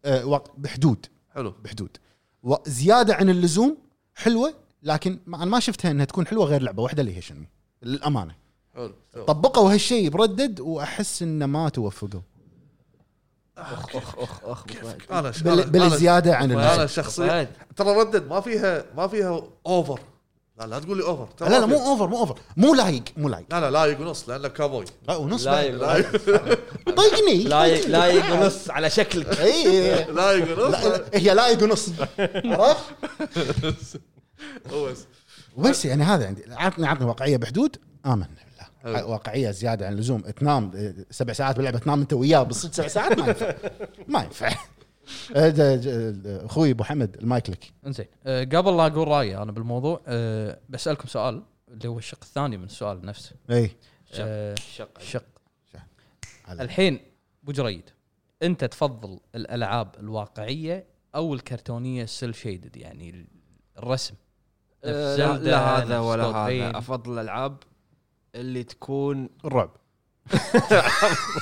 D: آه، وق- بحدود
B: حلو
D: بحدود وزياده عن اللزوم حلوه لكن ما انا ما شفتها انها تكون حلوه غير لعبه واحده اللي هي شنو للامانه
B: حلو
D: طبقوا هالشيء بردد واحس انه ما توفقوا
A: اخ اخ اخ اخ أبو فهد.
B: انا ش-
D: بال-
B: أنا-
D: بالزياده عن
B: انا, أنا
D: اللزوم
B: شخصيا
A: فهد.
B: ترى ردد ما فيها ما فيها اوفر لا لا تقول لي اوفر ترى
D: لا لا
B: ما
D: مو
B: فيها.
D: اوفر مو اوفر مو لايق مو لايق
B: لا لا لايق ونص لانه كابوي
D: لا ونص
A: لايق
D: لايق
A: لايق
D: طقني
A: لايق
D: طقني.
A: لايق ونص على شكلك
D: اي إي.
B: لايق
D: لا،
B: ونص
D: لا، هي لايق ونص عرفت
B: هو بس
D: وبس يعني هذا عندي عطني عطني واقعيه بحدود امن بالله
B: حلو.
D: واقعيه زياده عن اللزوم تنام آه، سبع ساعات باللعبه تنام انت وياه بالست سبع ساعات ما ينفع ما ينفع آه، ده- ده- اخوي ابو حمد المايك لك
C: انزين أه قبل لا اقول رايي انا بالموضوع أه بسالكم سؤال اللي هو الشق الثاني من السؤال نفسه
D: اي
A: شق.
C: أه
A: شق
C: شق
D: على-
C: الحين ابو جريد انت تفضل الالعاب الواقعيه او الكرتونيه السيل شيدد يعني الرسم نفس
A: آه، لا,
C: زلدة،
A: لا هذا
C: نفس
A: ولا
C: God Pain.
A: هذا افضل الالعاب اللي تكون
D: الرعب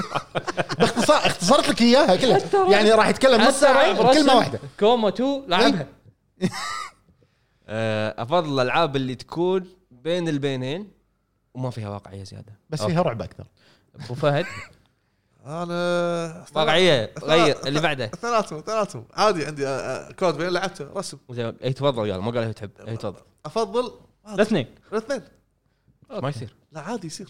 D: باختصار اختصرت لك اياها كلها يعني راح يتكلم نص
C: حتى
D: ساعه
C: ألعاب رسم،
D: كلمه واحده
C: كوما 2 لعبها
A: آه، افضل الالعاب اللي تكون بين البينين وما فيها واقعيه زياده
D: بس
A: أوكي.
D: فيها رعب اكثر
C: ابو فهد
B: انا
A: واقعيه غير اللي بعده
B: ثلاثهم ثلاثهم عادي عندي آه، آه، كود بين لعبته رسم
A: زين، اي تفضل يلا ما قال هي تحب اي تفضل
B: افضل واحد.
C: الاثنين
B: الاثنين
A: ما يصير
B: لا عادي يصير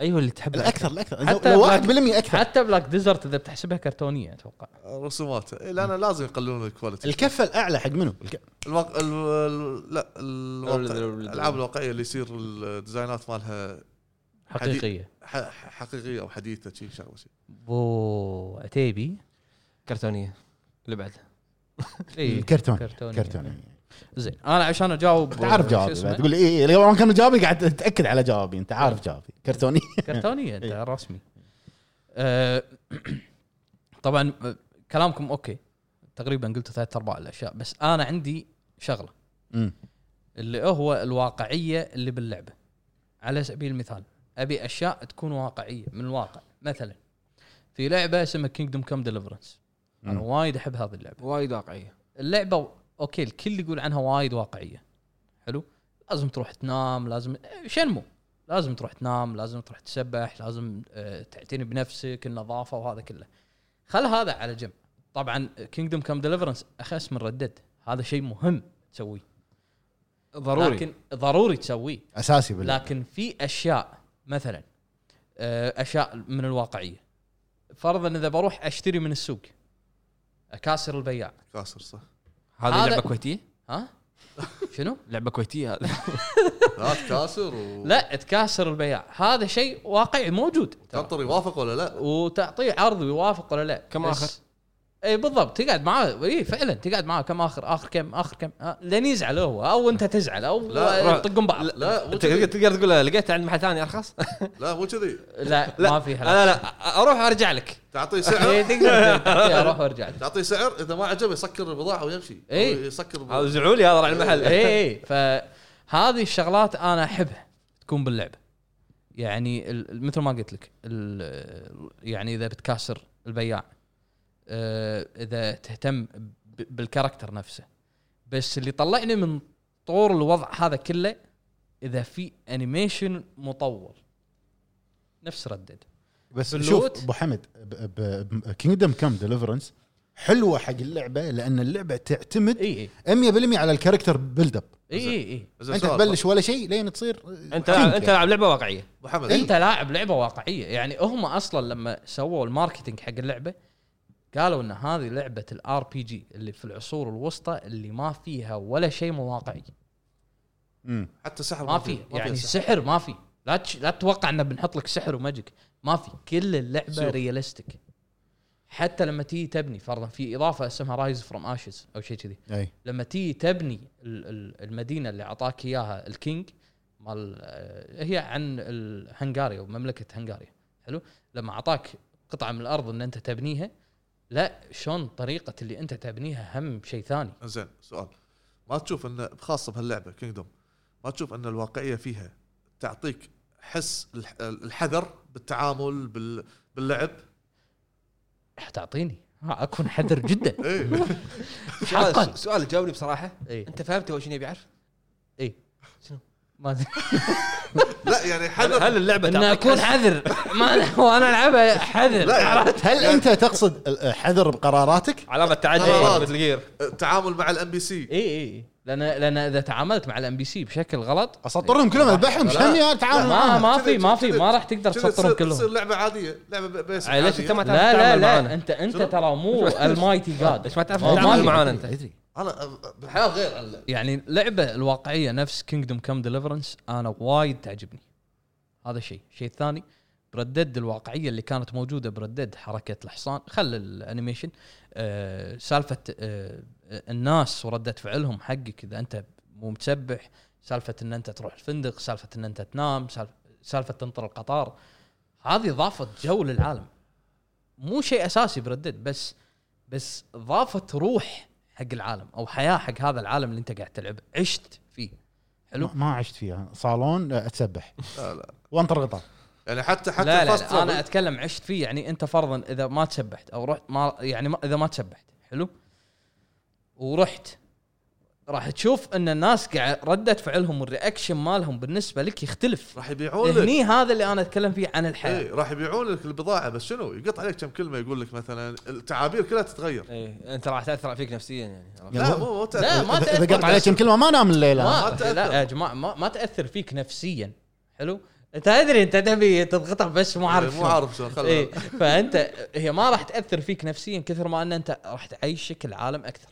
A: ايوه اللي تحب
D: الاكثر الاكثر
C: حتى
D: لو
C: بلاك-
D: 1% اكثر
C: حتى بلاك ديزرت اذا بتحسبها كرتونيه اتوقع
B: رسوماته إيه، لان لازم يقللون الكواليتي
D: الكفه الاعلى حق منو؟ الك-
B: الواقع ال... ال- لا الواقع
A: ال- ال-
B: الالعاب الواقعيه اللي يصير الديزاينات مالها
C: حقيقيه
B: ح... ح- حقيقيه او حديثه شيء شغله شيء
C: بو عتيبي
A: كرتونيه اللي بعده
C: إيه،
D: الكرتون
C: كرتونية.
D: كرتون
C: زين انا عشان اجاوب
D: انت عارف
C: شو
D: جوابي
C: اسمه؟
D: بعد. تقول لي اي إي، لو ما كان جوابي قاعد اتاكد على جوابي انت عارف جوابي كرتوني
C: كرتونيه انت
D: إيه.
C: رسمي آه، طبعا آه، كلامكم اوكي تقريبا قلتوا ثلاث ارباع الاشياء بس انا عندي شغله
D: أمم.
C: اللي هو الواقعيه اللي باللعبه على سبيل المثال ابي اشياء تكون واقعيه من الواقع مثلا في لعبه اسمها كينجدوم كم ديليفرنس انا
D: مم.
C: وايد احب هذه اللعبه
A: وايد واقعيه
C: اللعبه اوكي الكل يقول عنها وايد واقعيه حلو لازم تروح تنام لازم شنمو لازم تروح تنام لازم تروح تسبح لازم آه، تعتني بنفسك النظافه وهذا كله خل هذا على جنب طبعا كينجدوم كام ديليفرنس اخس من ردد هذا شيء مهم تسويه
A: ضروري
C: لكن ضروري تسويه
D: اساسي بالله
C: لكن في اشياء مثلا آه، اشياء من الواقعيه فرضا اذا بروح اشتري من السوق اكاسر البياع
B: كاسر صح
A: هذه
C: هذا-
A: لعبه كويتيه
C: ها شنو
A: لعبه كويتيه هذا
B: لا كاسر و...
C: لا تكاسر البياع هذا شيء واقعي موجود ترى.
B: تنطر يوافق ولا لا
C: وتعطيه عرض ويوافق ولا لا
A: كم
C: بس-
A: آخر؟
C: اي بالضبط تقعد معاه اي فعلا تقعد معاه كم اخر اخر كم اخر كم آه، لين يزعل هو او انت تزعل او
B: لا،
A: روح.
C: يطقون بعض لا,
B: لا مو
A: تقدر
B: كذي
A: تقدر تقول لقيتها عند محل ثاني ارخص
B: لا مو كذي
C: لا,
A: لا.
C: ما فيها لا.
A: لا لا اروح ارجع لك
B: تعطيه
C: إيه،
B: سعر
C: تقدر تقدر اروح وارجع
B: تعطيه سعر اذا ما عجبه يسكر البضاعه ويمشي
C: إيه.
B: أو يسكر
A: هذا
B: البضاعه
A: زعولي هذا على المحل
C: اي اي إيه، فهذه الشغلات انا احبها تكون باللعبه يعني ال- مثل ما قلت لك ال- يعني اذا بتكاسر البياع آه، اذا تهتم ب- بالكاركتر نفسه بس اللي طلعني من طور الوضع هذا كله اذا في انيميشن مطول نفس ردد
D: بس شوف
C: باللوت.
D: ابو حمد بكينجدم كم ديليفرنس حلوه حق اللعبه لان اللعبه تعتمد 100%
C: اي اي
D: على الكاركتر بيلد اب
C: اي اي
B: زين
D: انت
B: سؤال.
D: تبلش ولا شيء لين تصير
A: انت
D: king
A: لاعب انت
D: يعني.
A: لاعب لعبه واقعيه
B: ابو حمد
C: انت لاعب لعبه واقعيه يعني هم اصلا لما سووا الماركتينج حق اللعبه قالوا ان هذه لعبه الار بي جي اللي في العصور الوسطى اللي ما فيها ولا شيء مو واقعي
D: أمم.
B: حتى سحر
C: ما في يعني
B: سحر.
C: سحر ما في لا تش... لا تتوقع ان بنحط لك سحر وماجيك ما في كل اللعبه
B: شوف.
C: رياليستيك حتى لما تيجي تبني فرضا في اضافه اسمها رايز فروم اشز او شيء كذي
D: اي
C: لما تيجي تبني ال- ال- المدينه اللي اعطاك اياها الكينج مال آه، هي عن ال- هنغاريا ومملكه هنغاريا حلو لما اعطاك قطعه من الارض ان انت تبنيها لا شلون طريقه اللي انت تبنيها هم شيء ثاني
B: زين سؤال ما تشوف ان خاصه بهاللعبه كينجدوم ما تشوف ان الواقعيه فيها تعطيك حس الح- الحذر بالتعامل بال... باللعب
C: راح تعطيني ها اكون حذر جدا
B: ايه
C: حقا
A: سؤال جاوبني بصراحه
C: اي
A: انت فهمت هو شنو يبي يعرف؟
C: اي إيه. ما أدري.
B: لا يعني حذر
A: هل اللعبه
C: ان اكون حذر ما أنا- وانا العبها حذر
B: لا يعني
D: هل انت تقصد ال- حذر بقراراتك؟
A: علامه
B: قرارات.
A: تعدي مثل جير
B: التعامل مع الام بي سي
C: اي اي لان لان اذا تعاملت مع الام بي سي بشكل غلط
D: اسطرهم كلهم اذبحهم ايش همي أنا
B: آه،
D: اتعامل
C: ما
D: معاهم
C: ما في ما في ما راح تقدر تسطرهم كلهم
B: تصير لعبه عاديه لعبه ب- بيسك
A: ليش
B: عادية.
A: انت ما تعرف
C: لا لا
A: تتعامل
C: لا
A: معانا؟
C: انت انت ترى مو المايتي جاد
A: ليش ما تعرف
C: ما-
A: تتعامل
C: ما-
A: معانا انت؟
D: ادري
B: انا بالحياه غير عن اللعب.
C: يعني اللعبه الواقعيه نفس كينجدوم كم ديليفرنس انا وايد تعجبني هذا شيء الشيء الثاني بردد الواقعيه اللي كانت موجوده بردد حركه الحصان خل الانيميشن آه سالفه آه الناس وردة فعلهم حقك اذا انت مو متسبح سالفه ان انت تروح الفندق سالفه ان انت تنام سالفه, سالفة تنطر القطار هذه ضافت جو للعالم مو شيء اساسي بردد بس بس ضافت روح حق العالم او حياه حق هذا العالم اللي انت قاعد تلعب عشت فيه حلو
D: ما- ما عشت فيها صالون آه، اتسبح
B: لا لا
D: وانطر غطاء
B: يعني حتى حتى
C: لا لا,
B: الفاست
C: لا انا
B: ترافل
C: اتكلم عشت فيه يعني انت فرضا اذا ما تسبحت او رحت ما يعني ما اذا ما تسبحت حلو ورحت راح تشوف ان الناس قاعد رده فعلهم والرياكشن مالهم بالنسبه لك يختلف
B: راح يبيعون لك
C: إيه، هني هذا اللي انا اتكلم فيه عن الحياه
B: ايه راح يبيعون لك البضاعه بس شنو يقط عليك كم كلمه يقول لك مثلا التعابير كلها تتغير
A: ايه انت راح تاثر فيك نفسيا يعني عرفت؟
B: لا مو مو تأثر.
C: لا ما
D: إذا- اذا
C: تأثر.
D: قطع عليك كلمه ما نام الليله
B: ما
C: ما
B: تأثر.
C: لا يا جماعه ما, ما تاثر فيك نفسيا حلو انت ادري انت تبي تضغطها بس مو عارف
B: إيه، مو
C: شلون.
B: عارف شلون خلاص
C: ايه فانت هي ما راح تاثر فيك نفسيا كثر ما ان انت راح تعيشك العالم اكثر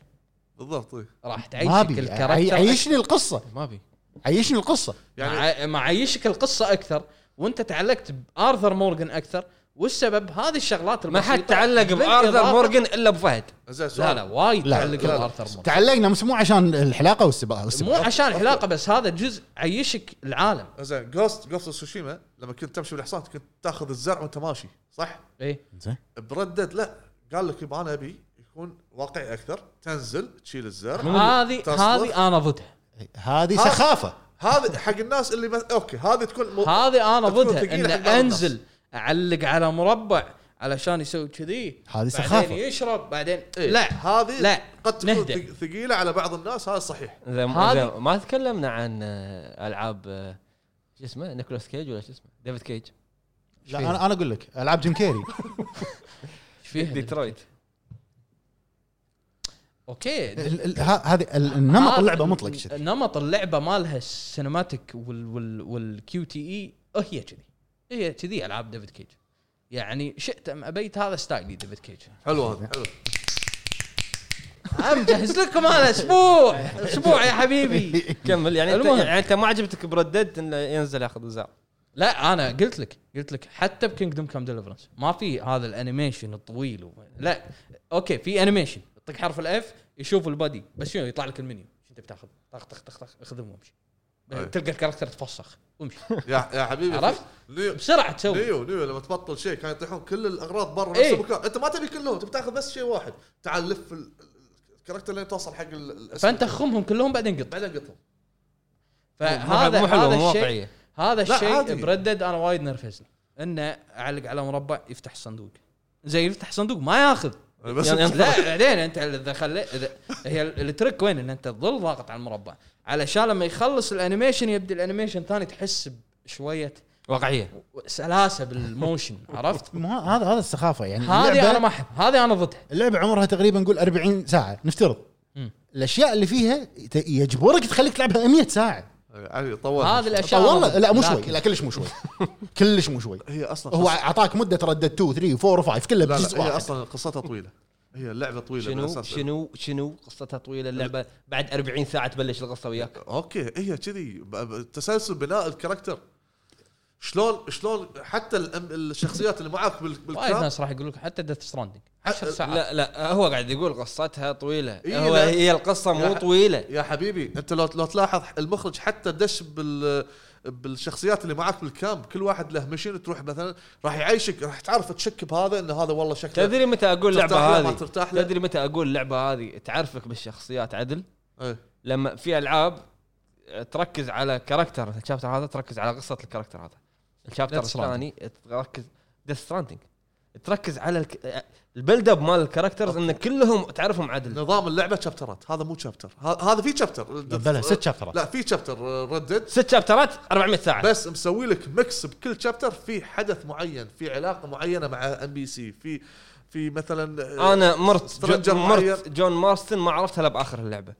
B: بالضبط إيه.
C: راح
D: ما
C: تعيشك
D: ابي
C: الكاركتر
D: عي- عيشني القصه
A: ما ابي
D: عيشني القصه
B: يعني
C: مع- مع عيشك القصه اكثر وانت تعلقت بارثر مورغان اكثر والسبب هذه الشغلات
A: ما
C: البسيطة
A: حد تعلق بارثر
C: بالإضافة-
A: مورجن الا ابو فهد
B: زين
C: لا
B: سؤال.
C: لا وايد
D: لا،
C: تعلق
B: لا، لا.
C: بارثر مورغان
D: تعلقنا بس مو عشان الحلاقه والسباق
C: مو عشان الحلاقه بس هذا جزء عيشك العالم
B: زين جوست جوست سوشيما لما كنت تمشي بالحصان كنت تاخذ الزرع وانت ماشي صح؟
C: ايه
D: زين
B: بردد لا قال لك يبقى انا ابي يكون واقعي اكثر تنزل تشيل الزرع
C: هذه
B: تصلح.
C: هذه انا ضدها
D: هذه
B: ها؟
D: سخافه
B: هذا حق الناس اللي مث... اوكي هذه تكون مو...
C: هذه انا
B: تكون
C: ضدها
B: ثقيلة
C: ان
B: حق بعض الناس.
C: انزل اعلق على مربع علشان يسوي كذي
D: هذه
C: بعدين
D: سخافه
C: يشرب بعدين
B: إيه،
C: لا
B: هذه
C: لا،
B: قد تكون
C: نهدأ.
B: ثق- ثقيله على بعض الناس هذا صحيح
A: زين
C: هذه-
A: زين، ما تكلمنا عن آه، العاب آه، شو اسمه نيكولاس كيج ولا شو اسمه ديفيد كيج
D: لا انا انا اقول لك العاب جيم كيري
C: إيش فيها
A: ديترويت
C: اوكي
D: ال- ال- ه- هذه ال- النمط
C: هذا
D: اللعبه مطلق كذي
C: نمط اللعبه مالها السينماتيك وال وال والكيو تي اي اه هي كذي هي كذي العاب ديفيد كيج يعني شئت ام ابيت هذا ستايلي ديفيد كيج
B: حلو هذا حلو
C: أنا مجهز لكم انا اسبوع اسبوع يا حبيبي
A: كمل يعني انت
C: المهم.
A: يعني انت ما عجبتك بردد انه ينزل ياخذ الزر
C: لا انا قلت لك قلت لك حتى بكينجدوم كام ديليفرنس ما في هذا الانيميشن الطويل و... لا اوكي في انيميشن يعطيك حرف الاف يشوف البادي بس شنو يطلع لك المنيو شو انت بتاخذ طخ طخ طخ طخ اخذهم وامشي
B: أي.
C: تلقى الكاركتر تفسخ وامشي
B: يا يا حبيبي
C: عرفت؟
B: نيو
C: بسرعه تسوي
B: نيو نيو لما تبطل شيء كانوا يطيحون كل الاغراض برا نفس
C: إيه.
B: المكان انت ما تبي كلهم تبي تاخذ بس شيء واحد تعال لف ال- الكاركتر لين توصل حق ال- الاسم.
C: فانت خمهم كلهم بعدين قط
B: بعدين قطهم
C: فهذا
A: مو حلوة،
C: هذا
A: مو
C: الشيء
A: واقعية.
C: هذا
B: لا، عادي.
C: الشيء بردد انا وايد نرفزني انه اعلق على مربع يفتح الصندوق زي يفتح الصندوق ما ياخذ
B: بس
A: يعني أنت-
C: لا بعدين انت اذا خلي اذا هي ال- الترك وين ان انت تظل ضاغط على المربع علشان لما يخلص الانيميشن يبدا الانيميشن ثاني تحس بشويه
A: واقعيه
C: سلاسه بالموشن عرفت؟
D: مو ه- هذا هذا السخافه يعني
C: هذه
D: اللعبة-
C: انا ما احب هذه انا ضدها
D: اللعبه عمرها تقريبا نقول 40 ساعه نفترض
C: مم.
D: الاشياء اللي فيها ت- يجبرك تخليك تلعبها 100 ساعه
B: يعني طول
C: هذه الاشياء أنا
D: والله
C: ضدها.
D: لا مو شوي
C: لكن-
D: لا كلش مو شوي كلش مو شوي
B: هي اصلا
D: هو
B: قصة-
D: اعطاك مده ردد 2 3 4 5 كلها
B: لا إيه،
D: بجزء
B: لا هي
D: واحد
B: اصلا قصتها طويله هي اللعبه طويله
A: شنو
B: بالأساس.
A: شنو شنو قصتها طويله اللعبه بعد 40 ساعه تبلش القصه وياك
B: اوكي هي كذي ب- ب- تسلسل بناء الكاركتر شلون شلون حتى ال- ال- الشخصيات اللي معاك بال-
C: وايد
B: بالكلام
C: ناس راح يقول لك حتى ديث ستراندنج 10 ساعات
A: لا لا آه، هو قاعد يقول قصتها طويله
B: آه. إيه،
A: هو
B: لا.
A: هي القصه مو
B: لا.
A: طويله
B: يا حبيبي انت لو لو تلاحظ المخرج حتى دش بال بالشخصيات اللي معاك بالكامب كل واحد له مشين تروح مثلا راح يعيشك راح تعرف تشك بهذا ان هذا والله شكله
A: تدري متى اقول
B: ترتاح
A: اللعبه
B: له، ما
A: هذه
B: ترتاح له.
A: تدري متى اقول اللعبه هذه تعرفك بالشخصيات عدل
B: ايه.
A: لما في العاب تركز على كاركتر الشابتر هذا تركز على قصه الكاركتر هذا الشابتر
C: Death Stranding.
A: الثاني تركز ديث ستراندنج تركز على الك... البيلد اب مال الكاركترز ان كلهم تعرفهم عدل
B: نظام اللعبه شابترات هذا مو شابتر ه- هذا في شابتر
D: بلا ست شابترات
B: لا في شابتر ردد
A: ست شابترات 400 ساعه
B: بس مسوي لك ميكس بكل شابتر في حدث معين في علاقه معينه مع ام بي سي في في مثلا
A: انا مرت,
B: Stranger
A: جو مرت
B: معين.
A: جون مارستن ما عرفتها الا باخر اللعبه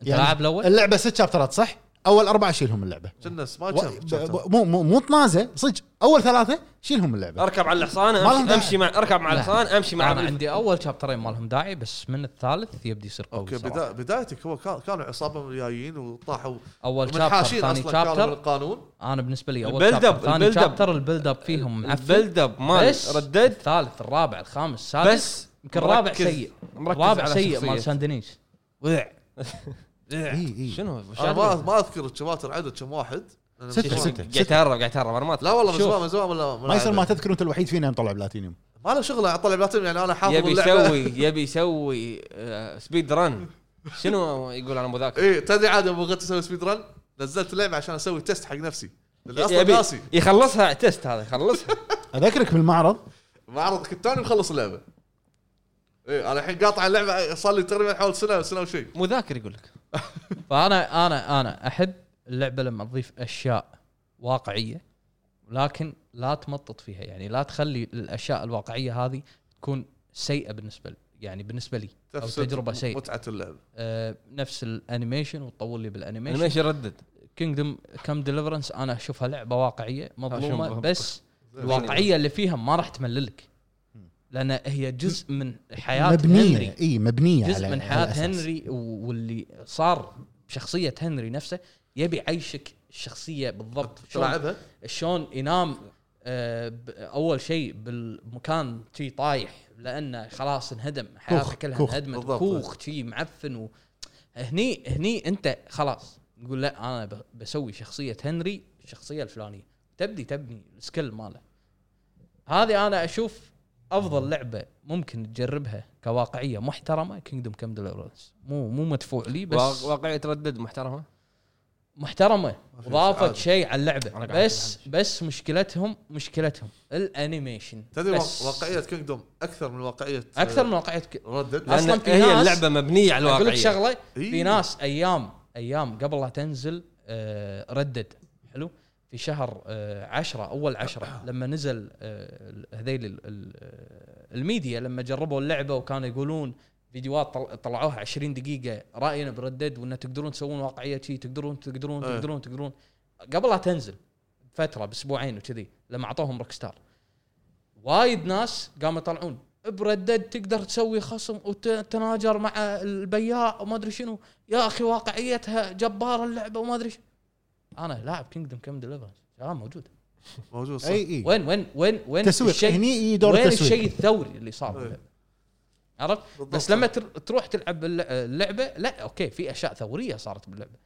C: انت
D: يعني
C: لاعب الاول؟
D: اللعبه ست شابترات صح؟ اول اربعه شيلهم اللعبه
B: كنا سماش
D: و- ب- مو مو مو طنازه صدق اول ثلاثه شيلهم اللعبه
A: اركب على الحصان
D: ما لهم
A: امشي,
D: داعي.
A: أمشي مع اركب مع
C: لا.
A: الحصان امشي مع
C: انا
A: الريف.
C: عندي اول شابترين ما لهم داعي بس من الثالث يبدي يصير قوي
B: اوكي
C: صراحة.
B: بدا... بدايتك هو كان... كانوا عصابه جايين وطاحوا
C: اول شابتر
B: منحاشين
C: ثاني
B: اصلا كانوا من
C: شابتر
B: القانون
C: انا بالنسبه لي اول
A: البيلد
C: شابتر
A: أب-
C: ثاني
A: البيلد أب.
C: شابتر البيلد اب فيهم معفن
A: البيلد اب مال
C: بس
A: ردد
C: الثالث الرابع الخامس السادس
A: بس
C: يمكن الرابع
A: مركز-
C: سيء
A: مركز
C: الرابع
A: على
C: سيء
A: شخصية.
C: مال سان دينيس
A: وذع
C: إيه،
D: اي اي
A: إيه، شنو
B: انا ما ما اذكر الشباتر عدد كم واحد أنا
D: ستة،
B: مش-
D: ستة.
A: قاعد اتهرب قاعد اتهرب انا ما أدري.
B: لا والله من
C: شوف.
B: زمان من زمان ولا-
D: ما يصير ما
B: لعبت.
D: تذكر انت الوحيد فينا مطلع بلاتينيوم
B: ما له شغل اطلع بلاتينيوم يعني انا حافظ
A: يبي
B: اللعبه
A: يسوي يبي يسوي آه، سبيد رن شنو يقول انا مو ذاكر
B: اي إيه، تدري عاد ابو غت اسوي سبيد رن نزلت اللعبه عشان اسوي تيست حق نفسي لأني اصلا
A: يبي
B: ناسي
A: يخلصها تيست هذا يخلصها
D: اذكرك بالمعرض
B: معرض كنت توني مخلص اللعبه اي انا الحين قاطع اللعبه صار لي تقريبا حوالي سنه سنه وشيء
A: مو ذاكر يقول لك
C: فانا انا انا احب اللعبه لما تضيف اشياء واقعيه لكن لا تمطط فيها يعني لا تخلي الاشياء الواقعيه هذه تكون سيئه بالنسبه لي يعني بالنسبه لي او
B: تفسد
C: تجربه سيئه
B: متعه اللعبه
C: آه نفس الانيميشن وتطول لي بالانيميشن
A: انيميشن ردد
C: كينجدوم كم ديليفرنس انا اشوفها لعبه واقعيه مظلومه
A: أشوف-
C: بس الواقعيه اللي فيها ما راح تمللك لان هي جزء من حياه هنري
D: مبنيه اي مبنيه
C: جزء
D: إيه، على-
C: من
D: على
C: حياه
D: الأساس.
C: هنري و- واللي صار بشخصيه هنري نفسه يبي يعيشك الشخصيه بالضبط شلون
B: تلعبها
C: شلون ينام آه، ب- اول شيء بالمكان شي طايح لانه خلاص انهدم حياته
D: كوخ-
C: كلها
D: كوخ.
C: انهدمت
B: بالضبط.
C: كوخ شي معفن و... هني هني انت خلاص تقول لا انا ب- بسوي شخصيه هنري الشخصيه الفلانيه تبدي تبني السكيل ماله هذه انا اشوف افضل لعبه ممكن تجربها كواقعيه محترمه كينجدوم كم ديليفرنس مو مو مدفوع لي بس
A: واق- واقعيه ردد محترمه
C: محترمه
B: في
C: وضافت
B: سعادة.
C: شيء على
A: أنا
C: اللعبه
A: قاعد
C: بس بس مشكلتهم مشكلتهم الانيميشن
B: تدري
C: بس.
B: واقعيه كينجدوم اكثر من آه، واقعيه
C: اكثر من واقعيه ك-
B: ردد
C: أصلاً
A: لان
C: في
A: هي
C: ناس-
A: اللعبه مبنيه على
C: اقول لك
A: الواقعيه
C: شغله
B: إيه.
C: في ناس ايام ايام قبل لا تنزل آه، ردد حلو في شهر آه، عشرة اول عشرة لما نزل آه، ال- هذيل ال- ال- آه، الميديا لما جربوا اللعبه وكانوا يقولون فيديوهات طل- طلعوها 20 دقيقه راينا بردد وان تقدرون تسوون واقعيه شي تقدرون تقدرون
B: إيه.
C: تقدرون تقدرون قبل لا تنزل فتره باسبوعين وكذي لما اعطوهم روك ستار وايد ناس قاموا يطلعون بردد تقدر تسوي خصم وتتناجر مع البياع وما ادري شنو يا اخي واقعيتها جباره اللعبه وما ادري شنو انا لاعب كينجدم كم ديليفرنس كلام موجود
B: موجود صح
D: اي اي
C: وين وين وين وين
D: تسويق
C: الشيء
D: هني إي دور
C: وين
D: تسويق
C: الشيء الثوري اللي صار باللعبة؟ عرفت
B: إيه. بالضبط.
C: بس لما تر- تروح تلعب الل- اللعبه لا اوكي في اشياء ثوريه صارت باللعبه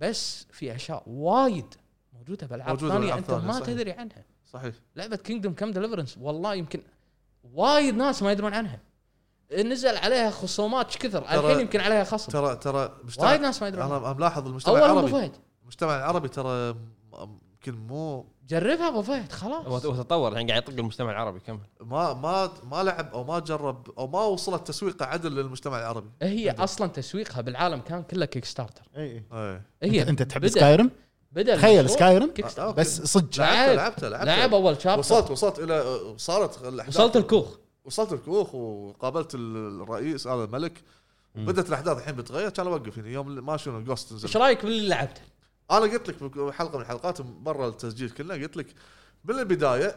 C: بس في اشياء وايد موجوده بالعاب
B: موجودة
C: ثانيه
B: بألعاب
C: انت
B: ثانية،
C: ما
B: صحيح.
C: تدري عنها
B: صحيح
C: لعبه كينجدوم كم ديليفرنس والله يمكن وايد ناس ما يدرون عنها نزل عليها خصومات ش كثر
B: ترى-
C: الحين يمكن عليها خصم
B: ترى ترى مجتمع
C: وايد ناس ما يدرون عنها
B: انا ملاحظ المجتمع
C: اول ابو
B: العربي
C: فهد
B: المجتمع العربي ترى م- يمكن مو
C: جربها ابو فهد خلاص
A: وتطور الحين يعني قاعد يطق المجتمع العربي كمل
B: ما ما ما لعب او ما جرب او ما وصلت تسويقه عدل للمجتمع العربي
C: هي اصلا تسويقها بالعالم كان كله كيك ستارتر
D: اي اي
B: اي
C: هي
D: أنت- انت تحب
C: بدأ-
D: سكايرم
C: بدأ
D: تخيل
C: المشروع
D: سكايرم
C: كيك ستارتر.
B: آه، أوكي.
D: بس صدق
C: لعب.
B: لعبتها لعبتها
C: لعب
B: لعبتها
C: اول شاب
B: وصلت وصلت الى صارت الاحداث
C: وصلت الكوخ
B: وصلت الكوخ وقابلت ال- الرئيس هذا الملك بدات الاحداث الحين بتغير كان اوقف هنا يوم ما شنو جوست نزل
C: ايش رايك باللي لعبته؟
B: انا قلت لك بحلقه من الحلقات برا التسجيل كله قلت لك من البدايه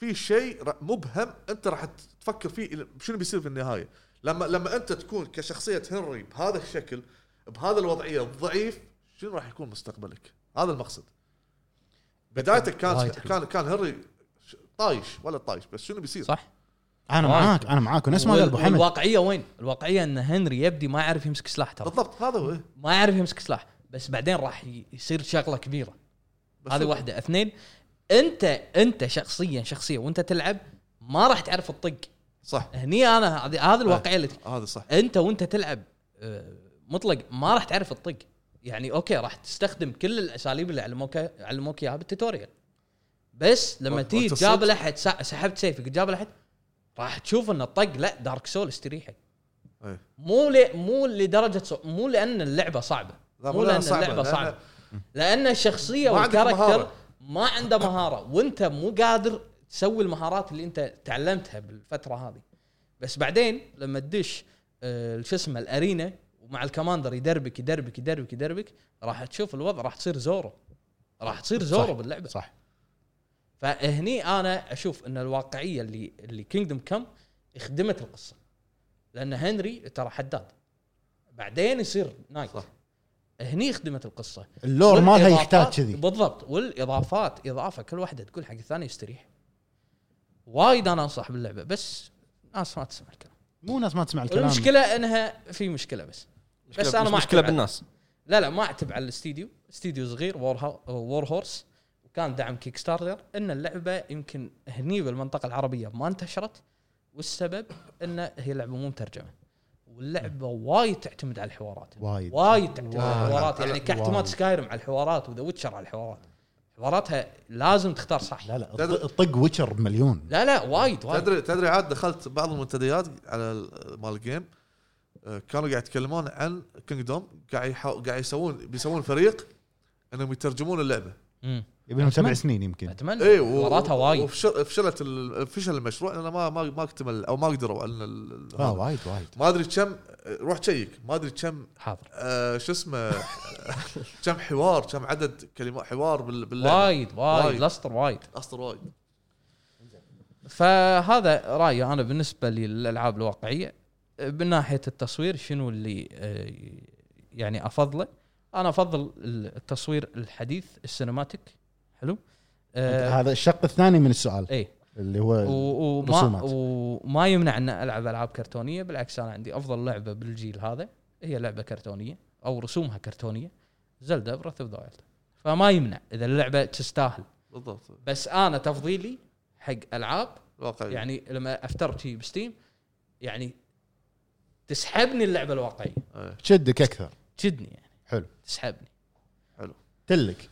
B: في شيء ر- مبهم انت راح تفكر فيه إلى- شنو بيصير في النهايه لما لما انت تكون كشخصيه هنري بهذا الشكل بهذا الوضعيه الضعيف شنو راح يكون مستقبلك هذا المقصد بدايتك كان
C: وايد حلو.
B: كان كان هنري ش- طايش ولا طايش بس شنو بيصير
C: صح
D: انا
C: وايد.
D: معاك انا معاك ونفس ما قال ابو حمد
C: الواقعيه وين؟ الواقعيه ان هنري يبدي ما يعرف يمسك سلاح ترى
B: بالضبط هذا هو إيه.
C: ما يعرف يمسك سلاح بس بعدين راح ي- يصير شغله كبيره
B: بس
C: هذه
B: هو-
C: واحده اثنين انت انت شخصيا شخصيا وانت تلعب ما راح تعرف الطق
B: صح
C: هني انا هذه هذه الواقعيه اللي
B: هذا صح
C: انت وانت تلعب آه، مطلق ما راح تعرف الطق يعني اوكي راح تستخدم كل الاساليب اللي علموك علموك اياها بالتوتوريال بس لما
B: وأنت
C: تيجي
B: صدق؟
C: تجابل احد سا- سحبت سيفك تجابل احد راح تشوف ان الطق لا دارك سول استريحه
B: إيه.
C: مو ل... مو لدرجه صع... مو لان اللعبه صعبه
B: لا،
C: مو لان اللعبه
B: لأن-
C: صعبه لان الشخصيه
B: ما عندك
C: والكاركتر
B: مهارة.
C: ما عنده مهاره وانت مو قادر تسوي المهارات اللي انت تعلمتها بالفتره هذه بس بعدين لما تدش آه، شو اسمه الارينا ومع الكماندر يدربك يدربك يدربك يدربك راح تشوف الوضع راح تصير زورو راح تصير زورو
D: صح.
C: باللعبه
D: صح
C: فهني انا اشوف ان الواقعيه اللي اللي كينجدم كم خدمت القصه لان هنري ترى حداد بعدين يصير نايت
B: صح.
C: هني خدمت القصه
D: اللور مالها
C: والإضافات-
D: يحتاج كذي
C: بالضبط والاضافات اضافه كل واحده تقول حق الثاني يستريح وايد انا انصح باللعبه بس ناس ما تسمع الكلام
D: مو ناس ما تسمع الكلام
C: المشكله انها في مشكله بس
A: مشكلة-
C: بس أنا ما
A: مشكله
C: أعتبر.
A: بالناس
C: لا لا ما اعتب على الاستديو استديو صغير آه، وور, وور هورس وكان دعم كيك ستارتر ان اللعبه يمكن هني بالمنطقه العربيه ما انتشرت والسبب ان هي لعبه مو مترجمه واللعبه وايد تعتمد على الحوارات
D: وايد.
C: وايد تعتمد على
D: وايد.
C: الحوارات يعني كاعتماد
D: وايد.
C: سكايرم على الحوارات وذا ويتشر على الحوارات حواراتها لازم تختار صح
D: لا لا
B: تدري-
D: طق ويتشر بمليون
C: لا لا وايد وايد
B: تدري تدري عاد دخلت بعض المنتديات على ال- مال الجيم آه، كانوا قاعد يتكلمون عن كينج دوم قاعد يحا- قاعد يسوون بيسوون فريق انهم يترجمون اللعبه
C: مم.
D: يبي لهم سبع
C: أتمنى.
D: سنين يمكن
C: اتمنى
B: اي إيه، و-
C: حواراتها وايد
B: وفشل- فشلت ال- فشل المشروع لانه ما ما ما اكتمل او ما قدروا على ال- ال-
C: آه،
D: اه وايد وايد
B: ما ادري كم روح شيك ما ادري كم
C: حاضر
B: آه، شو اسمه كم حوار كم عدد كلمات حوار بال- باللعبه
C: وايد وايد
B: وايد.
C: لسطر وايد
B: اصلا وايد
C: فهذا رايي انا بالنسبه للالعاب الواقعيه من ناحيه التصوير شنو اللي آه، يعني افضله انا افضل التصوير الحديث السينماتيك حلو آه
D: هذا الشق الثاني من السؤال
C: اي
D: اللي هو
C: و- وما
D: رسومات.
C: وما يمنع ان العب العاب كرتونيه بالعكس انا عندي افضل لعبه بالجيل هذا هي لعبه كرتونيه او رسومها كرتونيه زلدا براث اوف ذا فما يمنع اذا اللعبه تستاهل
B: بالضبط
C: بس انا تفضيلي حق العاب
B: واقعي يعني
C: يعني لما افترت شي بستيم يعني تسحبني اللعبه الواقعيه
B: إيه.
D: شدك اكثر
C: تشدني يعني
D: حلو
C: تسحبني
D: تلك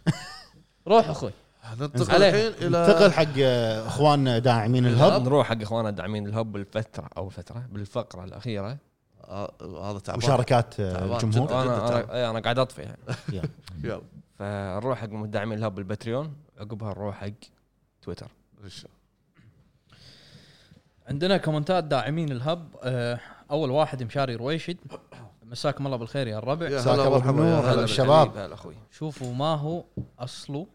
C: روح اخوي
B: ننتقل
C: عليه.
B: الحين الى
D: انتقل حق آه، اخواننا داعمين الهب
A: نروح حق اخواننا داعمين الهب بالفتره او فتره بالفقره الاخيره
B: آه، هذا تعبان
D: وشاركات آه،
B: تعبان
D: الجمهور
B: جداً.
A: انا انا, إيه، أنا قاعد اطفي يعني.
D: يلا.
B: يلا
A: فنروح حق مدعمين الهب بالباتريون عقبها نروح حق تويتر
B: إن شاء الله.
C: عندنا كومنتات داعمين الهب آه، اول واحد مشاري رويشد مساكم الله بالخير يا
B: يا
C: الربع
D: مساك
B: هلا
D: أبو
B: مرحبا يا
D: النور، هلا
B: هلا
D: بالشباب. شباب.
A: حبيب هلا اخوي
C: شوفوا ما هو اصله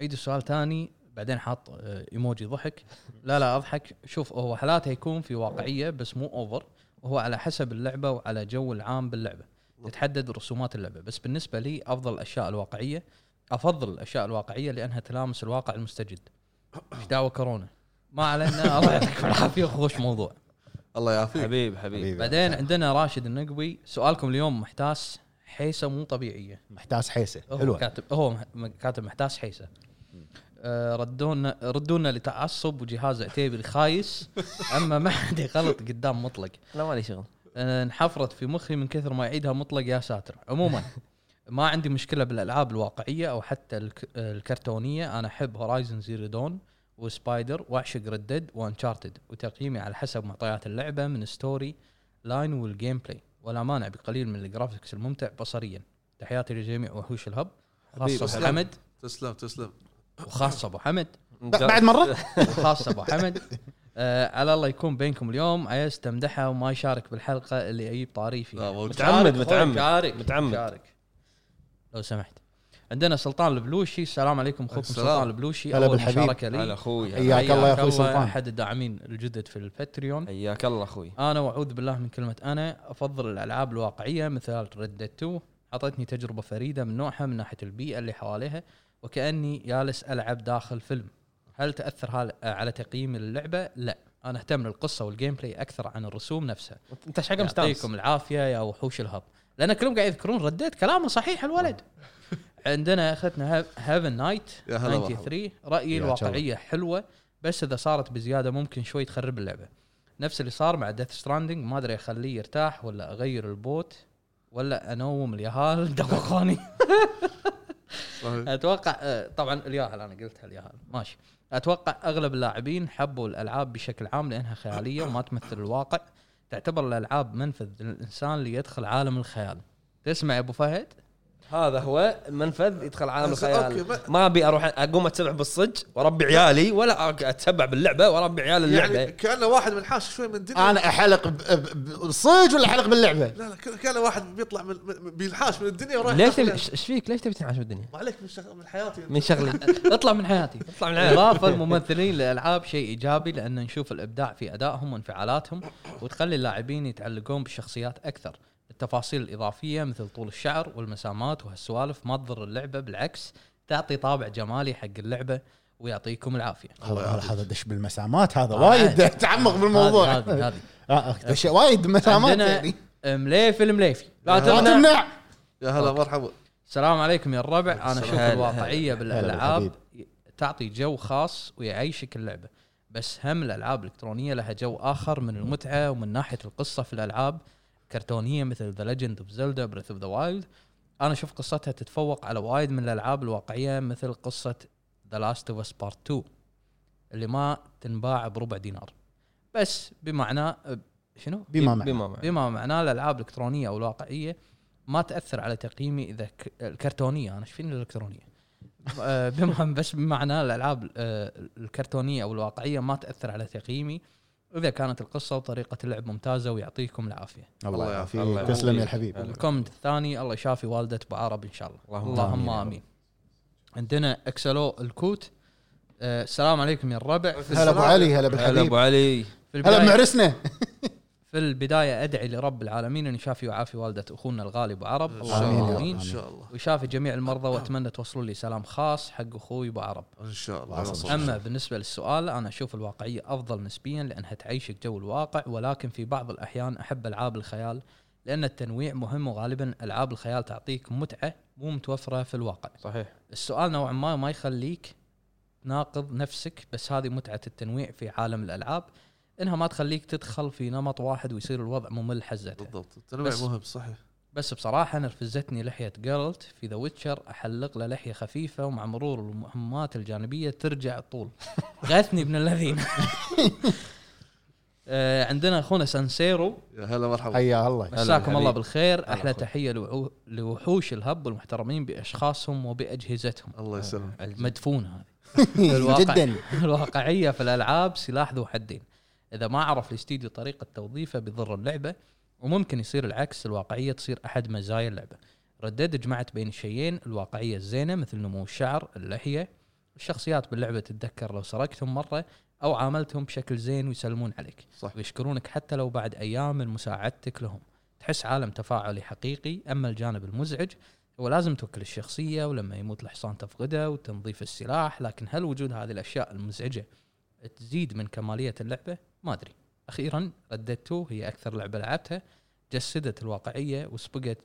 C: عيد السؤال ثاني بعدين حاط آه، ايموجي ضحك لا لا اضحك شوف هو حالاته يكون في واقعيه بس مو اوفر وهو على حسب اللعبه وعلى جو العام باللعبه تتحدد رسومات اللعبه بس بالنسبه لي افضل الاشياء الواقعيه افضل الاشياء الواقعيه لانها تلامس الواقع المستجد ايش دعوه كورونا ما علينا الله يعطيكم العافيه خوش موضوع
B: الله يعافيك
A: حبيب حبيب
D: حبيبي.
C: بعدين عندنا راشد النقبي سؤالكم اليوم محتاس حيسه مو طبيعيه
D: محتاس حيسه
C: هو
D: حلوه
C: كاتب هو مح- كاتب محتاس حيسه آه، ردونا ردونا لتعصب وجهاز عتيبي الخايس اما ما حد يغلط قدام مطلق
A: لا مالي شغل
C: أنا آه، انحفرت في مخي من كثر ما يعيدها مطلق يا ساتر عموما ما عندي مشكله بالالعاب الواقعيه او حتى الك- الكرتونيه انا احب هورايزن زيرو دون وسبايدر واعشق ردد وانشارتد وتقييمي على حسب معطيات اللعبه من ستوري لاين والجيم بلاي ولا مانع بقليل من الجرافيكس الممتع بصريا تحياتي لجميع وحوش الهب خاصه ابو
B: حبيبي.
C: حمد
B: تسلم تسلم
C: وخاصه ابو حمد
D: بعد مره
C: وخاصه ابو حمد آه على الله يكون بينكم اليوم عيس تمدحها وما يشارك بالحلقه اللي اجيب طاري
B: لا،
C: فيها
B: مو-
A: متعمد،
C: شارك،
A: متعمد،
C: شارك،
A: متعمد.
C: شارك لو سمحت عندنا سلطان البلوشي السلام عليكم اخوكم
B: السلام.
C: سلطان البلوشي
D: هلا
C: اول
D: بالحبيب.
C: مشاركه لي
A: هلا اخوي هلا.
D: إياك. الله يا أخوي سلطان.
C: احد الداعمين الجدد في الباتريون
A: حياك الله اخوي
C: انا واعوذ بالله من كلمه انا افضل الالعاب الواقعيه مثل ريد 2 اعطتني تجربه فريده من نوعها من ناحيه البيئه اللي حواليها وكاني جالس العب داخل فيلم هل تاثر هال- على تقييم اللعبه لا انا اهتم للقصه والجيم بلاي اكثر عن الرسوم نفسها
A: انت ايش حق مستانس
C: يعطيكم العافيه يا وحوش الهب لان كلهم قاعد يذكرون رديت كلامه صحيح الولد
A: آه.
C: عندنا اختنا هاف- هيفن نايت
B: يا هلا
C: 93 رايي
D: يا
C: الواقعيه حلوه بس اذا صارت بزياده ممكن شوي تخرب اللعبه نفس اللي صار مع ديث ستراندنج ما ادري اخليه يرتاح ولا اغير البوت ولا انوم اليهال دوخوني
B: صحيح.
C: اتوقع آه، طبعا الياهل انا قلتها الياهل ماشي اتوقع اغلب اللاعبين حبوا الالعاب بشكل عام لانها خياليه وما تمثل الواقع تعتبر الالعاب منفذ للانسان ليدخل عالم الخيال تسمع يا ابو فهد
A: هذا هو منفذ يدخل عالم
B: بس أوكي،
A: الخيال
B: ما-
A: ما ابي اروح اقوم اتسبع بالصج واربي عيالي ولا أك- اتسبع باللعبه واربي عيال
B: يعني
A: اللعبه
B: كانه واحد منحاش شوي من دنيا
D: انا احلق ب- ب- بالصج ولا احلق باللعبه؟
B: لا لا كان- كان واحد بيطلع من من- بينحاش من الدنيا ورايح
A: ليش
B: يدخل-
A: تبي- ايش إيش فيك ليش تبي تنعش بالدنيا؟
B: ما عليك من شغ- من حياتي
A: من شغلي
C: اطلع من حياتي
A: اطلع من العيال
C: اضافه الممثلين للالعاب شيء ايجابي لان نشوف الابداع في ادائهم وانفعالاتهم وتخلي اللاعبين يتعلقون بالشخصيات اكثر التفاصيل الاضافيه مثل طول الشعر والمسامات وهالسوالف ما تضر اللعبه بالعكس تعطي طابع جمالي حق اللعبه ويعطيكم العافيه
D: هذا هذا دش بالمسامات هذا
C: آه،
D: وايد
C: عادي.
D: تعمق بالموضوع
C: هذه- هذه هذه
D: آه، أوكي، دش وايد مسامات
C: عندنا
D: يعني
C: مليفي المليفي
A: لا
D: لا
A: تمنع
D: تمنع
B: يا هلا مرحبا
C: السلام عليكم يا الربع انا اشوف
A: هلا.
C: الواقعيه
D: بالحبيب.
C: بالالعاب تعطي جو خاص ويعيشك اللعبه بس هم الالعاب الالكترونيه لها جو اخر من المتعه ومن ناحيه القصه في الالعاب كرتونيه مثل ذا ليجند اوف زلدا بريث اوف ذا وايلد انا اشوف قصتها تتفوق على وايد من الالعاب الواقعيه مثل قصه ذا لاست اوف اس بارت 2 اللي ما تنباع بربع دينار بس بمعنى شنو؟
D: بما معنى
A: بما معنى.
C: بما معناه الالعاب الالكترونيه او الواقعيه ما تاثر على تقييمي اذا ك... الكرتونيه انا ايش فيني الالكترونيه؟ آه، بما بس بمعنى الالعاب آه، الكرتونيه او الواقعيه ما تاثر على تقييمي اذا كانت القصه وطريقه اللعب ممتازه ويعطيكم العافيه.
D: الله
B: الله
D: يعافيك
A: يعافيك. الله
D: تسلم يا
A: يعافيك.
D: الحبيب
A: هلا.
C: الكومنت الثاني الله يشافي والده بعرب ان شاء الله.
A: اللهم
C: اللهم
D: آمين.
C: امين. عندنا اكسلو الكوت آه، السلام عليكم يا الربع في
D: هلا ابو علي هلا
A: هلا ابو
D: بالحبيب
A: علي
C: البداية-
D: هلا معرسنا
C: في البدايه ادعي لرب العالمين ان يشافي ويعافي والده اخونا الغالي ابو عرب
D: آمين يا
C: اللهم
D: رب.
C: امين
B: ان شاء الله
C: ويشافي جميع المرضى واتمنى توصلوا لي سلام خاص حق اخوي ابو عرب
B: ان شاء الله
D: عسل.
B: عسل.
C: اما بالنسبه للسؤال انا اشوف الواقعيه افضل نسبيا لانها تعيشك جو الواقع ولكن في بعض الاحيان احب العاب الخيال لان التنويع مهم وغالبا العاب الخيال تعطيك متعه مو متوفره في الواقع
A: صحيح
C: السؤال نوعا ما ما يخليك تناقض نفسك بس هذه متعة التنويع في عالم الألعاب إنها ما تخليك تدخل في نمط واحد ويصير الوضع ممل حزتها
B: بالضبط التنويع
C: بس-
B: مهم صحيح
C: بس بصراحة نرفزتني لحية جيرلت في ذا ويتشر أحلق له لحية خفيفة ومع مرور المهمات الجانبية ترجع طول غثني ابن الذين آه، عندنا أخونا سانسيرو
B: يا هلا مرحبا
D: حيا الله
C: مساكم الله
A: حبيبي.
C: بالخير
A: هلا
C: أحلى
A: أخوي.
C: تحية لوحو- لوحوش الهب والمحترمين بأشخاصهم وبأجهزتهم
B: الله يسلمك
C: مدفونة هذه الواقع.
D: جدا
C: الواقعيه في الالعاب سلاح ذو حدين اذا ما عرف الاستديو طريقه توظيفه بيضر اللعبه وممكن يصير العكس الواقعيه تصير احد مزايا اللعبه ردد جمعت بين الشيئين الواقعيه الزينه مثل نمو الشعر اللحيه الشخصيات باللعبه تتذكر لو سرقتهم مره او عاملتهم بشكل زين ويسلمون عليك
B: صح
C: ويشكرونك حتى لو بعد ايام من مساعدتك لهم تحس عالم تفاعلي حقيقي اما الجانب المزعج هو لازم توكل الشخصيه ولما يموت الحصان تفقده وتنظيف السلاح لكن هل وجود هذه الاشياء المزعجه تزيد من كماليه اللعبه ما ادري اخيرا رددتو هي اكثر لعبه لعبتها جسدت الواقعيه وسبقت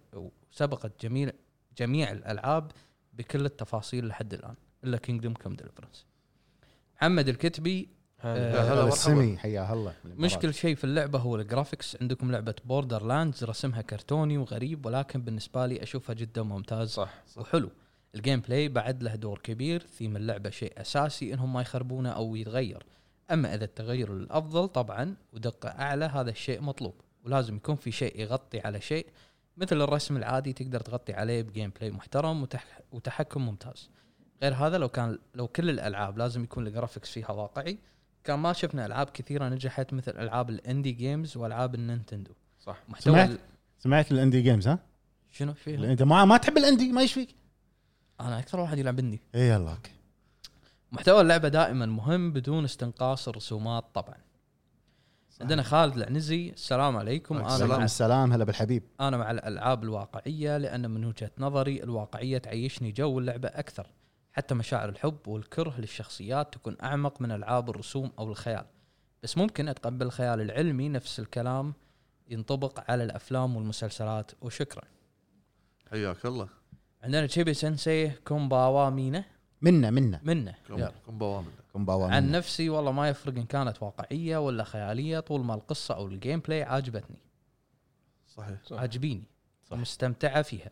C: وسبقت جميع جميع الالعاب بكل التفاصيل لحد الان الا كينجدوم كم ديليفرنس محمد الكتبي
A: آه،
B: يا هلا
D: هلا
B: مرحبا.
D: السمي حيا الله
C: مشكل شيء في اللعبه هو الجرافكس عندكم لعبه بوردر لاندز رسمها كرتوني وغريب ولكن بالنسبه لي اشوفها جدا ممتاز
A: صح
C: وحلو الجيم بلاي بعد له دور كبير ثيم اللعبه شيء اساسي انهم ما يخربونه او يتغير اما اذا التغير الافضل طبعا ودقه اعلى هذا الشيء مطلوب ولازم يكون في شيء يغطي على شيء مثل الرسم العادي تقدر تغطي عليه بجيم بلاي محترم وتح- وتحكم ممتاز غير هذا لو كان لو كل الالعاب لازم يكون الجرافكس فيها واقعي كان ما شفنا العاب كثيره نجحت مثل العاب الاندي جيمز والعاب النينتندو
A: صح.
C: محتوى
D: سمعت؟
C: ال-
D: سمعت الاندي جيمز ها؟
C: شنو فيها
D: انت ما ما تحب الاندي ما يشفيك
C: انا اكثر واحد يلعب اندي
D: اي يلا اوكي
C: محتوى اللعبه دائما مهم بدون استنقاص الرسومات طبعا عندنا خالد العنزي السلام عليكم انا
D: عليكم
C: مع
D: السلام هلا بالحبيب
C: انا مع الالعاب الواقعيه لان من وجهه نظري الواقعيه تعيشني جو اللعبه اكثر حتى مشاعر الحب والكره للشخصيات تكون اعمق من العاب الرسوم او الخيال بس ممكن اتقبل الخيال العلمي نفس الكلام ينطبق على الافلام والمسلسلات وشكرا
B: حياك الله
C: عندنا تشيبي سensei كومباوا مينا
D: منا منا
C: منه
B: كم كم بوامل
D: كومباوا
C: عن
D: منا.
C: نفسي والله ما يفرق ان كانت واقعيه ولا خياليه طول ما القصه او الجيم بلاي عاجبتني
B: صحيح
A: صح.
C: عاجبيني ومستمتعه فيها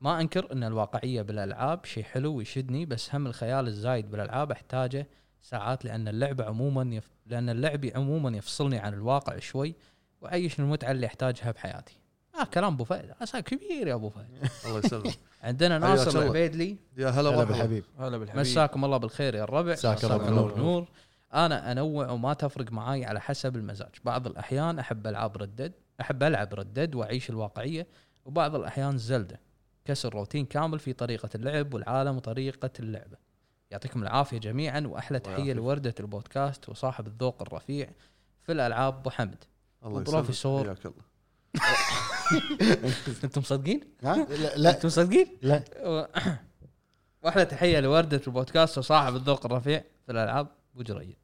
C: ما انكر ان الواقعيه بالالعاب شيء حلو ويشدني بس هم الخيال الزايد بالالعاب احتاجه ساعات لان اللعبه عموما يف... لان اللعب عموما يفصلني عن الواقع شوي واعيش المتعه اللي احتاجها بحياتي اه كلام ابو فهد عسى كبير يا ابو فهد
B: الله يسلمك
C: عندنا
B: حياك
C: ناصر
B: الله.
C: العبيدلي
B: يا هلا
D: هلا
B: والله
D: بالحبيب
A: هلا بالحبيب
C: مساكم الله بالخير يا الربع
D: مساك
C: مساكم
D: الله
C: الله
A: بالنور.
C: بالنور انا انوع وما تفرق معاي على حسب المزاج بعض الاحيان احب العاب ردد احب العب ردد واعيش الواقعيه وبعض الاحيان زلده كسر روتين كامل في طريقه اللعب والعالم وطريقه اللعبه يعطيكم العافيه جميعا واحلى تحيه
B: يعافيك.
C: لورده البودكاست وصاحب الذوق الرفيع في الالعاب ابو حمد
B: الله
C: وبروفيسور.
B: يسلمك حياك الله
C: انتم مصدقين
D: ها لا لا
C: انتم مصدقين
D: لا
C: و- واحلى تحيه لورده البودكاست وصاحب الذوق الرفيع في الالعاب ابو جريد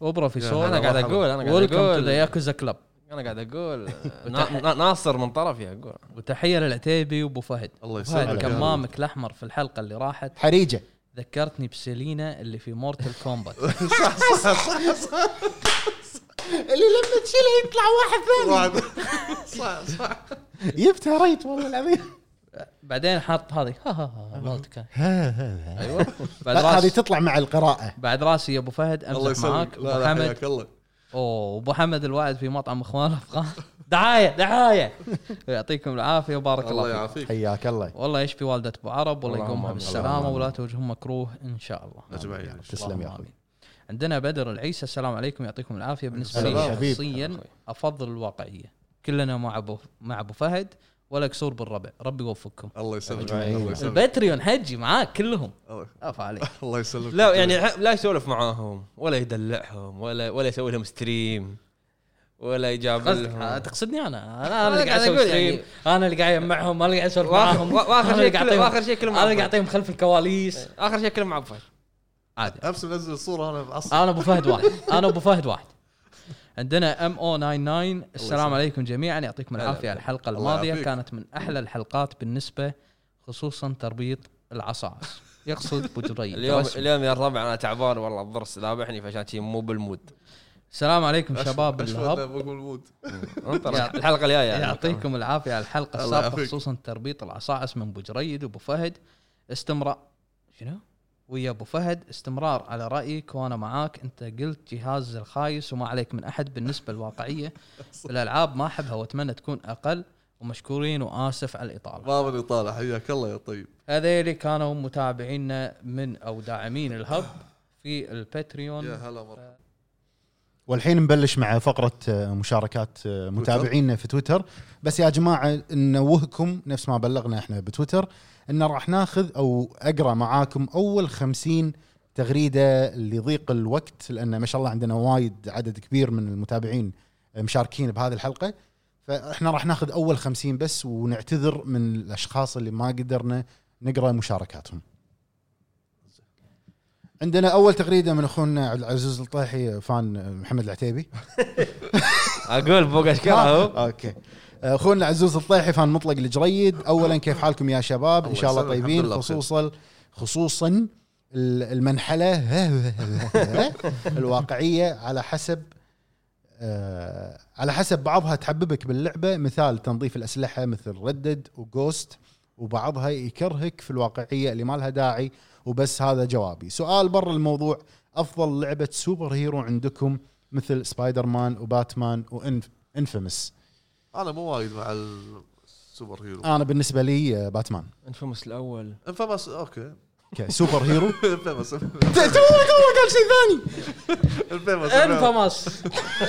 C: وبروفيسور
A: انا قاعد اقول انا قاعد
C: ويلكم تو
A: اقول
C: ذا ياكوزا كلب
A: انا قاعد اقول آه، نا- نا- ناصر من طرفي اقول
C: وتحيه للعتيبي وابو فهد
B: الله
C: فهد
B: يسلمك
D: كم
B: يا
D: ما-
C: كمامك الاحمر في الحلقه اللي راحت
D: حريجه
C: ذكرتني بسيلينا اللي في مورتل كومبات
B: هلا. صح صح صح صح
D: اللي لما تشيلها يطلع واحد
B: واحد. صح صح
D: جبتها ريت والله العظيم
C: بعدين حاط هذه ها ها ها مالتك ايوه بعد
D: هذه
C: راسي
D: تطلع مع القراءه
C: بعد راسي يا ابو فهد
B: الله
C: امزح معاك
B: يسلمك
C: ابو
B: لا لا
C: حمد
B: حياك الله
C: اوه ابو حمد الوعد في مطعم اخوان الافغان دعايه دعايه يعطيكم العافيه وبارك الله
B: الله
C: فيك
B: يعافيك
D: حياك الله
C: والله يشفي والده ابو عرب والله
A: اللهم
C: يقومها
A: آمين.
C: بالسلامه
D: اللهم
C: ولا
D: آمين.
C: توجههم مكروه ان شاء الله
B: اجمعين يعني.
D: تسلم يا
C: اللهم
D: اخوي
C: آمين. عندنا بدر العيسى السلام عليكم يعطيكم العافيه بالنسبه
D: السلام.
C: لي
D: حبيب.
C: شخصيا افضل الواقعيه كلنا مع ابو مع ابو فهد ولا كسور بالربع ربي يوفقكم
B: الله يسلمك
D: أجمعين.
B: الله يسلمك
C: الباتريون حجي معاك كلهم
B: الله-
C: اف عليك
B: الله يسلمك
A: لا يعني ح- لا يسولف معاهم ولا يدلعهم ولا ولا يسوي لهم ستريم ولا يجاب
C: قصدك-
A: لهم
C: آه، تقصدني انا انا انا
A: أنا
C: اللي
A: قاعد
C: قاعد اسوي
A: أقول
C: ستريم
A: يعني.
C: انا اللي قاعد معهم انا اللي قاعد اسولف
A: وآخر-
C: معاهم
A: آه، وآخر
C: أنا
A: شيء
C: اللي قاعد
A: كله-
C: أعطيهم-
A: وآخر شيء كله
C: انا اللي قاعد
A: معفن.
C: اعطيهم خلف الكواليس
A: اخر شيء كلام مع ابو فهد
C: عادي
B: امس منزل الصوره انا بعصب
C: انا ابو فهد واحد انا ابو فهد واحد عندنا ام او 99 السلام
B: يسلمك.
C: عليكم جميعا يعطيكم
A: هلا
C: العافيه
A: بالله.
C: على الحلقه
B: الله
C: الماضيه
B: يعافيك.
C: كانت من احلى الحلقات بالنسبه خصوصا تربيط العصاص يقصد ابو جريد
A: اليوم
C: رسمي.
A: اليوم يا الربع انا تعبان والله الضرس ذابحني فعشان شي مو بالمود
C: السلام عليكم شباب
B: أشوف
C: الهب
B: أنا بقول مود
A: انطر الحلقه الجايه يعني.
C: يعطيكم العافيه على الحلقه
B: الله
C: السابقه
B: يعافيك.
C: خصوصا تربيط العصائص من ابو جريد وابو فهد استمرار شنو؟ ويا ابو فهد استمرار على رايك وانا معاك انت قلت جهاز الخايس وما عليك من احد بالنسبه الواقعيه الالعاب ما احبها واتمنى تكون اقل ومشكورين واسف على الاطاله
B: ما من يطالع حياك الله يا طيب
C: هذيلي كانوا متابعينا من او داعمين الهب في الباتريون
B: يا هلا مرحبا
D: والحين نبلش مع فقره آه، مشاركات آه، متابعينا في تويتر بس يا جماعه نوهكم نفس ما بلغنا احنا بتويتر ان راح ناخذ او اقرا معاكم اول خمسين تغريده لضيق الوقت لان ما شاء الله عندنا وايد عدد كبير من المتابعين آه، مشاركين بهذه الحلقه فاحنا راح ناخذ اول خمسين بس ونعتذر من الاشخاص اللي ما قدرنا نقرا مشاركاتهم عندنا اول تغريده من اخونا عبد العزيز الطيحي فان آه، محمد العتيبي
A: اقول فوق اشكالها هو
D: اوكي اخونا عزوز الطيحي فان مطلق الجريد اولا كيف حالكم يا شباب ان
B: الله
D: شاء الله
B: يسلمك، الحمد
D: طيبين
B: لله بخير.
D: خصوصا خصوصا ال- المنحله الواقعيه على حسب آه، على حسب بعضها تحببك باللعبه مثال تنظيف الاسلحه مثل ردد وجوست وبعضها يكرهك في الواقعيه اللي ما لها داعي وبس هذا جوابي سؤال برا الموضوع افضل لعبه سوبر هيرو عندكم مثل سبايدر مان وباتمان وانفيمس
B: انا مو وايد مع السوبر هيرو
D: انا بالنسبه لي آه، باتمان
A: انفمس الاول
B: انفامس اوكي
D: كسوبر هيرو
B: انفامس
D: تو تو قال شيء ثاني
B: انفامس
C: انفامس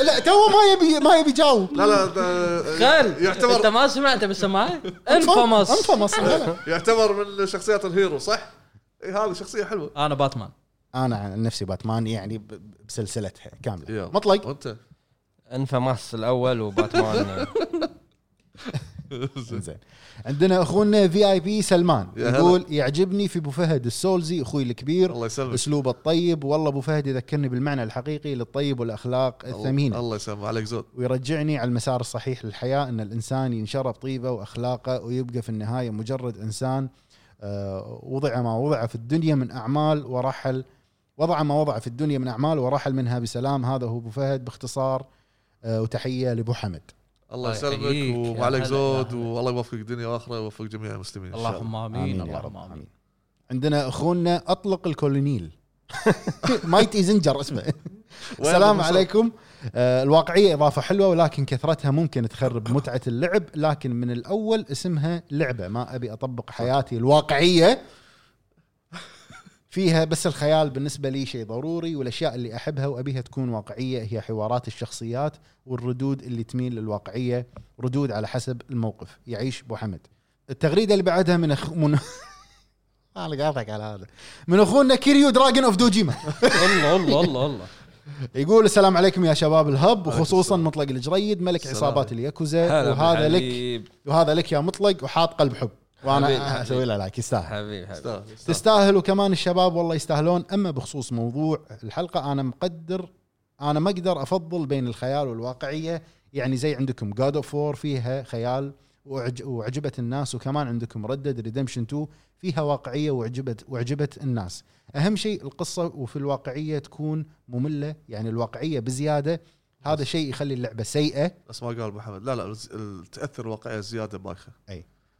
D: لا تو ما يبي ما يبي يجاوب
B: لا لا ده-
C: خل انت
B: يعتبر
C: ما سمعته بس معي انفامس
D: انفامس
B: يعتبر من شخصيات الهيرو صح؟ اي هذه شخصيه حلوه
C: انا باتمان
D: انا عن نفسي باتمان يعني ب- ب- بسلسلتها كامله
B: يلا.
D: مطلق
B: وانت
A: انفمس الاول وباتمان
D: زين عندنا اخونا في اي بي سلمان
B: يا هلا.
D: يقول يعجبني في ابو فهد السولزي اخوي الكبير
B: الله يسلمك
D: اسلوبه الطيب والله ابو فهد يذكرني بالمعنى الحقيقي للطيب والاخلاق الثمينه
B: الله يسلمك عليك زود
D: ويرجعني على المسار الصحيح للحياة أن الإنسان ينشر بطيبه وأخلاقه ويبقى في النهاية مجرد إنسان آه، وضع ما وضع في الدنيا من أعمال ورحل وضع ما وضع في الدنيا من أعمال ورحل منها بسلام هذا هو أبو فهد باختصار آه، وتحية لأبو حمد
B: الله
C: الله
B: يسلمك
C: يحييك. طيب، يا
B: وعليك
C: هلا،
B: زود
C: يا هلا.
B: والله يوفقك دنيا واخره ويوفق جميع المسلمين إن شاء الله.
C: اللهم امين اللهم امين
D: عندنا أخونا أطلق الكولونيل مايتي زنجر اسمه السلام
B: المنصور؟
D: عليكم آه، الواقعيه اضافه حلوه ولكن كثرتها ممكن تخرب متعه اللعب لكن من الاول اسمها لعبه ما ابي اطبق حياتي الواقعيه فيها بس الخيال بالنسبه لي شيء ضروري والاشياء اللي احبها وابيها تكون واقعيه هي حوارات الشخصيات والردود اللي تميل للواقعيه ردود على حسب الموقف يعيش ابو حمد التغريده اللي بعدها من أخ... من انا قاطعك على هذا من اخونا كيريو دراجون اوف دوجيما
C: الله الله الله الله
D: يقول السلام عليكم يا شباب الهب وخصوصا
B: السلام.
D: مطلق الجريد ملك
B: السلام
D: عصابات
B: عليكم.
D: الياكوزا وهذا لك
A: حبيب
D: وهذا لك يا مطلق وحاط قلب حب
A: حبيب،
D: وانا
A: حبيب.
D: اسوي له لايك يستاهل
A: حبيب حبيب
B: استاهل، استاهل.
D: تستاهل وكمان الشباب والله يستاهلون اما بخصوص موضوع الحلقه انا مقدر انا ما اقدر افضل بين الخيال والواقعيه يعني زي عندكم جاد اوف وور فيها خيال وعج- وعجبت الناس وكمان عندكم ردد ريدمشن 2 فيها واقعيه وعجبت وعجبت الناس اهم شيء القصه وفي الواقعيه تكون ممله يعني الواقعيه بزياده هذا شيء يخلي اللعبه سيئه
B: بس ما قال أبو محمد لا لا الز- ال- تاثر الواقعيه زياده بايخه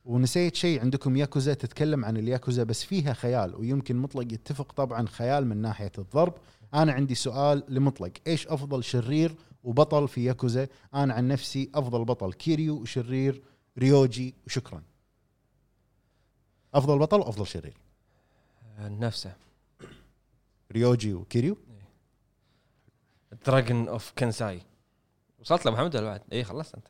D: ونسيت شيء عندكم ياكوزا تتكلم عن الياكوزا بس فيها خيال ويمكن مطلق يتفق طبعا خيال من ناحيه الضرب انا عندي سؤال لمطلق ايش افضل شرير وبطل في ياكوزا انا عن نفسي افضل بطل كيريو وشرير ريوجي وشكرا افضل بطل وافضل شرير
A: نفسه
D: ريوجي وكيريو
A: دراجون اوف كنساي وصلت له محمد ولا بعد؟ اي خلصت انت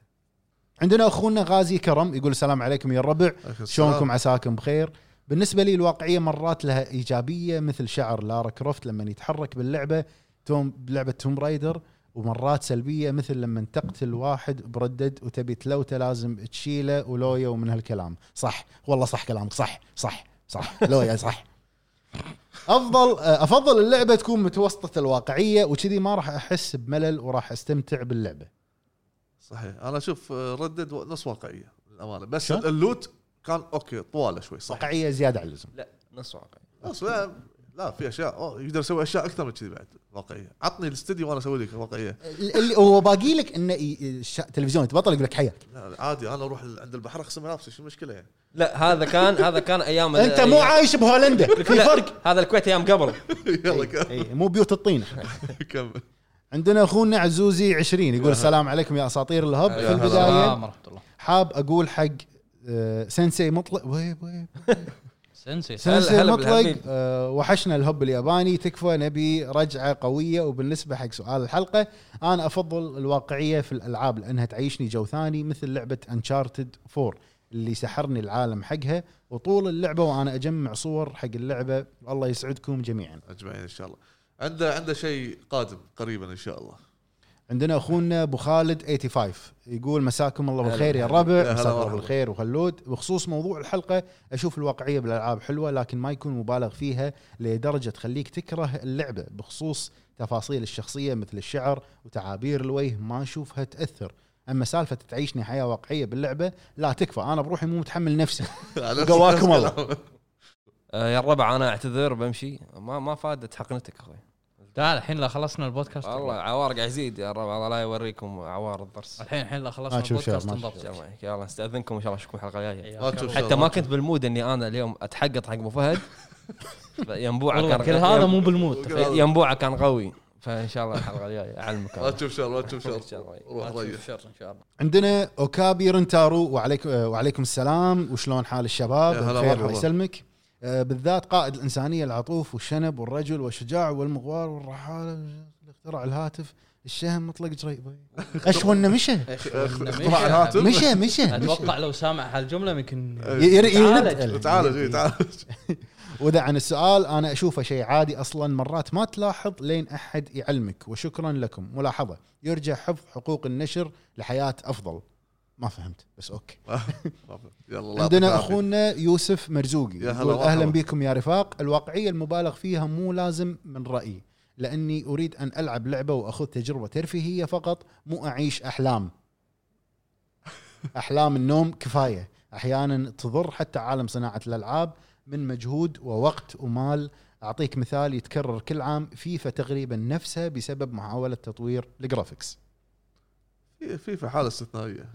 D: عندنا اخونا غازي كرم يقول السلام عليكم يا الربع
B: عليكم السلام.
D: شلونكم عساكم بخير بالنسبه لي الواقعيه مرات لها ايجابيه مثل شعر لارا كروفت لما يتحرك باللعبه توم بلعبه توم رايدر ومرات سلبيه مثل لما تقتل واحد بردد وتبي تلوته لازم تشيله ولويا ومن هالكلام صح والله صح كلامك صح صح صح لويا صح افضل افضل اللعبه تكون متوسطه الواقعيه وكذي ما راح احس بملل وراح استمتع باللعبه
B: صحيح انا اشوف آه، ردد و- نص واقعيه للامانه بس
D: شلون؟
B: اللوت كان اوكي طواله شوي صح
D: واقعيه زياده على اللزوم
A: لا نص واقعي
B: بس لا, لا في اشياء أوه يقدر يسوي اشياء اكثر من كذي بعد واقعيه عطني الاستديو وانا اسوي لك واقعيه
D: اللي هو باقي لك انه ي- ش- تلفزيون يتبطل يقول لك حياك
B: لا لا، عادي انا اروح عند البحر اغسل نفسي شو المشكله يعني
A: لا هذا كان هذا كان ايام ال-
D: انت مو
A: أيام-
D: عايش بهولندا في
A: لا،
D: فرق
A: هذا الكويت ايام قبل
B: يلا
C: إيه.
B: كمل
D: إي، مو بيوت الطين
B: كمل
D: عندنا اخونا عزوزي 20 يقول السلام عليكم يا اساطير الهب
A: هلا
D: في
A: هلا.
D: البدايه
C: السلام ورحمه الله
D: حاب اقول حق آه، سensei مطلق ويب ويب
C: سنسي
A: هلا-
D: سنسي
A: هلا
D: مطلق
A: بالحبيب.
D: آه، وحشنا الهب الياباني تكفى نبي رجعه قويه وبالنسبه حق سؤال الحلقه انا افضل الواقعيه في الالعاب لانها تعيشني جو ثاني مثل لعبه انشارتد 4 اللي سحرني العالم حقها وطول اللعبه وانا اجمع صور حق اللعبه الله يسعدكم جميعا
B: اجمعين ان شاء الله عنده عنده شيء قادم قريبا ان شاء الله
D: عندنا اخونا ابو خالد 85 يقول مساكم الله
A: هلا
D: بالخير يا
A: بالحبيب.
B: يا
D: الربع
B: هلا
D: مساك الله
B: مرحبا.
D: بالخير وخلود بخصوص موضوع الحلقه اشوف الواقعيه بالالعاب حلوه لكن ما يكون مبالغ فيها لدرجه تخليك تكره اللعبه بخصوص تفاصيل الشخصيه مثل الشعر وتعابير الوجه ما اشوفها تاثر اما سالفه تعيشني حياه واقعيه باللعبه لا تكفى انا بروحي مو متحمل نفسي قواكم الله.
A: آه، يا الربع انا اعتذر بمشي ما ما فادت حقنتك اخوي
C: تعال الحين لا خلصنا البودكاست
A: والله عوار قاعد يزيد يا الربع الله لا يوريكم عوار الضرس
C: الحين الحين لا خلصنا
D: ما تشوف شيء،
C: البودكاست
D: ما
C: انضبط.
A: الله يعينك. يلا استاذنكم ان شاء الله اشوفكم الحلقه الجايه
B: ما تشوف شيء.
A: حتى ما كنت بالمود اني انا اليوم اتحقط حق ابو فهد ينبوعه
C: والله
A: كان
C: كل هذا مو بالمود
B: مو-
A: ينبوعه كان قوي فان شاء الله الحلقه الجايه اعلمك
B: ما
A: أنا.
B: تشوف شر ما تشوف شر روح
C: ما تشوف
B: ريح
C: شر ان شاء الله
D: عندنا اوكابي رنتارو وعليكم آه، وعليكم السلام وشلون حال الشباب؟
B: يا هلا
D: بخير
B: والله.
D: الله يسلمك آه، بالذات قائد الانسانيه العطوف والشنب والرجل والشجاع والمغوار والرحاله اللي اخترع الهاتف الشهم مطلق جريب اشونا مشى
B: اختراع الهاتف
D: مشى مشى مشى.
C: اتوقع لو سامع هالجمله يمكن
D: ي- ير-
C: تعالج.
D: يرد.
B: تعال جي تعال
D: وذا عن السؤال انا اشوفه شيء عادي اصلا مرات ما تلاحظ لين احد يعلمك وشكرا لكم ملاحظه يرجع حفظ حقوق النشر لحياه افضل ما فهمت بس اوكي
B: يلا الله يعطيك
D: عندنا
B: العافية.
D: اخونا يوسف مرزوقي
B: يا هلا
D: يقول
B: مرحبا.
D: اهلا بكم يا رفاق الواقعيه المبالغ فيها مو لازم من رايي لاني اريد ان العب لعبه واخذ تجربه ترفيهيه فقط مو اعيش احلام احلام النوم كفايه احيانا تضر حتى عالم صناعه الالعاب من مجهود ووقت ومال اعطيك مثال يتكرر كل عام فيفا تقريبا نفسها بسبب محاوله تطوير الجرافيكس
B: في في في حاله استثنائيه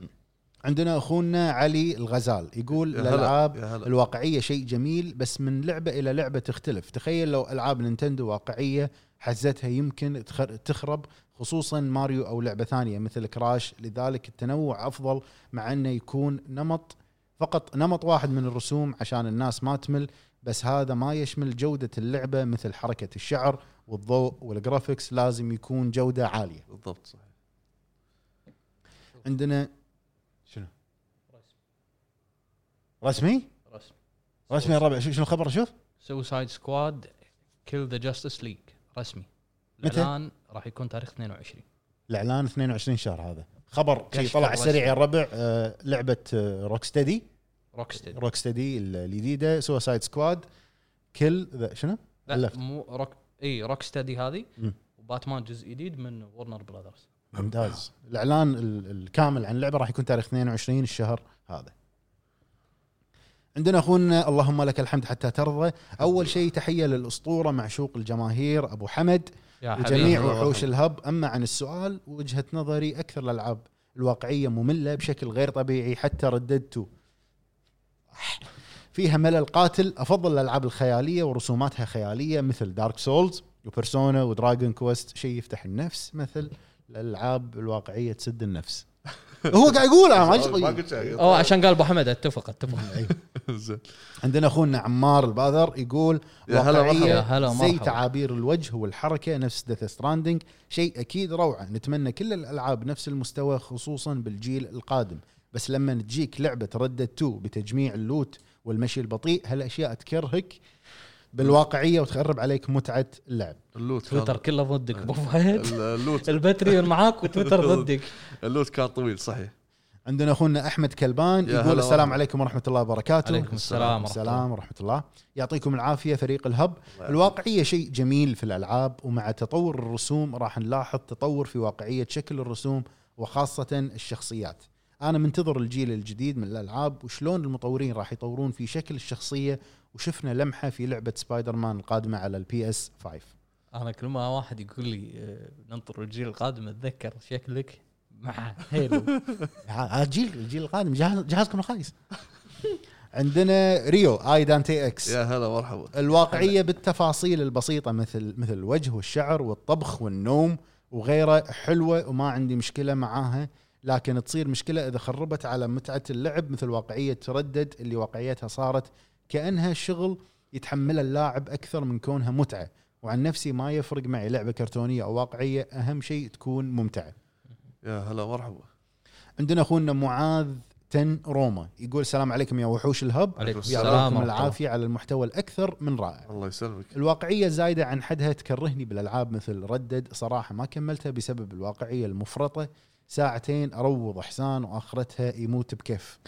D: عندنا اخونا علي الغزال يقول
B: يا هلا،
D: الالعاب
B: يا هلا.
D: الواقعيه شيء جميل بس من لعبه الى لعبه تختلف تخيل لو العاب نينتندو واقعيه حزتها يمكن تخر- تخرب خصوصا ماريو او لعبه ثانيه مثل كراش لذلك التنوع افضل مع انه يكون نمط فقط نمط واحد من الرسوم عشان الناس ما تمل بس هذا ما يشمل جوده اللعبه مثل حركه الشعر والضوء والجرافيكس لازم يكون جوده عاليه
B: بالضبط صحيح
D: عندنا شنو رسمي
C: رسم
D: رسمي الربع شو- شنو الخبر شوف
C: سوسايد سكواد كيل ذا جاستس ليج رسمي
D: متى؟
C: الان راح يكون تاريخ 22
D: الاعلان 22 شهر هذا خبر شي
C: كشف
D: طلع على
C: الرسم.
D: السريع يا الربع آه لعبه آه روك ستدي
C: روكستد
D: روك ستدي الجديده سوسايد سكواد كل ذا شنو؟
C: لا
D: ألفت.
C: مو روك اي روكستدي هذه
D: مم.
C: وباتمان جزء جديد من ورنر براذرز
D: ممتاز الاعلان ال- الكامل عن اللعبه راح يكون تاريخ 22 الشهر هذا عندنا اخونا اللهم لك الحمد حتى ترضى اول شيء تحيه للاسطوره معشوق الجماهير ابو حمد
C: يا
D: وجميع
C: حبيبي
B: الله
D: وحوش
B: يرحمه.
D: الهب اما عن السؤال وجهه نظري اكثر الالعاب الواقعيه ممله بشكل غير طبيعي حتى رددت فيها ملل قاتل افضل الالعاب الخياليه ورسوماتها خياليه مثل دارك سولز وبرسونا ودراجون كويست شيء يفتح النفس مثل الالعاب الواقعيه تسد النفس هو قاعد يقول انا ما طيب.
B: ما
D: أدري.
B: قلت شيء
C: اه عشان قال ابو حمد اتفق اتفق
B: زين
D: عندنا اخونا عمار الباذر يقول
B: يا هلا مرحبا.
C: يا
D: واقعية
C: هلا
D: زي
C: مرحبا.
D: تعابير الوجه والحركه نفس ديث ستراندنج شيء اكيد روعه نتمنى كل الالعاب نفس المستوى خصوصا بالجيل القادم بس لما تجيك لعبه ردد 2 بتجميع اللوت والمشي البطيء هالاشياء تكرهك بالواقعيه وتخرب عليك متعه اللعب
B: اللوت كان-
C: تويتر كله ضدك ابو فهد
B: ال- اللوت
C: الباتريون معاك وتويتر ضدك
B: اللوت كان طويل صحيح
D: عندنا اخونا احمد كلبان
B: يا
D: يقول
B: هلا
D: السلام
B: والله.
D: عليكم ورحمه الله وبركاته
C: عليكم السلام ورحمة الله.
D: السلام ورحمه الله يعطيكم العافيه فريق الهب الواقعيه شيء جميل في الالعاب ومع تطور الرسوم راح نلاحظ تطور في واقعيه شكل الرسوم وخاصه الشخصيات انا منتظر الجيل الجديد من الالعاب وشلون المطورين راح يطورون في شكل الشخصيه وشفنا لمحه في لعبه سبايدر مان القادمه على البي اس 5
C: انا كل ما واحد يقول لي آه، ننطر الجيل القادم اتذكر شكلك مع هيلو
D: هذا الجيل الجيل القادم جهاز جهازكم الخايس عندنا ريو اي دانتي اكس
B: يا هلا مرحبا
D: الواقعيه بالتفاصيل البسيطه مثل مثل الوجه والشعر والطبخ والنوم وغيره حلوه وما عندي مشكله معاها لكن تصير مشكله اذا خربت على متعه اللعب مثل واقعيه تردد اللي واقعيتها صارت كانها شغل يتحملها اللاعب اكثر من كونها متعه وعن نفسي ما يفرق معي لعبه كرتونيه او واقعيه اهم شيء تكون ممتعه
B: يا هلا مرحبا
D: عندنا اخونا معاذ تن روما يقول السلام عليكم يا وحوش الهب
C: عليكم السلام ورحمة
D: يعطيكم
C: الله.
D: العافيه على المحتوى الاكثر من رائع
B: الله يسلمك
D: الواقعيه زايده عن حدها تكرهني بالالعاب مثل ردد صراحه ما كملتها بسبب الواقعيه المفرطه ساعتين اروض حسان واخرتها يموت بكيف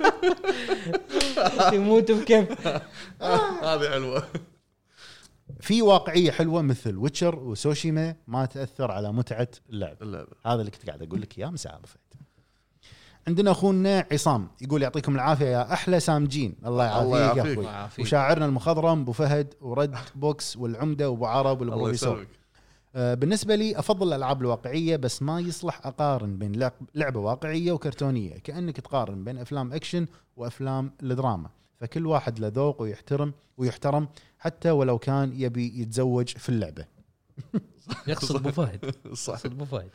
C: يموت بكيف
D: آه.
B: هذه حلوه
D: في واقعيه حلوه مثل ويتشر وسوشيما ما تاثر على متعه اللعب
B: اللعبه
D: هذا اللي كنت قاعد اقول لك اياه مساء أبو فهد. عندنا اخونا عصام يقول يعطيكم العافيه يا احلى سامجين الله
B: الله
D: يعافيك يا
B: يعافيك.
D: اخوي وشاعرنا المخضرم ابو فهد ورد بوكس والعمده وابو عرب
B: الله
D: والبروفيسور
B: يسلمك
D: آه، بالنسبة لي أفضل الألعاب الواقعية بس ما يصلح أقارن بين لعب- لعبة واقعية وكرتونية كأنك تقارن بين أفلام أكشن وأفلام الدراما فكل واحد له ذوق ويحترم ويحترم حتى ولو كان يبي يتزوج في اللعبة
C: يقصد ابو فهد
B: صح
C: يقصد ابو فهد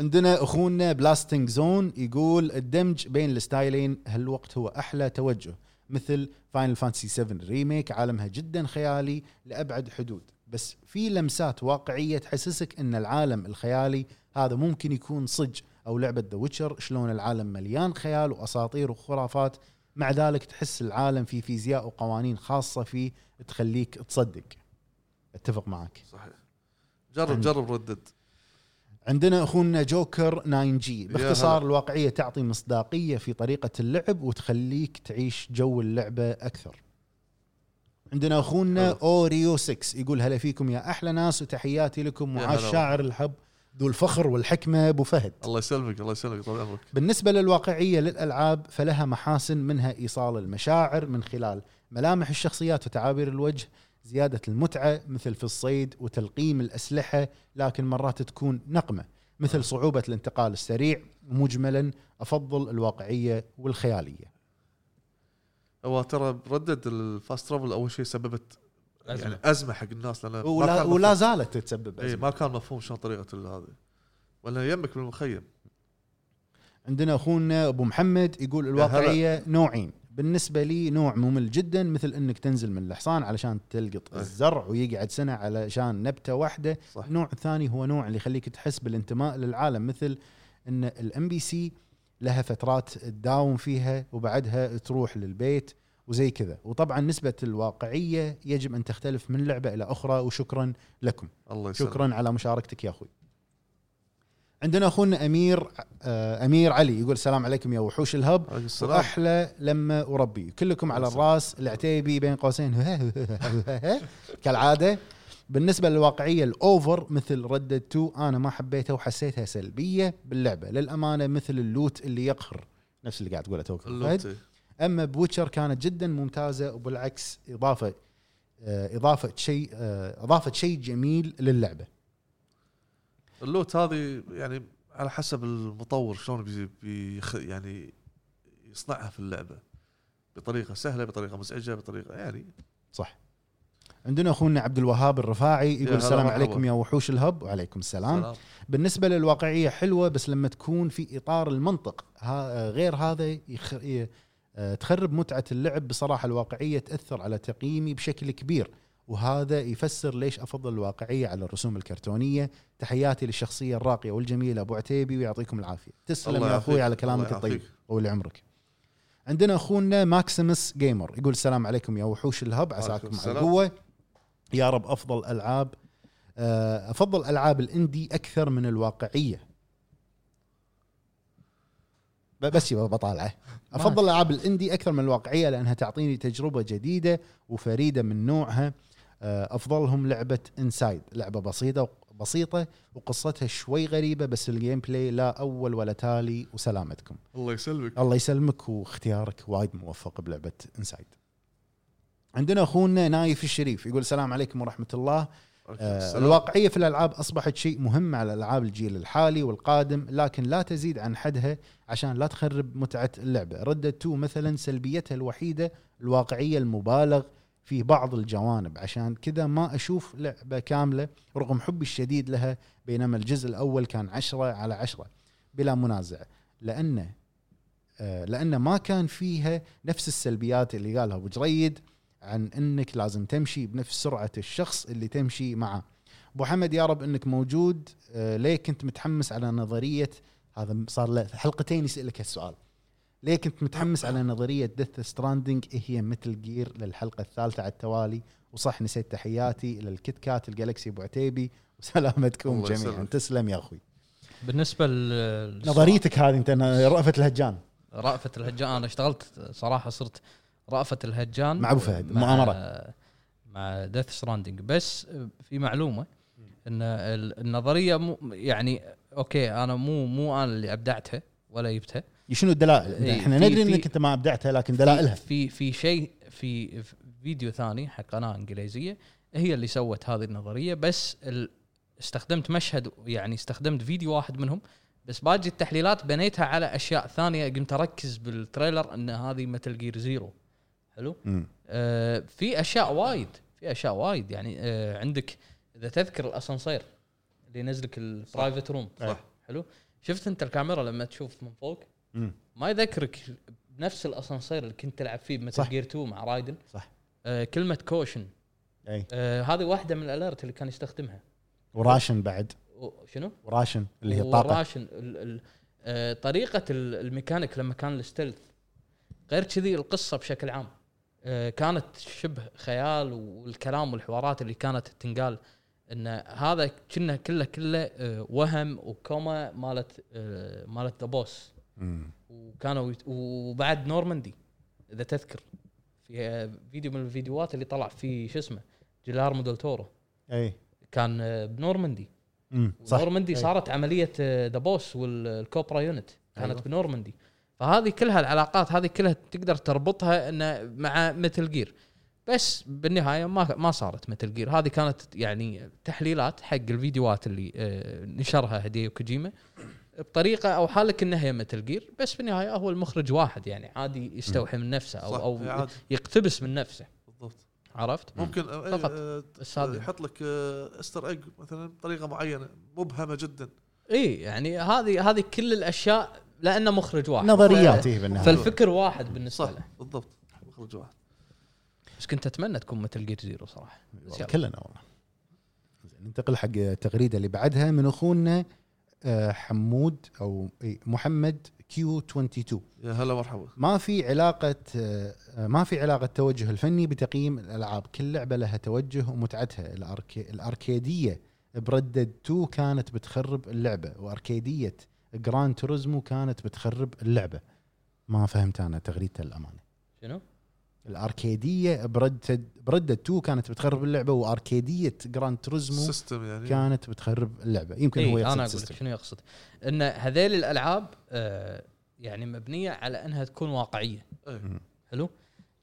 D: عندنا أخونا بلاستنج زون يقول الدمج بين الستايلين هالوقت هو أحلى توجه مثل فاينل فانتسي 7 ريميك عالمها جدا خيالي لأبعد حدود بس في لمسات واقعية تحسسك أن العالم الخيالي هذا ممكن يكون صج او لعبه ذا ويتشر شلون العالم مليان خيال واساطير وخرافات مع ذلك تحس العالم فيه فيزياء وقوانين خاصه فيه تخليك تصدق اتفق معك
B: صحيح جرب جرب ردد
D: عندنا اخونا جوكر 9 جي
B: هلا.
D: باختصار الواقعيه تعطي مصداقيه في طريقه اللعب وتخليك تعيش جو اللعبه اكثر عندنا اخونا
B: حلو.
D: اوريو 6 يقول هلا فيكم يا احلى ناس وتحياتي لكم
B: يا
D: معاش
B: هلا
D: شاعر الحب ذو الفخر والحكمه ابو فهد
B: الله يسلمك الله يسلمك طال عمرك
D: بالنسبة للواقعية للألعاب فلها محاسن منها إيصال المشاعر من خلال ملامح الشخصيات وتعابير الوجه زيادة المتعة مثل في الصيد وتلقيم الأسلحة لكن مرات تكون نقمة مثل صعوبة الانتقال السريع مجملا أفضل الواقعية والخيالية
B: هو ترى ردد الفاست ترافل اول شيء سببت
C: أزمة.
B: يعني ازمه حق الناس لان ما
D: ولا,
B: كان
D: ولا
B: مفهوم-
D: زالت تتسبب
B: اي
D: أزمة.
B: ما كان مفهوم شلون طريقه ال- هذه ولا يمك بالمخيم
D: عندنا اخونا ابو محمد يقول الواقعيه نوعين بالنسبه لي نوع ممل جدا مثل انك تنزل من الحصان علشان تلقط
B: أي.
D: الزرع ويقعد سنه علشان نبته واحده
B: صح
D: النوع الثاني هو نوع اللي يخليك تحس بالانتماء للعالم مثل ان الام بي سي لها فترات تداوم فيها وبعدها تروح للبيت وزي كذا وطبعا نسبه الواقعيه يجب ان تختلف من لعبه الى اخرى وشكرا لكم
B: الله يسلمك
D: شكرا على مشاركتك يا اخوي عندنا اخونا امير آه، امير علي يقول السلام عليكم يا وحوش الهب
B: عليك السلام
D: احلى لما اربي كلكم على
B: السلام.
D: الراس العتيبي بين قوسين كالعاده بالنسبه للواقعيه الاوفر مثل ردد 2 انا ما حبيتها وحسيتها سلبيه باللعبه للامانه مثل اللوت اللي يقهر نفس اللي قاعد تقوله توك فهد.
B: اللوتي.
D: اما بوتشر كانت جدا ممتازه وبالعكس اضافه آه، اضافه شيء آه، اضافه شيء جميل للعبه
B: اللوت هذه يعني على حسب المطور شلون بي بي يعني يصنعها في اللعبه بطريقه سهله بطريقه مزعجه بطريقه يعني
D: صح عندنا اخونا عبد الوهاب الرفاعي يقول
B: هلا
D: السلام
B: مرحبا.
D: عليكم يا وحوش الهب وعليكم السلام
B: سلام.
D: بالنسبه للواقعيه حلوه بس لما تكون في اطار المنطق ها غير هذا يخ... ي- آه، تخرب متعه اللعب بصراحه الواقعيه تاثر على تقييمي بشكل كبير وهذا يفسر ليش افضل الواقعيه على الرسوم الكرتونيه تحياتي للشخصيه الراقيه والجميله ابو عتيبي ويعطيكم العافيه تسلم
B: الله
D: يا اخوي
B: يعافيك.
D: على كلامك
B: الله
D: الطيب
B: يعافيك.
D: وولي عمرك عندنا اخونا ماكسيمس جيمر يقول السلام عليكم يا وحوش الهب
B: وعليكم
D: عساكم على
B: السلام.
D: القوه يا رب افضل العاب آه، افضل العاب الاندي اكثر من الواقعيه ب- بس يبا بطالعه افضل العاب الاندي اكثر من الواقعيه لانها تعطيني تجربه جديده وفريده من نوعها آه، افضلهم لعبه انسايد لعبه بسيطه بسيطه وقصتها شوي غريبه بس الجيم بلاي لا اول ولا تالي وسلامتكم
B: الله يسلمك
D: الله يسلمك واختيارك وايد موفق بلعبه انسايد عندنا اخونا نايف الشريف يقول السلام عليكم ورحمه الله
B: عليك
D: آه،
B: السلام.
D: الواقعية في الألعاب أصبحت شيء مهم على ألعاب الجيل الحالي والقادم لكن لا تزيد عن حدها عشان لا تخرب متعة اللعبة ردة 2 مثلا سلبيتها الوحيدة الواقعية المبالغ في بعض الجوانب عشان كذا ما أشوف لعبة كاملة رغم حبي الشديد لها بينما الجزء الأول كان عشرة على عشرة بلا منازع لأنه آه، لأن ما كان فيها نفس السلبيات اللي قالها أبو جريد عن انك لازم تمشي بنفس سرعه الشخص اللي تمشي معه ابو حمد يا رب انك موجود آه، ليه كنت متحمس على نظريه هذا صار له حلقتين يسالك هالسؤال ليه كنت متحمس على نظريه ديث ستراندنج إيه هي مثل جير للحلقه الثالثه على التوالي وصح نسيت تحياتي للكيت كات الجالكسي ابو عتيبي وسلامتكم
B: الله
D: جميعا
B: يسلمك.
D: تسلم يا اخوي
C: بالنسبه لل
D: نظريتك هذه انت أنا رأفت الهجان
C: رأفت الهجان انا اشتغلت صراحه صرت رأفت الهجان
D: مع أبو فهد، مؤامرة.
C: مع ديث ستراندنج بس في معلومه ان ال- النظريه مو يعني اوكي انا مو مو انا اللي ابدعتها ولا جبتها
D: شنو الدلائل
C: إيه،
D: احنا
C: في-
D: ندري
C: في-
D: انك انت ما ابدعتها لكن دلائلها
C: في في شيء في في فيديو ثاني حق قناه انجليزيه هي اللي سوت هذه النظريه بس ال... استخدمت مشهد يعني استخدمت فيديو واحد منهم بس باقي التحليلات بنيتها على اشياء ثانيه قمت اركز بالتريلر ان هذه متل جير زيرو حلو
D: مم.
C: آه في اشياء وايد في اشياء وايد يعني آه عندك اذا تذكر الاسانسير اللي ينزلك البرايفت روم
D: صح.
C: حلو شفت انت الكاميرا لما تشوف من فوق
D: مم.
C: ما يذكرك بنفس الاسانسير اللي كنت تلعب فيه مثل
D: صح.
C: جير 2 مع رايدن
D: صح.
C: آه كلمه كوشن
D: اي
C: آه هذه واحده من الاليرت اللي كان يستخدمها
D: وراشن بعد
C: و- شنو؟
D: وراشن اللي هي الطاقه
C: والراشن ال- ال- آه، طريقه ال- الميكانيك لما كان الستيلث غير كذي القصه بشكل عام آه، كانت شبه خيال والكلام والحوارات اللي كانت تنقال ان هذا كنا كله كله آه، وهم وكوما مالت آه، مالت ذا بوس
D: مم.
C: وكانوا يت- وبعد نورماندي اذا تذكر في آه، فيديو من الفيديوهات اللي طلع فيه شو اسمه جيلارمو دول تورو
D: اي
C: كان آه، بنورماندي
D: إيه. مم. صح
C: نورماندي
D: أي.
C: صارت عمليه ذا بوس والكوبرا يونت كانت
D: أيوة.
C: أيوة. بنورماندي فهذه كلها العلاقات هذه كلها تقدر تربطها انه مع مثل جير بس بالنهايه ما ما صارت مثل جير هذه كانت يعني تحليلات حق الفيديوهات اللي آه، نشرها هديو كوجيما بطريقه او حالك انها هي مثل جير بس بالنهايه هو المخرج واحد يعني عادي يستوحي من نفسه
B: صح،
D: إيه،
C: او
B: هي
C: او
B: عادي.
C: يقتبس من نفسه
B: بالضبط
C: عرفت؟
B: ممكن آه،
C: فقط.
B: آه،
C: بس هذه
B: يحط لك آه، استر ايج مثلا بطريقه معينه مبهمه جدا
C: اي يعني هذه هذه كل الاشياء لانه مخرج واحد
D: نظريات هي بالنهايه
C: ف- فالفكر واحد بالنسبه
B: صح
C: له
B: بالضبط مخرج واحد
C: بس كنت اتمنى تكون مثل جير زيرو صراحه
D: والله
C: بس يلا.
D: كلنا والله زين، ننتقل حق التغريده اللي بعدها من اخونا آه، حمود او إي، محمد كيو 22
B: يا هلا مرحبا
D: ما في علاقه آه، ما في علاقه التوجه الفني بتقييم الالعاب كل لعبه لها توجه ومتعتها الأركي الاركيديه بردد 2 كانت بتخرب اللعبه واركيديه جران توريزمو كانت بتخرب اللعبه ما فهمت انا تغريدته الامانه
C: شنو؟
D: الاركيديه بردد بردد 2 كانت بتخرب اللعبه واركيديه جراند توريزمو
B: سيستم يعني
D: كانت بتخرب اللعبه يمكن هو
C: إيه
D: يقصد
C: انا اقول لك
D: system.
C: شنو يقصد ان هذيل الالعاب آه يعني مبنيه على انها تكون واقعيه
B: إيه.
D: مم.
C: حلو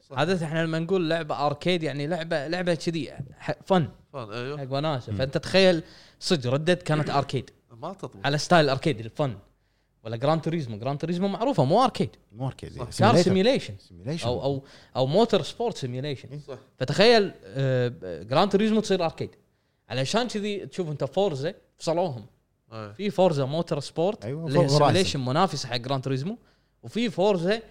B: صح.
C: عاده احنا لما نقول لعبه اركيد يعني لعبه لعبه كذي ح- فن
B: فان ايوه
C: حق وناسه
D: مم.
C: فانت تخيل صدق ردت كانت اركيد
B: ما تطلع
C: على ستايل اركيد الفن ولا جران توريزمو جران توريزمو معروفه مو اركيد
D: مو اركيديه
B: صح.
C: كار
D: simulator.
C: سيميليشن
D: Simulation.
C: او او او موتور سبورت سيميليشن
B: صح
C: فتخيل آه، جراند توريزمو تصير اركيد علشان كذي تشوف انت فورزا فصلوهم
B: إيه.
C: في فورزا موتور سبورت
D: أيوة،
C: اللي هي
D: فورزا هورايزن.
C: سيميليشن منافسه حق جراند توريزمو وفي فورزا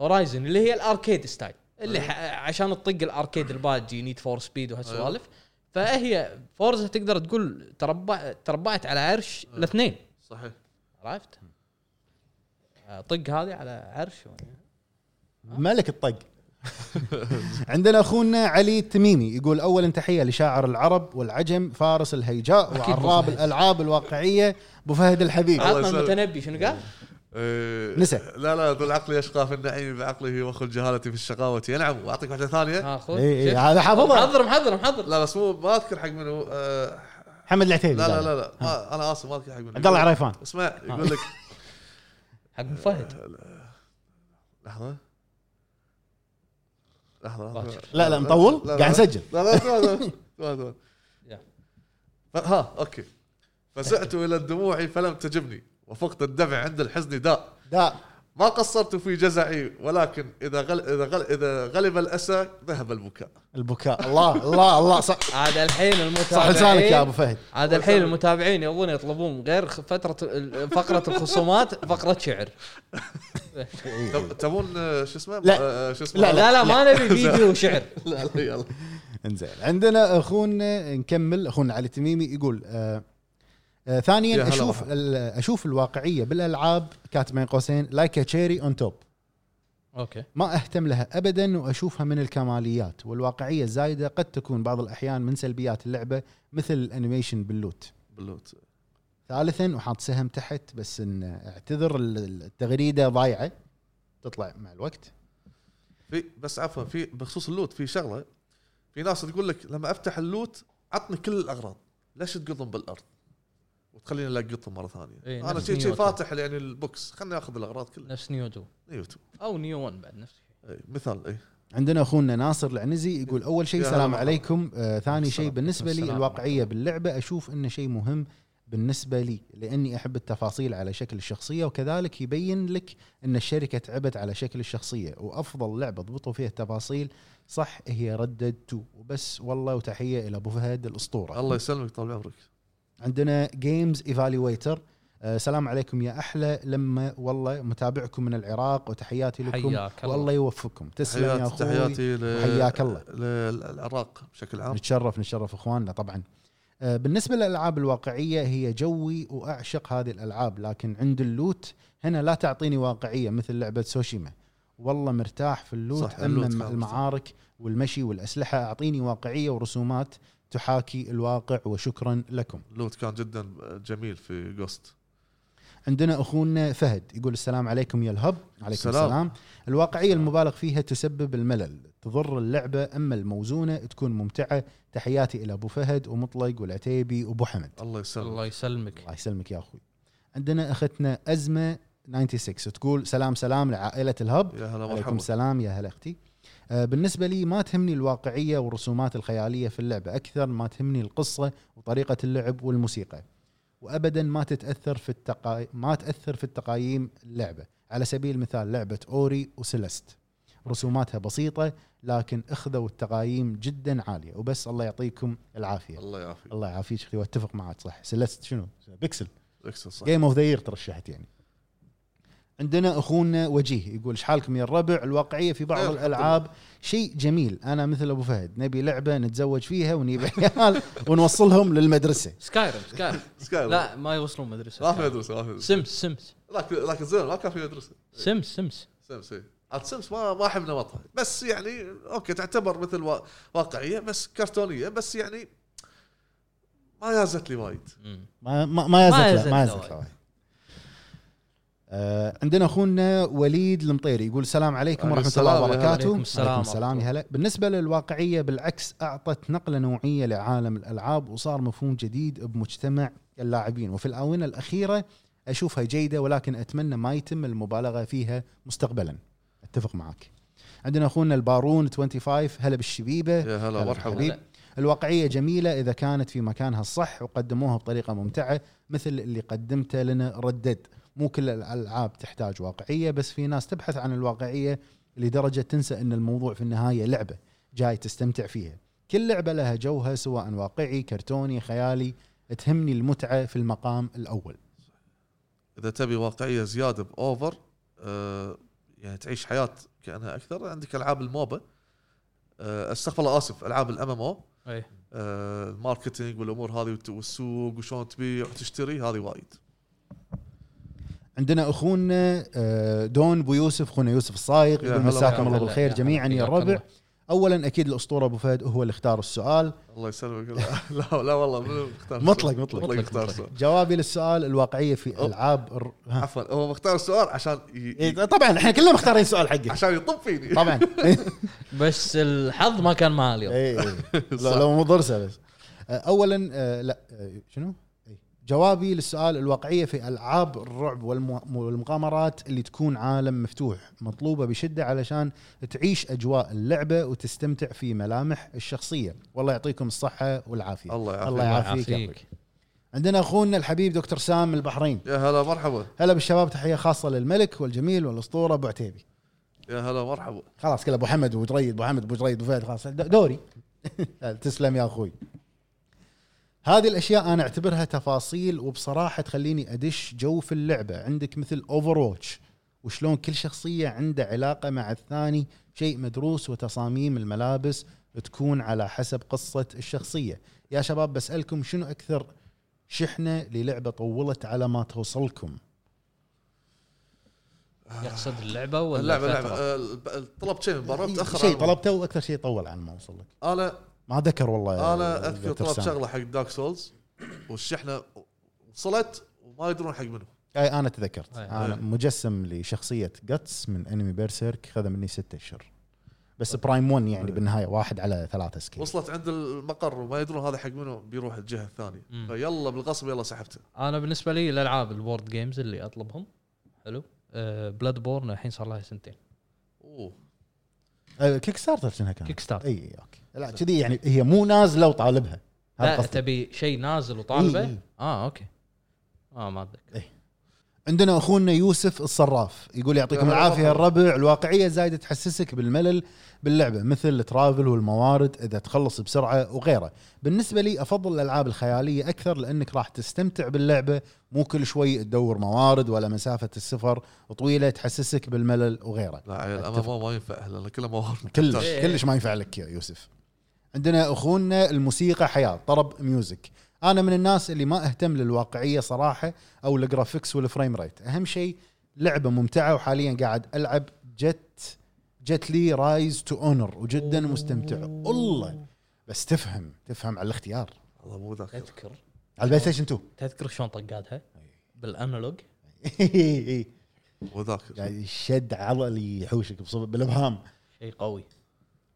C: هورايزن اللي هي الاركيد ستايل اللي
D: أيوة.
C: ح- عشان تطق الاركيد الباجي نيد فور سبيد وهالسوالف
D: أيوة.
C: فهي فورزا تقدر تقول تربع تربعت على عرش
B: أيوة.
C: الاثنين
B: صحيح
C: عرفت؟ آه، طق هذه على عرش
D: ملك الطق عندنا اخونا علي التميمي يقول اولا تحيه لشاعر العرب والعجم فارس الهيجاء
C: أكيد
D: وعراب
C: أبو فهد.
D: الالعاب الواقعيه ابو فهد الحبيب
B: الله
C: عطنا
B: يسلمك.
C: المتنبي شنو قال؟
B: إيه.
D: نسى.
B: لا لا ذو العقل يشقى في النعيم بعقله واخو الجهاله في الشقاوه نعم واعطيك واحده
D: إيه،
B: ثانيه
C: ها خذ
D: اي إي،
C: شوف.
D: هذا حافظه
C: محضر محضر محضر
B: لا بس مو ما اذكر حق منو آه،
D: محمد العتيبي
B: لا لا
D: قال.
B: لا لا ما انا اسف ما اذكر حق منو
D: عبد الله عريفان
B: اسمع يقول لك
C: حق أبو فهد
B: لحظه لحظه
C: باكر.
D: لا لا مطول
B: لا، لا.
D: قاعد نسجل
B: لا لا ثواني، ثواني، ثواني.
C: يا.
B: ف- ها اوكي فزعت الى الدموع فلم تجبني وفقت الدمع عند الحزن داء
D: لا
B: ما قصرت في جزعي ولكن اذا غل... اذا غل... اذا غلب الاسى ذهب البكاء
D: البكاء الله الله الله صح
C: عاد الحين
D: صح لسانك يا
C: المتابعين
D: ابو فهد
C: عاد الحين المتابعين يبون يطلبون غير خ- فتره ال- فقره الخصومات فقره شعر
B: تب- تبون آه، شو اسمه
D: إيه. لا.
B: آه، شو اسمه
C: لا لا, لا ما نبي فيديو شعر
B: لا لا يلا
D: انزين عندنا اخونا نكمل اخونا علي التميمي يقول آه آه
B: يا
D: ثانيا
B: هلا
D: اشوف
B: والله.
D: ال- اشوف الواقعيه بالالعاب كاتب بين قوسين لايك تشيري اون توب
C: اوكي
D: ما اهتم لها ابدا واشوفها من الكماليات والواقعيه الزايده قد تكون بعض الاحيان من سلبيات اللعبه مثل الانيميشن باللوت
B: بلوت
D: ثالثا وحاط سهم تحت بس ان اعتذر ال- التغريده ضايعه تطلع مع الوقت
B: في بس عفوا في بخصوص اللوت في شغله في ناس تقول لك لما افتح اللوت عطني كل الاغراض ليش تقطهم بالارض وتخليني القطهم مره ثانيه
C: إيه،
B: انا
C: نفس نعم.
B: شي شي
C: نيوتو.
B: فاتح يعني البوكس خليني اخذ الاغراض كلها
C: نفس نيو 2
B: نيوتو
C: او نيو 1 بعد نفس الشيء
B: إيه، مثال اي
D: عندنا اخونا ناصر العنزي يقول اول شيء
B: يا هلا
D: السلام
B: مرحبا.
D: عليكم آه ثاني شيء
C: السلام.
D: بالنسبه لي
C: السلام
D: الواقعيه باللعبه اشوف انه شيء مهم بالنسبه لي لاني احب التفاصيل على شكل الشخصيه وكذلك يبين لك ان الشركه تعبت على شكل الشخصيه وافضل لعبه ضبطوا فيها التفاصيل صح هي ردد 2 وبس والله وتحيه الى ابو فهد الاسطوره
B: الله يسلمك طال عمرك
D: عندنا جيمز ايفالويتر سلام عليكم يا احلى لما والله متابعكم من العراق وتحياتي لكم
C: حياك الله.
D: والله يوفقكم تسلم يا
B: تحياتي
D: اخوي
B: تحياتي ل-
D: وحياك الله.
B: للعراق بشكل عام
D: نتشرف نتشرف اخواننا طبعا آه، بالنسبه للالعاب الواقعيه هي جوي واعشق هذه الالعاب لكن عند اللوت هنا لا تعطيني واقعيه مثل لعبه سوشيما والله مرتاح في اللوت
B: صح،
D: صح
B: اللوت
D: اما
B: خالص.
D: المعارك والمشي والاسلحه اعطيني واقعيه ورسومات تحاكي الواقع وشكرا لكم
B: اللوت كان جدا جميل في جوست
D: عندنا اخونا فهد يقول السلام عليكم يا الهب عليكم
B: السلام.
D: السلام, السلام. الواقعيه المبالغ فيها تسبب الملل تضر اللعبه اما الموزونه تكون ممتعه تحياتي الى ابو فهد ومطلق والعتيبي وابو حمد
B: الله يسلمك
C: الله يسلمك
D: الله يسلمك يا اخوي عندنا اختنا ازمه 96 تقول سلام سلام لعائله الهب
B: يا هلا
D: عليكم
B: مرحبا
D: سلام يا هلا اختي آه، بالنسبه لي ما تهمني الواقعيه والرسومات الخياليه في اللعبه اكثر ما تهمني القصه وطريقه اللعب والموسيقى وابدا ما تتاثر في التقا... ما تاثر في التقايم اللعبه على سبيل المثال لعبه اوري وسيلست رسوماتها بسيطه لكن اخذوا التقايم جدا عاليه وبس الله يعطيكم العافيه
B: الله يعافيك
D: الله يعافيك اخي واتفق معك صح سلست شنو بيكسل
B: اكسل صح
D: جيم اوف ذا يير ترشحت يعني عندنا اخونا وجيه يقول ايش حالكم يا الربع الواقعيه في بعض
B: أيوة، الحمد
D: الالعاب شيء جميل انا مثل ابو فهد نبي لعبه نتزوج فيها ونجيب عيال ونوصلهم للمدرسه
C: سكايرم سكايرم
B: سكاي لا
C: لا ما يوصلون مدرسه
B: ما في مدرسه ما في مدرسه
C: سمس سمس
B: ذاك ذاك الزمن ما كان في مدرسه
C: سمس سمس
B: سمس إيه. عاد سمس ما ما احب نمطها بس يعني اوكي تعتبر مثل وا- واقعيه بس كرتونيه بس يعني ما يازت لي وايد
D: ما ما ما يزت له-
C: يزت له
D: ما يزت له. آه، عندنا اخونا وليد المطيري يقول السلام عليكم ورحمه
B: عليكم
D: الله
B: السلام، يا هلا.
D: وبركاته
C: عليكم السلام ورحمة
D: السلام يا هلا بالنسبه للواقعيه بالعكس اعطت نقله نوعيه لعالم الالعاب وصار مفهوم جديد بمجتمع اللاعبين وفي الاونه الاخيره اشوفها جيده ولكن اتمنى ما يتم المبالغه فيها مستقبلا اتفق معك عندنا اخونا البارون 25 هلا بالشبيبه
B: يا هلا مرحبا
D: حبيب. الواقعية جميلة إذا كانت في مكانها الصح وقدموها بطريقة ممتعة مثل اللي قدمته لنا ردد مو كل الألعاب تحتاج واقعية بس في ناس تبحث عن الواقعية لدرجة تنسى أن الموضوع في النهاية لعبة جاي تستمتع فيها كل لعبة لها جوها سواء واقعي كرتوني خيالي تهمني المتعة في المقام الأول
B: اذا تبي واقعيه زياده باوفر آه يعني تعيش حياه كانها اكثر عندك العاب الموبا آه استغفر الله اسف العاب الام ام او
C: اي
B: آه، الماركتينج والامور هذه والت- والسوق وشلون تبيع وتشتري هذه وايد
D: عندنا اخونا آه، دون بو يوسف اخونا يوسف الصايغ
B: يا
D: يقول
B: هلا
D: مساكم
B: وسهلا.
D: الله بالخير جميعا يا الربع اولا اكيد الاسطوره ابو فهد هو اللي اختار السؤال
B: الله يسلمك لا- لا لا والله منو مختار
D: مطلق
B: السؤال؟
D: مطلق
B: مطلق اختار
C: مطلق.
B: السؤال
D: جوابي للسؤال الواقعيه في
B: أوه.
D: العاب الر... ها.
B: عفوا هو مختار السؤال عشان ي...
D: إيه، طبعا احنا كلنا مختارين السؤال حقه
B: عشان يطب فيني
D: طبعا
C: بس الحظ ما كان معاه اليوم
D: إيه، إيه. لو لو مو ضرسه بس آه، اولا آه، لا آه، شنو؟ إيه. جوابي للسؤال الواقعيه في العاب الرعب والم- والمغامرات اللي تكون عالم مفتوح مطلوبه بشده علشان تعيش اجواء اللعبه وتستمتع في ملامح الشخصيه والله يعطيكم الصحه والعافيه
B: الله يعافيك.
D: الله يعافيك يا أخوي. عندنا اخونا الحبيب دكتور سام من البحرين
B: يا هلا مرحبا
D: هلا بالشباب تحيه خاصه للملك والجميل والاسطوره ابو عتيبي
B: يا هلا مرحبا
D: خلاص كله ابو حمد ابو جريد ابو حمد ابو جريد ابو فهد خلاص د- دوري تسلم يا اخوي هذه الاشياء انا اعتبرها تفاصيل وبصراحه تخليني ادش جو في اللعبه عندك مثل اوفر واتش وشلون كل شخصيه عنده علاقه مع الثاني شيء مدروس وتصاميم الملابس تكون على حسب قصه الشخصيه يا شباب بسالكم شنو اكثر شحنه للعبه طولت على ما توصلكم
C: يقصد اللعبه ولا
B: اللعبه
C: الفترة؟
B: لعبه آه، الب- الطلب شيء من برا متاخر
D: إيه، شيء
B: عنه.
D: طلبته واكثر شيء طول على ما وصل لك
B: انا
D: ما ذكر والله
B: انا اذكر
D: دكتور
B: طلبت
D: سام.
B: شغله حق دارك سولز والشحنه وصلت وما يدرون حق منو
D: اي انا تذكرت
C: أي.
D: انا
B: أي.
D: مجسم لشخصيه جاتس من انمي بيرسيرك خذ مني ستة اشهر بس
C: طيب.
D: برايم 1 يعني بالنهايه واحد على ثلاثة سكيل
B: وصلت عند المقر وما يدرون هذا حق منو بيروح الجهه الثانيه
C: مم.
B: فيلا بالغصب يلا سحبته
C: انا بالنسبه لي الالعاب البورد جيمز اللي اطلبهم حلو بلاد بورن الحين صار لها سنتين
B: اوه
D: آه، كيك ستارتر شنها كان
C: كيك ستارت
D: اي اي اوكي لا كذي يعني هي مو نازله وطالبها هذا
C: لا
D: قصدي. إيه،
C: تبي شيء نازل
D: إي، إي.
C: وطالبه اه اوكي اه ما اتذكر
D: عندنا اخونا يوسف الصراف يقول يعطيكم
B: يا هلا
D: العافيه يا
B: والله.
D: الربع الواقعيه زايده تحسسك بالملل باللعبه مثل الترافل والموارد اذا تخلص بسرعه وغيره بالنسبه لي افضل الالعاب الخياليه اكثر لانك راح تستمتع باللعبه مو كل شوي تدور موارد ولا مسافه السفر طويله تحسسك بالملل وغيره
B: لا عيل انا
D: أتفق.
B: ما ما ينفع لان كله موارد
D: كلش
C: إيه.
D: كلش ما ينفع لك يا يوسف عندنا اخونا الموسيقى حياه طرب ميوزك انا من الناس اللي ما اهتم للواقعيه صراحه او الجرافيكس والفريم ريت اهم شيء لعبه ممتعه وحاليا قاعد العب جت جت لي رايز تو اونر وجدا مستمتع والله بس تفهم تفهم على الاختيار
B: والله مو ذاك
C: تذكر
D: على البلاي ستيشن 2
C: تذكر شلون طقادها بالانالوج
D: إي.
B: مو ذاك
D: يعني شد عضلي يحوشك بصب- بالابهام
C: شيء قوي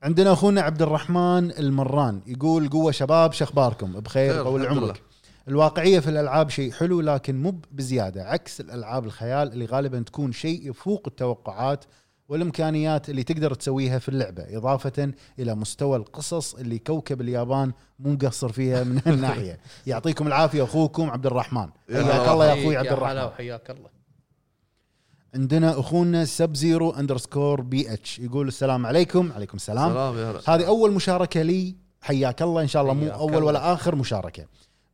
D: عندنا اخونا عبد الرحمن المران يقول قوه شباب شخباركم بخير
B: بخير،
D: طول
B: الحمد
D: عمرك الواقعيه في الالعاب شيء حلو لكن مو بزياده عكس الالعاب الخيال اللي غالبا تكون شيء يفوق التوقعات والامكانيات اللي تقدر تسويها في اللعبه اضافه الى مستوى القصص اللي كوكب اليابان مو مقصر فيها من هالناحيه يعطيكم العافيه اخوكم عبد الرحمن
B: يا
D: حياك
B: هلا
D: الله يا اخوي عبد
C: هلا
D: الرحمن
C: وحياك الله
D: عندنا اخونا سب زيرو اندرسكور بي اتش يقول السلام عليكم عليكم السلام
B: سلام يا هلا
D: هذه اول مشاركه لي حياك الله ان شاء الله مو
B: حياك
D: اول
B: الله.
D: ولا اخر مشاركه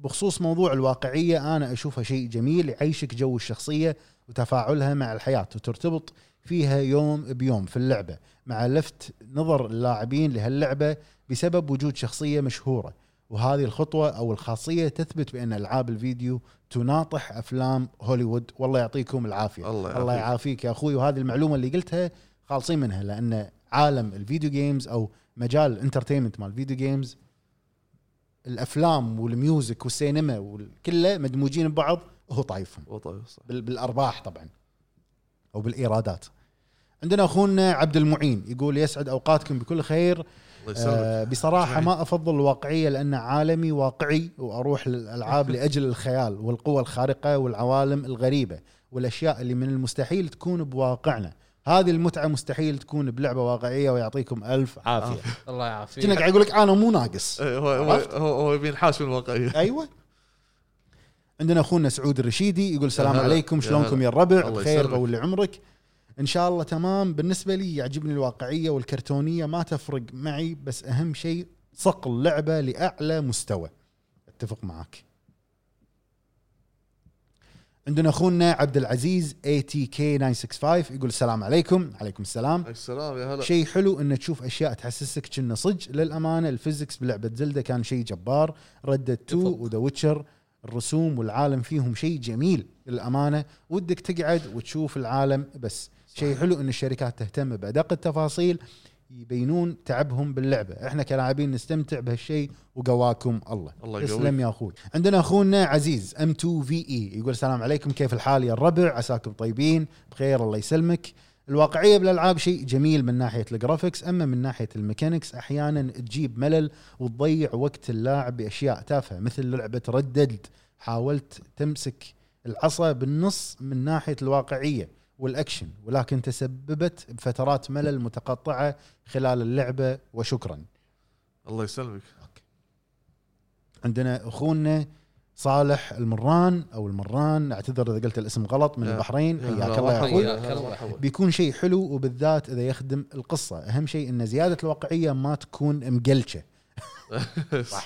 D: بخصوص موضوع الواقعيه انا اشوفها شيء جميل يعيشك جو الشخصيه وتفاعلها مع الحياه وترتبط فيها يوم بيوم في اللعبه مع لفت نظر اللاعبين لهاللعبه بسبب وجود شخصيه مشهوره وهذه الخطوه او الخاصيه تثبت بان العاب الفيديو تناطح افلام هوليوود والله يعطيكم العافيه
B: الله
D: الله
B: الله
D: يعافيك يا اخوي وهذه المعلومه اللي قلتها خالصين منها لان عالم الفيديو جيمز او مجال الانترتينمنت مال الفيديو جيمز الافلام والميوزك والسينما وكله مدموجين ببعض وهو طايفهم
B: طيب صح
D: بال- بالارباح طبعا او بالايرادات عندنا اخونا عبد المعين يقول يسعد اوقاتكم بكل خير
B: الله
D: آه،
B: يسلمك
D: بصراحة
B: أجمعين.
D: ما أفضل الواقعية لأن عالمي واقعي وأروح للألعاب لأجل الخيال والقوى الخارقة والعوالم الغريبة والأشياء اللي من المستحيل تكون بواقعنا هذه المتعة مستحيل تكون بلعبة واقعية ويعطيكم ألف عافية
C: الله
D: كنا
C: يعافيك
D: قاعد يقول لك أنا مو ناقص
B: إيه، هو هو
D: عرفت؟
B: هو هو يبي ينحاش من الواقعيه
D: أيوة عندنا أخونا سعود الرشيدي يقول السلام
B: هلا.
D: عليكم
B: يا
D: شلونكم
B: هلا.
D: يا الربع
B: الله
D: بخير
B: يسلمك.
D: طول عمرك ان شاء الله تمام بالنسبه لي يعجبني الواقعيه والكرتونيه ما تفرق معي بس اهم شيء صقل لعبه لاعلى مستوى اتفق معك عندنا اخونا عبد العزيز اي تي كي 965 يقول السلام عليكم عليكم السلام
B: عليك السلام يا هلا
D: شيء حلو ان تشوف اشياء تحسسك كنا صج للامانه الفيزكس بلعبه زلدة كان شيء جبار ردة 2
B: اتفق.
D: وذا ويتشر الرسوم والعالم فيهم شيء جميل للامانه ودك تقعد وتشوف العالم بس شيء حلو ان الشركات تهتم بادق التفاصيل يبينون تعبهم باللعبه احنا كلاعبين نستمتع بهالشيء وقواكم الله
B: الله
D: تسلم يا اخوي عندنا اخونا عزيز ام 2 في اي E. يقول السلام عليكم كيف الحال يا الربع عساكم طيبين بخير الله يسلمك الواقعيه بالالعاب شيء جميل من ناحيه الجرافكس اما من ناحيه الميكانكس احيانا تجيب ملل وتضيع وقت اللاعب باشياء تافهه مثل لعبه ردد حاولت تمسك العصا بالنص من ناحيه الواقعيه والاكشن ولكن تسببت بفترات ملل متقطعه خلال اللعبه وشكرا
B: الله يسلمك
D: عندنا اخونا صالح المران او المران اعتذر اذا قلت الاسم غلط من
B: يا-
D: البحرين
B: يا هلا،
D: حياك الله يا
B: مرحبا.
D: اخوي
B: يا هلا، مرحبا.
D: بيكون شيء حلو وبالذات اذا يخدم القصه اهم شيء ان زياده الواقعيه ما تكون مقلشه صح.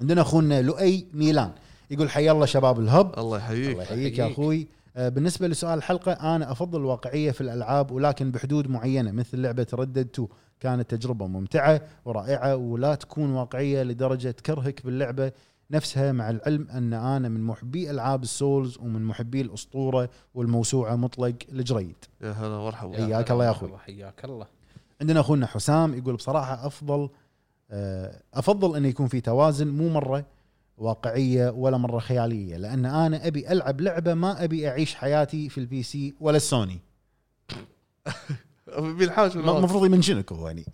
D: عندنا اخونا لؤي ميلان يقول حيا الله شباب الهب
B: الله
D: الله
B: يحييك
D: يحييك يا
C: يحييك.
D: اخوي آه، بالنسبه لسؤال الحلقه انا افضل الواقعيه في الالعاب ولكن بحدود معينه مثل لعبه ردد 2 كانت تجربه ممتعه ورائعه ولا تكون واقعيه لدرجه تكرهك باللعبه نفسها مع العلم ان انا من محبي العاب السولز ومن محبي الاسطوره والموسوعه مطلق الجريد
B: يا هلا مرحبا
D: حياك الله يا أخوي.
C: حياك الله
D: عندنا اخونا حسام يقول بصراحه افضل آه، افضل انه يكون في توازن مو مره واقعيه ولا مره خياليه لان انا ابي العب لعبه ما ابي اعيش حياتي في البي سي ولا السوني
B: بينحاش من الواقع
D: المفروض يمنشنك هو يعني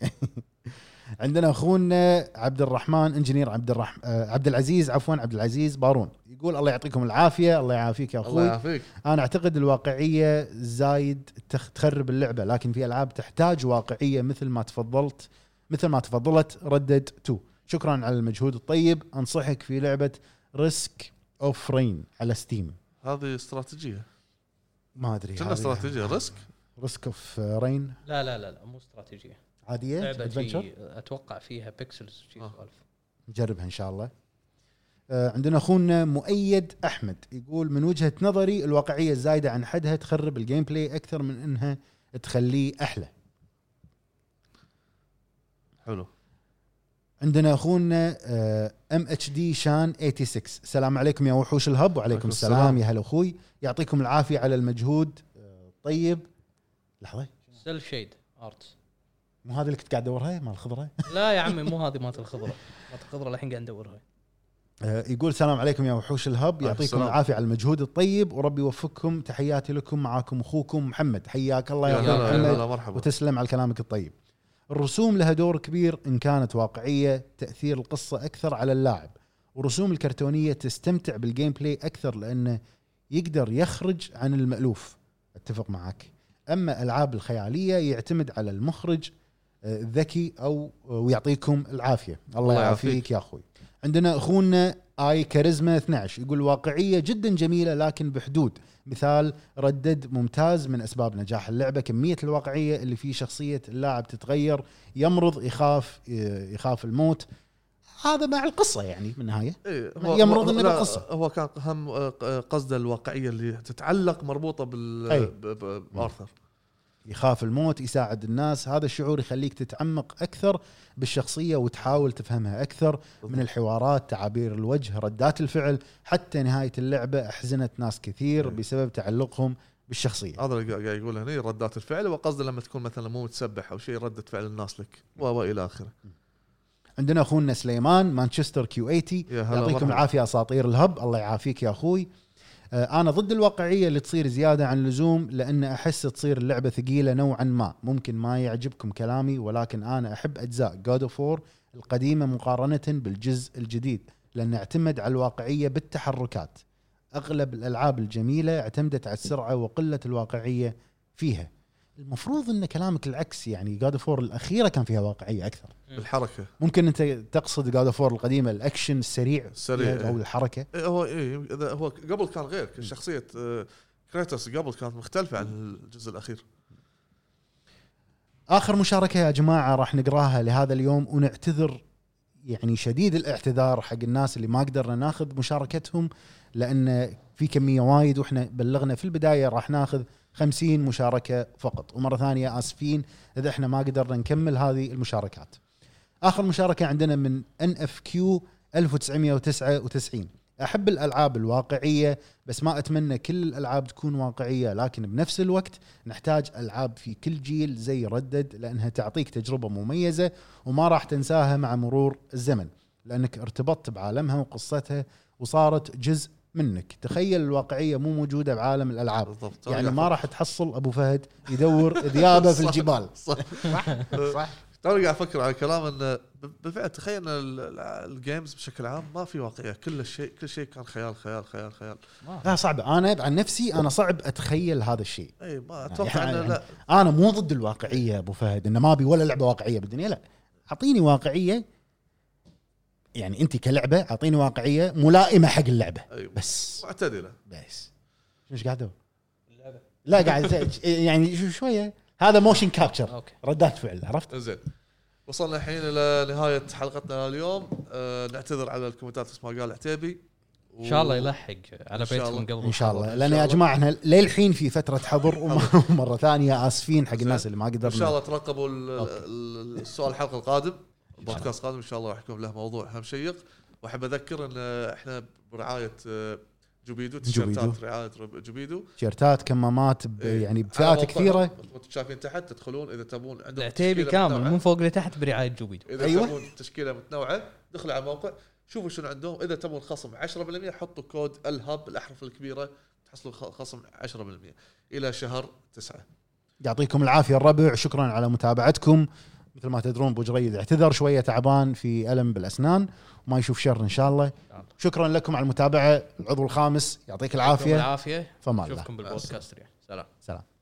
D: عندنا اخونا عبد الرحمن انجينير عبد الرحم آه، عبد العزيز عفوا عبد العزيز بارون يقول الله يعطيكم العافيه الله يعافيك يا
B: الله
D: اخوي
B: يعافيك
D: انا اعتقد الواقعيه زايد تخ- تخرب اللعبه لكن في العاب تحتاج واقعيه مثل ما تفضلت مثل ما تفضلت ردد 2 شكرا على المجهود الطيب انصحك في لعبه ريسك اوف رين على ستيم
B: هذه استراتيجيه
D: ما ادري
B: كنا استراتيجيه ريسك
D: ريسك اوف رين
C: لا لا لا, لا مو استراتيجيه
D: عاديه
C: لعبه
D: إيه، adventure؟
C: شي- اتوقع فيها بيكسلز شي
B: آه.
C: سوالف
D: نجربها ان شاء الله آه، عندنا اخونا مؤيد احمد يقول من وجهه نظري الواقعيه الزايده عن حدها تخرب الجيم بلاي اكثر من انها تخليه احلى
B: حلو
D: عندنا آه، اخونا ام اتش دي شان 86 السلام عليكم يا وحوش الهب وعليكم
B: وعليكم
D: السلام
B: السلام.
D: يا هلا اخوي يعطيكم العافيه على المجهود آه، طيب لحظه
C: سيل شيد ارتس
D: مو هذا اللي كنت قاعد ادورها مال الخضره
C: لا يا عمي مو هذه مالت الخضره مالت الخضره الحين قاعد ندورها
D: آه، يقول السلام عليكم يا وحوش الهب
B: عليكم
D: يعطيكم
B: السلام.
D: العافيه على المجهود الطيب وربي يوفقكم تحياتي لكم معاكم اخوكم محمد حياك الله
B: يا
D: يا
B: هلا
D: اخوي
B: يا
D: محمد
B: هلا مرحبا
D: وتسلم على كلامك الطيب الرسوم لها دور كبير ان كانت واقعيه تاثير القصه اكثر على اللاعب والرسوم الكرتونيه تستمتع بالجيم بلاي اكثر لانه يقدر يخرج عن المالوف اتفق معك اما العاب الخياليه يعتمد على المخرج آه، آه، ذكي او ويعطيكم العافيه الله
A: الله
D: يعافيك
A: يعافيك.
D: يا اخوي عندنا اخونا اي كاريزما 12 يقول واقعيه جدا جميله لكن بحدود مثال ردد ممتاز من اسباب نجاح اللعبه كميه الواقعيه اللي في شخصيه اللاعب تتغير يمرض يخاف آه، يخاف الموت هذا مع القصه يعني بالنهايه
B: إيه
D: يمرض
B: هو-
D: إنه
B: لا،
D: بالقصة.
B: هو كان هم آه، قصده الواقعيه اللي تتعلق مربوطه
D: أي.
B: بال ب- ب- بارثر
D: يخاف الموت يساعد الناس هذا الشعور يخليك تتعمق اكثر بالشخصيه وتحاول تفهمها اكثر من الحوارات تعابير الوجه ردات الفعل حتى نهايه اللعبه احزنت ناس كثير بسبب تعلقهم بالشخصيه
B: هذا اللي قاعد يقول هنا ردات الفعل وقصده لما تكون مثلا مو متسبح او شيء رده فعل الناس لك و- والى اخره
D: عندنا اخونا سليمان مانشستر كيو 80
B: يا هلا
D: يعطيكم
B: مرحبا.
D: العافيه اساطير الهب الله يعافيك يا اخوي آه، انا ضد الواقعيه اللي تصير زياده عن اللزوم لان احس تصير اللعبه ثقيله نوعا ما ممكن ما يعجبكم كلامي ولكن انا احب اجزاء جود اوف القديمه مقارنه بالجزء الجديد لان اعتمد على الواقعيه بالتحركات اغلب الالعاب الجميله اعتمدت على السرعه وقله الواقعيه فيها المفروض ان كلامك العكس يعني جاد اوف الاخيره كان فيها واقعيه اكثر
B: الحركه
D: ممكن انت تقصد جاد اوف القديمه الاكشن السريع
B: السريع.
D: او الحركه
B: إيه، هو إيه إذا هو قبل كان غير شخصيه آه، كريتوس قبل كانت مختلفه عن الجزء الاخير
D: اخر مشاركه يا جماعه راح نقراها لهذا اليوم ونعتذر يعني شديد الاعتذار حق الناس اللي ما قدرنا ناخذ مشاركتهم لان في كميه وايد واحنا بلغنا في البدايه راح ناخذ 50 مشاركه فقط ومره ثانيه اسفين اذا احنا ما قدرنا نكمل هذه المشاركات. اخر مشاركه عندنا من ان اف كيو 1999 احب الالعاب الواقعيه بس ما اتمنى كل الالعاب تكون واقعيه لكن بنفس الوقت نحتاج العاب في كل جيل زي ردد لانها تعطيك تجربه مميزه وما راح تنساها مع مرور الزمن لانك ارتبطت بعالمها وقصتها وصارت جزء منك تخيل الواقعيه مو موجوده بعالم الالعاب
B: بالضبط
D: يعني ما راح تحصل ابو فهد يدور ذيابه في الجبال
B: صح
D: صح
B: توني قاعد افكر على كلام انه ب- بالفعل تخيل ان ال- ال- الجيمز بشكل عام ما في واقعيه كل شيء كل شيء كان خيال خيال خيال خيال
D: لا صعب انا عن نفسي انا صعب اتخيل هذا الشيء
B: اي ما
D: يعني-
B: اتوقع انه لا
D: انا مو ضد الواقعيه يا ابو فهد انه ما ابي ولا لعبه واقعيه بالدنيا لا اعطيني واقعيه يعني انت كلعبه اعطيني واقعيه ملائمه حق اللعبه
B: أي،
D: بس
B: معتدله
D: بس ايش قاعد تسوي؟ لا قاعد أت- يعني شو- شويه هذا موشن كابتشر
C: اوكي
D: ردات فعل عرفت؟
B: زين وصلنا الحين الى نهايه حلقتنا اليوم أه نعتذر على الكومنتات نفس ما قال عتيبي و-
C: ان شاء الله يلحق على
B: إن شاء
C: بيتكم
B: الله.
C: قبل
D: ان شاء
C: الحظر.
D: الله
B: إن
D: لان
B: شاء
D: يا
B: الله.
D: جماعه احنا للحين في فتره حظر وم- ومره ثانيه اسفين حق الناس اللي ما
B: ان شاء
D: قدرنا
B: الله ترقبوا ال- ال- السؤال الحلقه القادم البودكاست القادم ان شاء الله راح يكون له موضوع هم شيق واحب اذكر ان احنا برعايه أه، جوبيدو تيشيرتات رعايه جوبيدو
D: تيشيرتات كمامات ب-
B: إيه.
D: يعني
B: على
D: بفئات
B: موقعهم.
D: كثيره
B: انتم شايفين تحت تدخلون اذا تبون عندهم
C: العتيبي
B: تشكيلة
C: كامل
B: متنوعة.
C: من فوق لتحت برعايه جوبيدو
B: اذا
D: أيوة.
B: أيوة. تبون تشكيله متنوعه دخلوا على الموقع شوفوا شنو عندهم اذا تبون خصم 10% حطوا كود الهب الاحرف الكبيره تحصلوا خ- خصم 10% الى شهر 9
D: يعطيكم العافيه الربع شكرا على متابعتكم مثل ما تدرون ابو جريد اعتذر شويه تعبان في الم بالاسنان وما يشوف شر ان شاء الله شكرا لكم على المتابعه العضو الخامس يعطيك
C: يعطيكم
D: العافيه
C: العافيه
D: فما الله
C: نشوفكم بالبودكاست سلام
D: سلام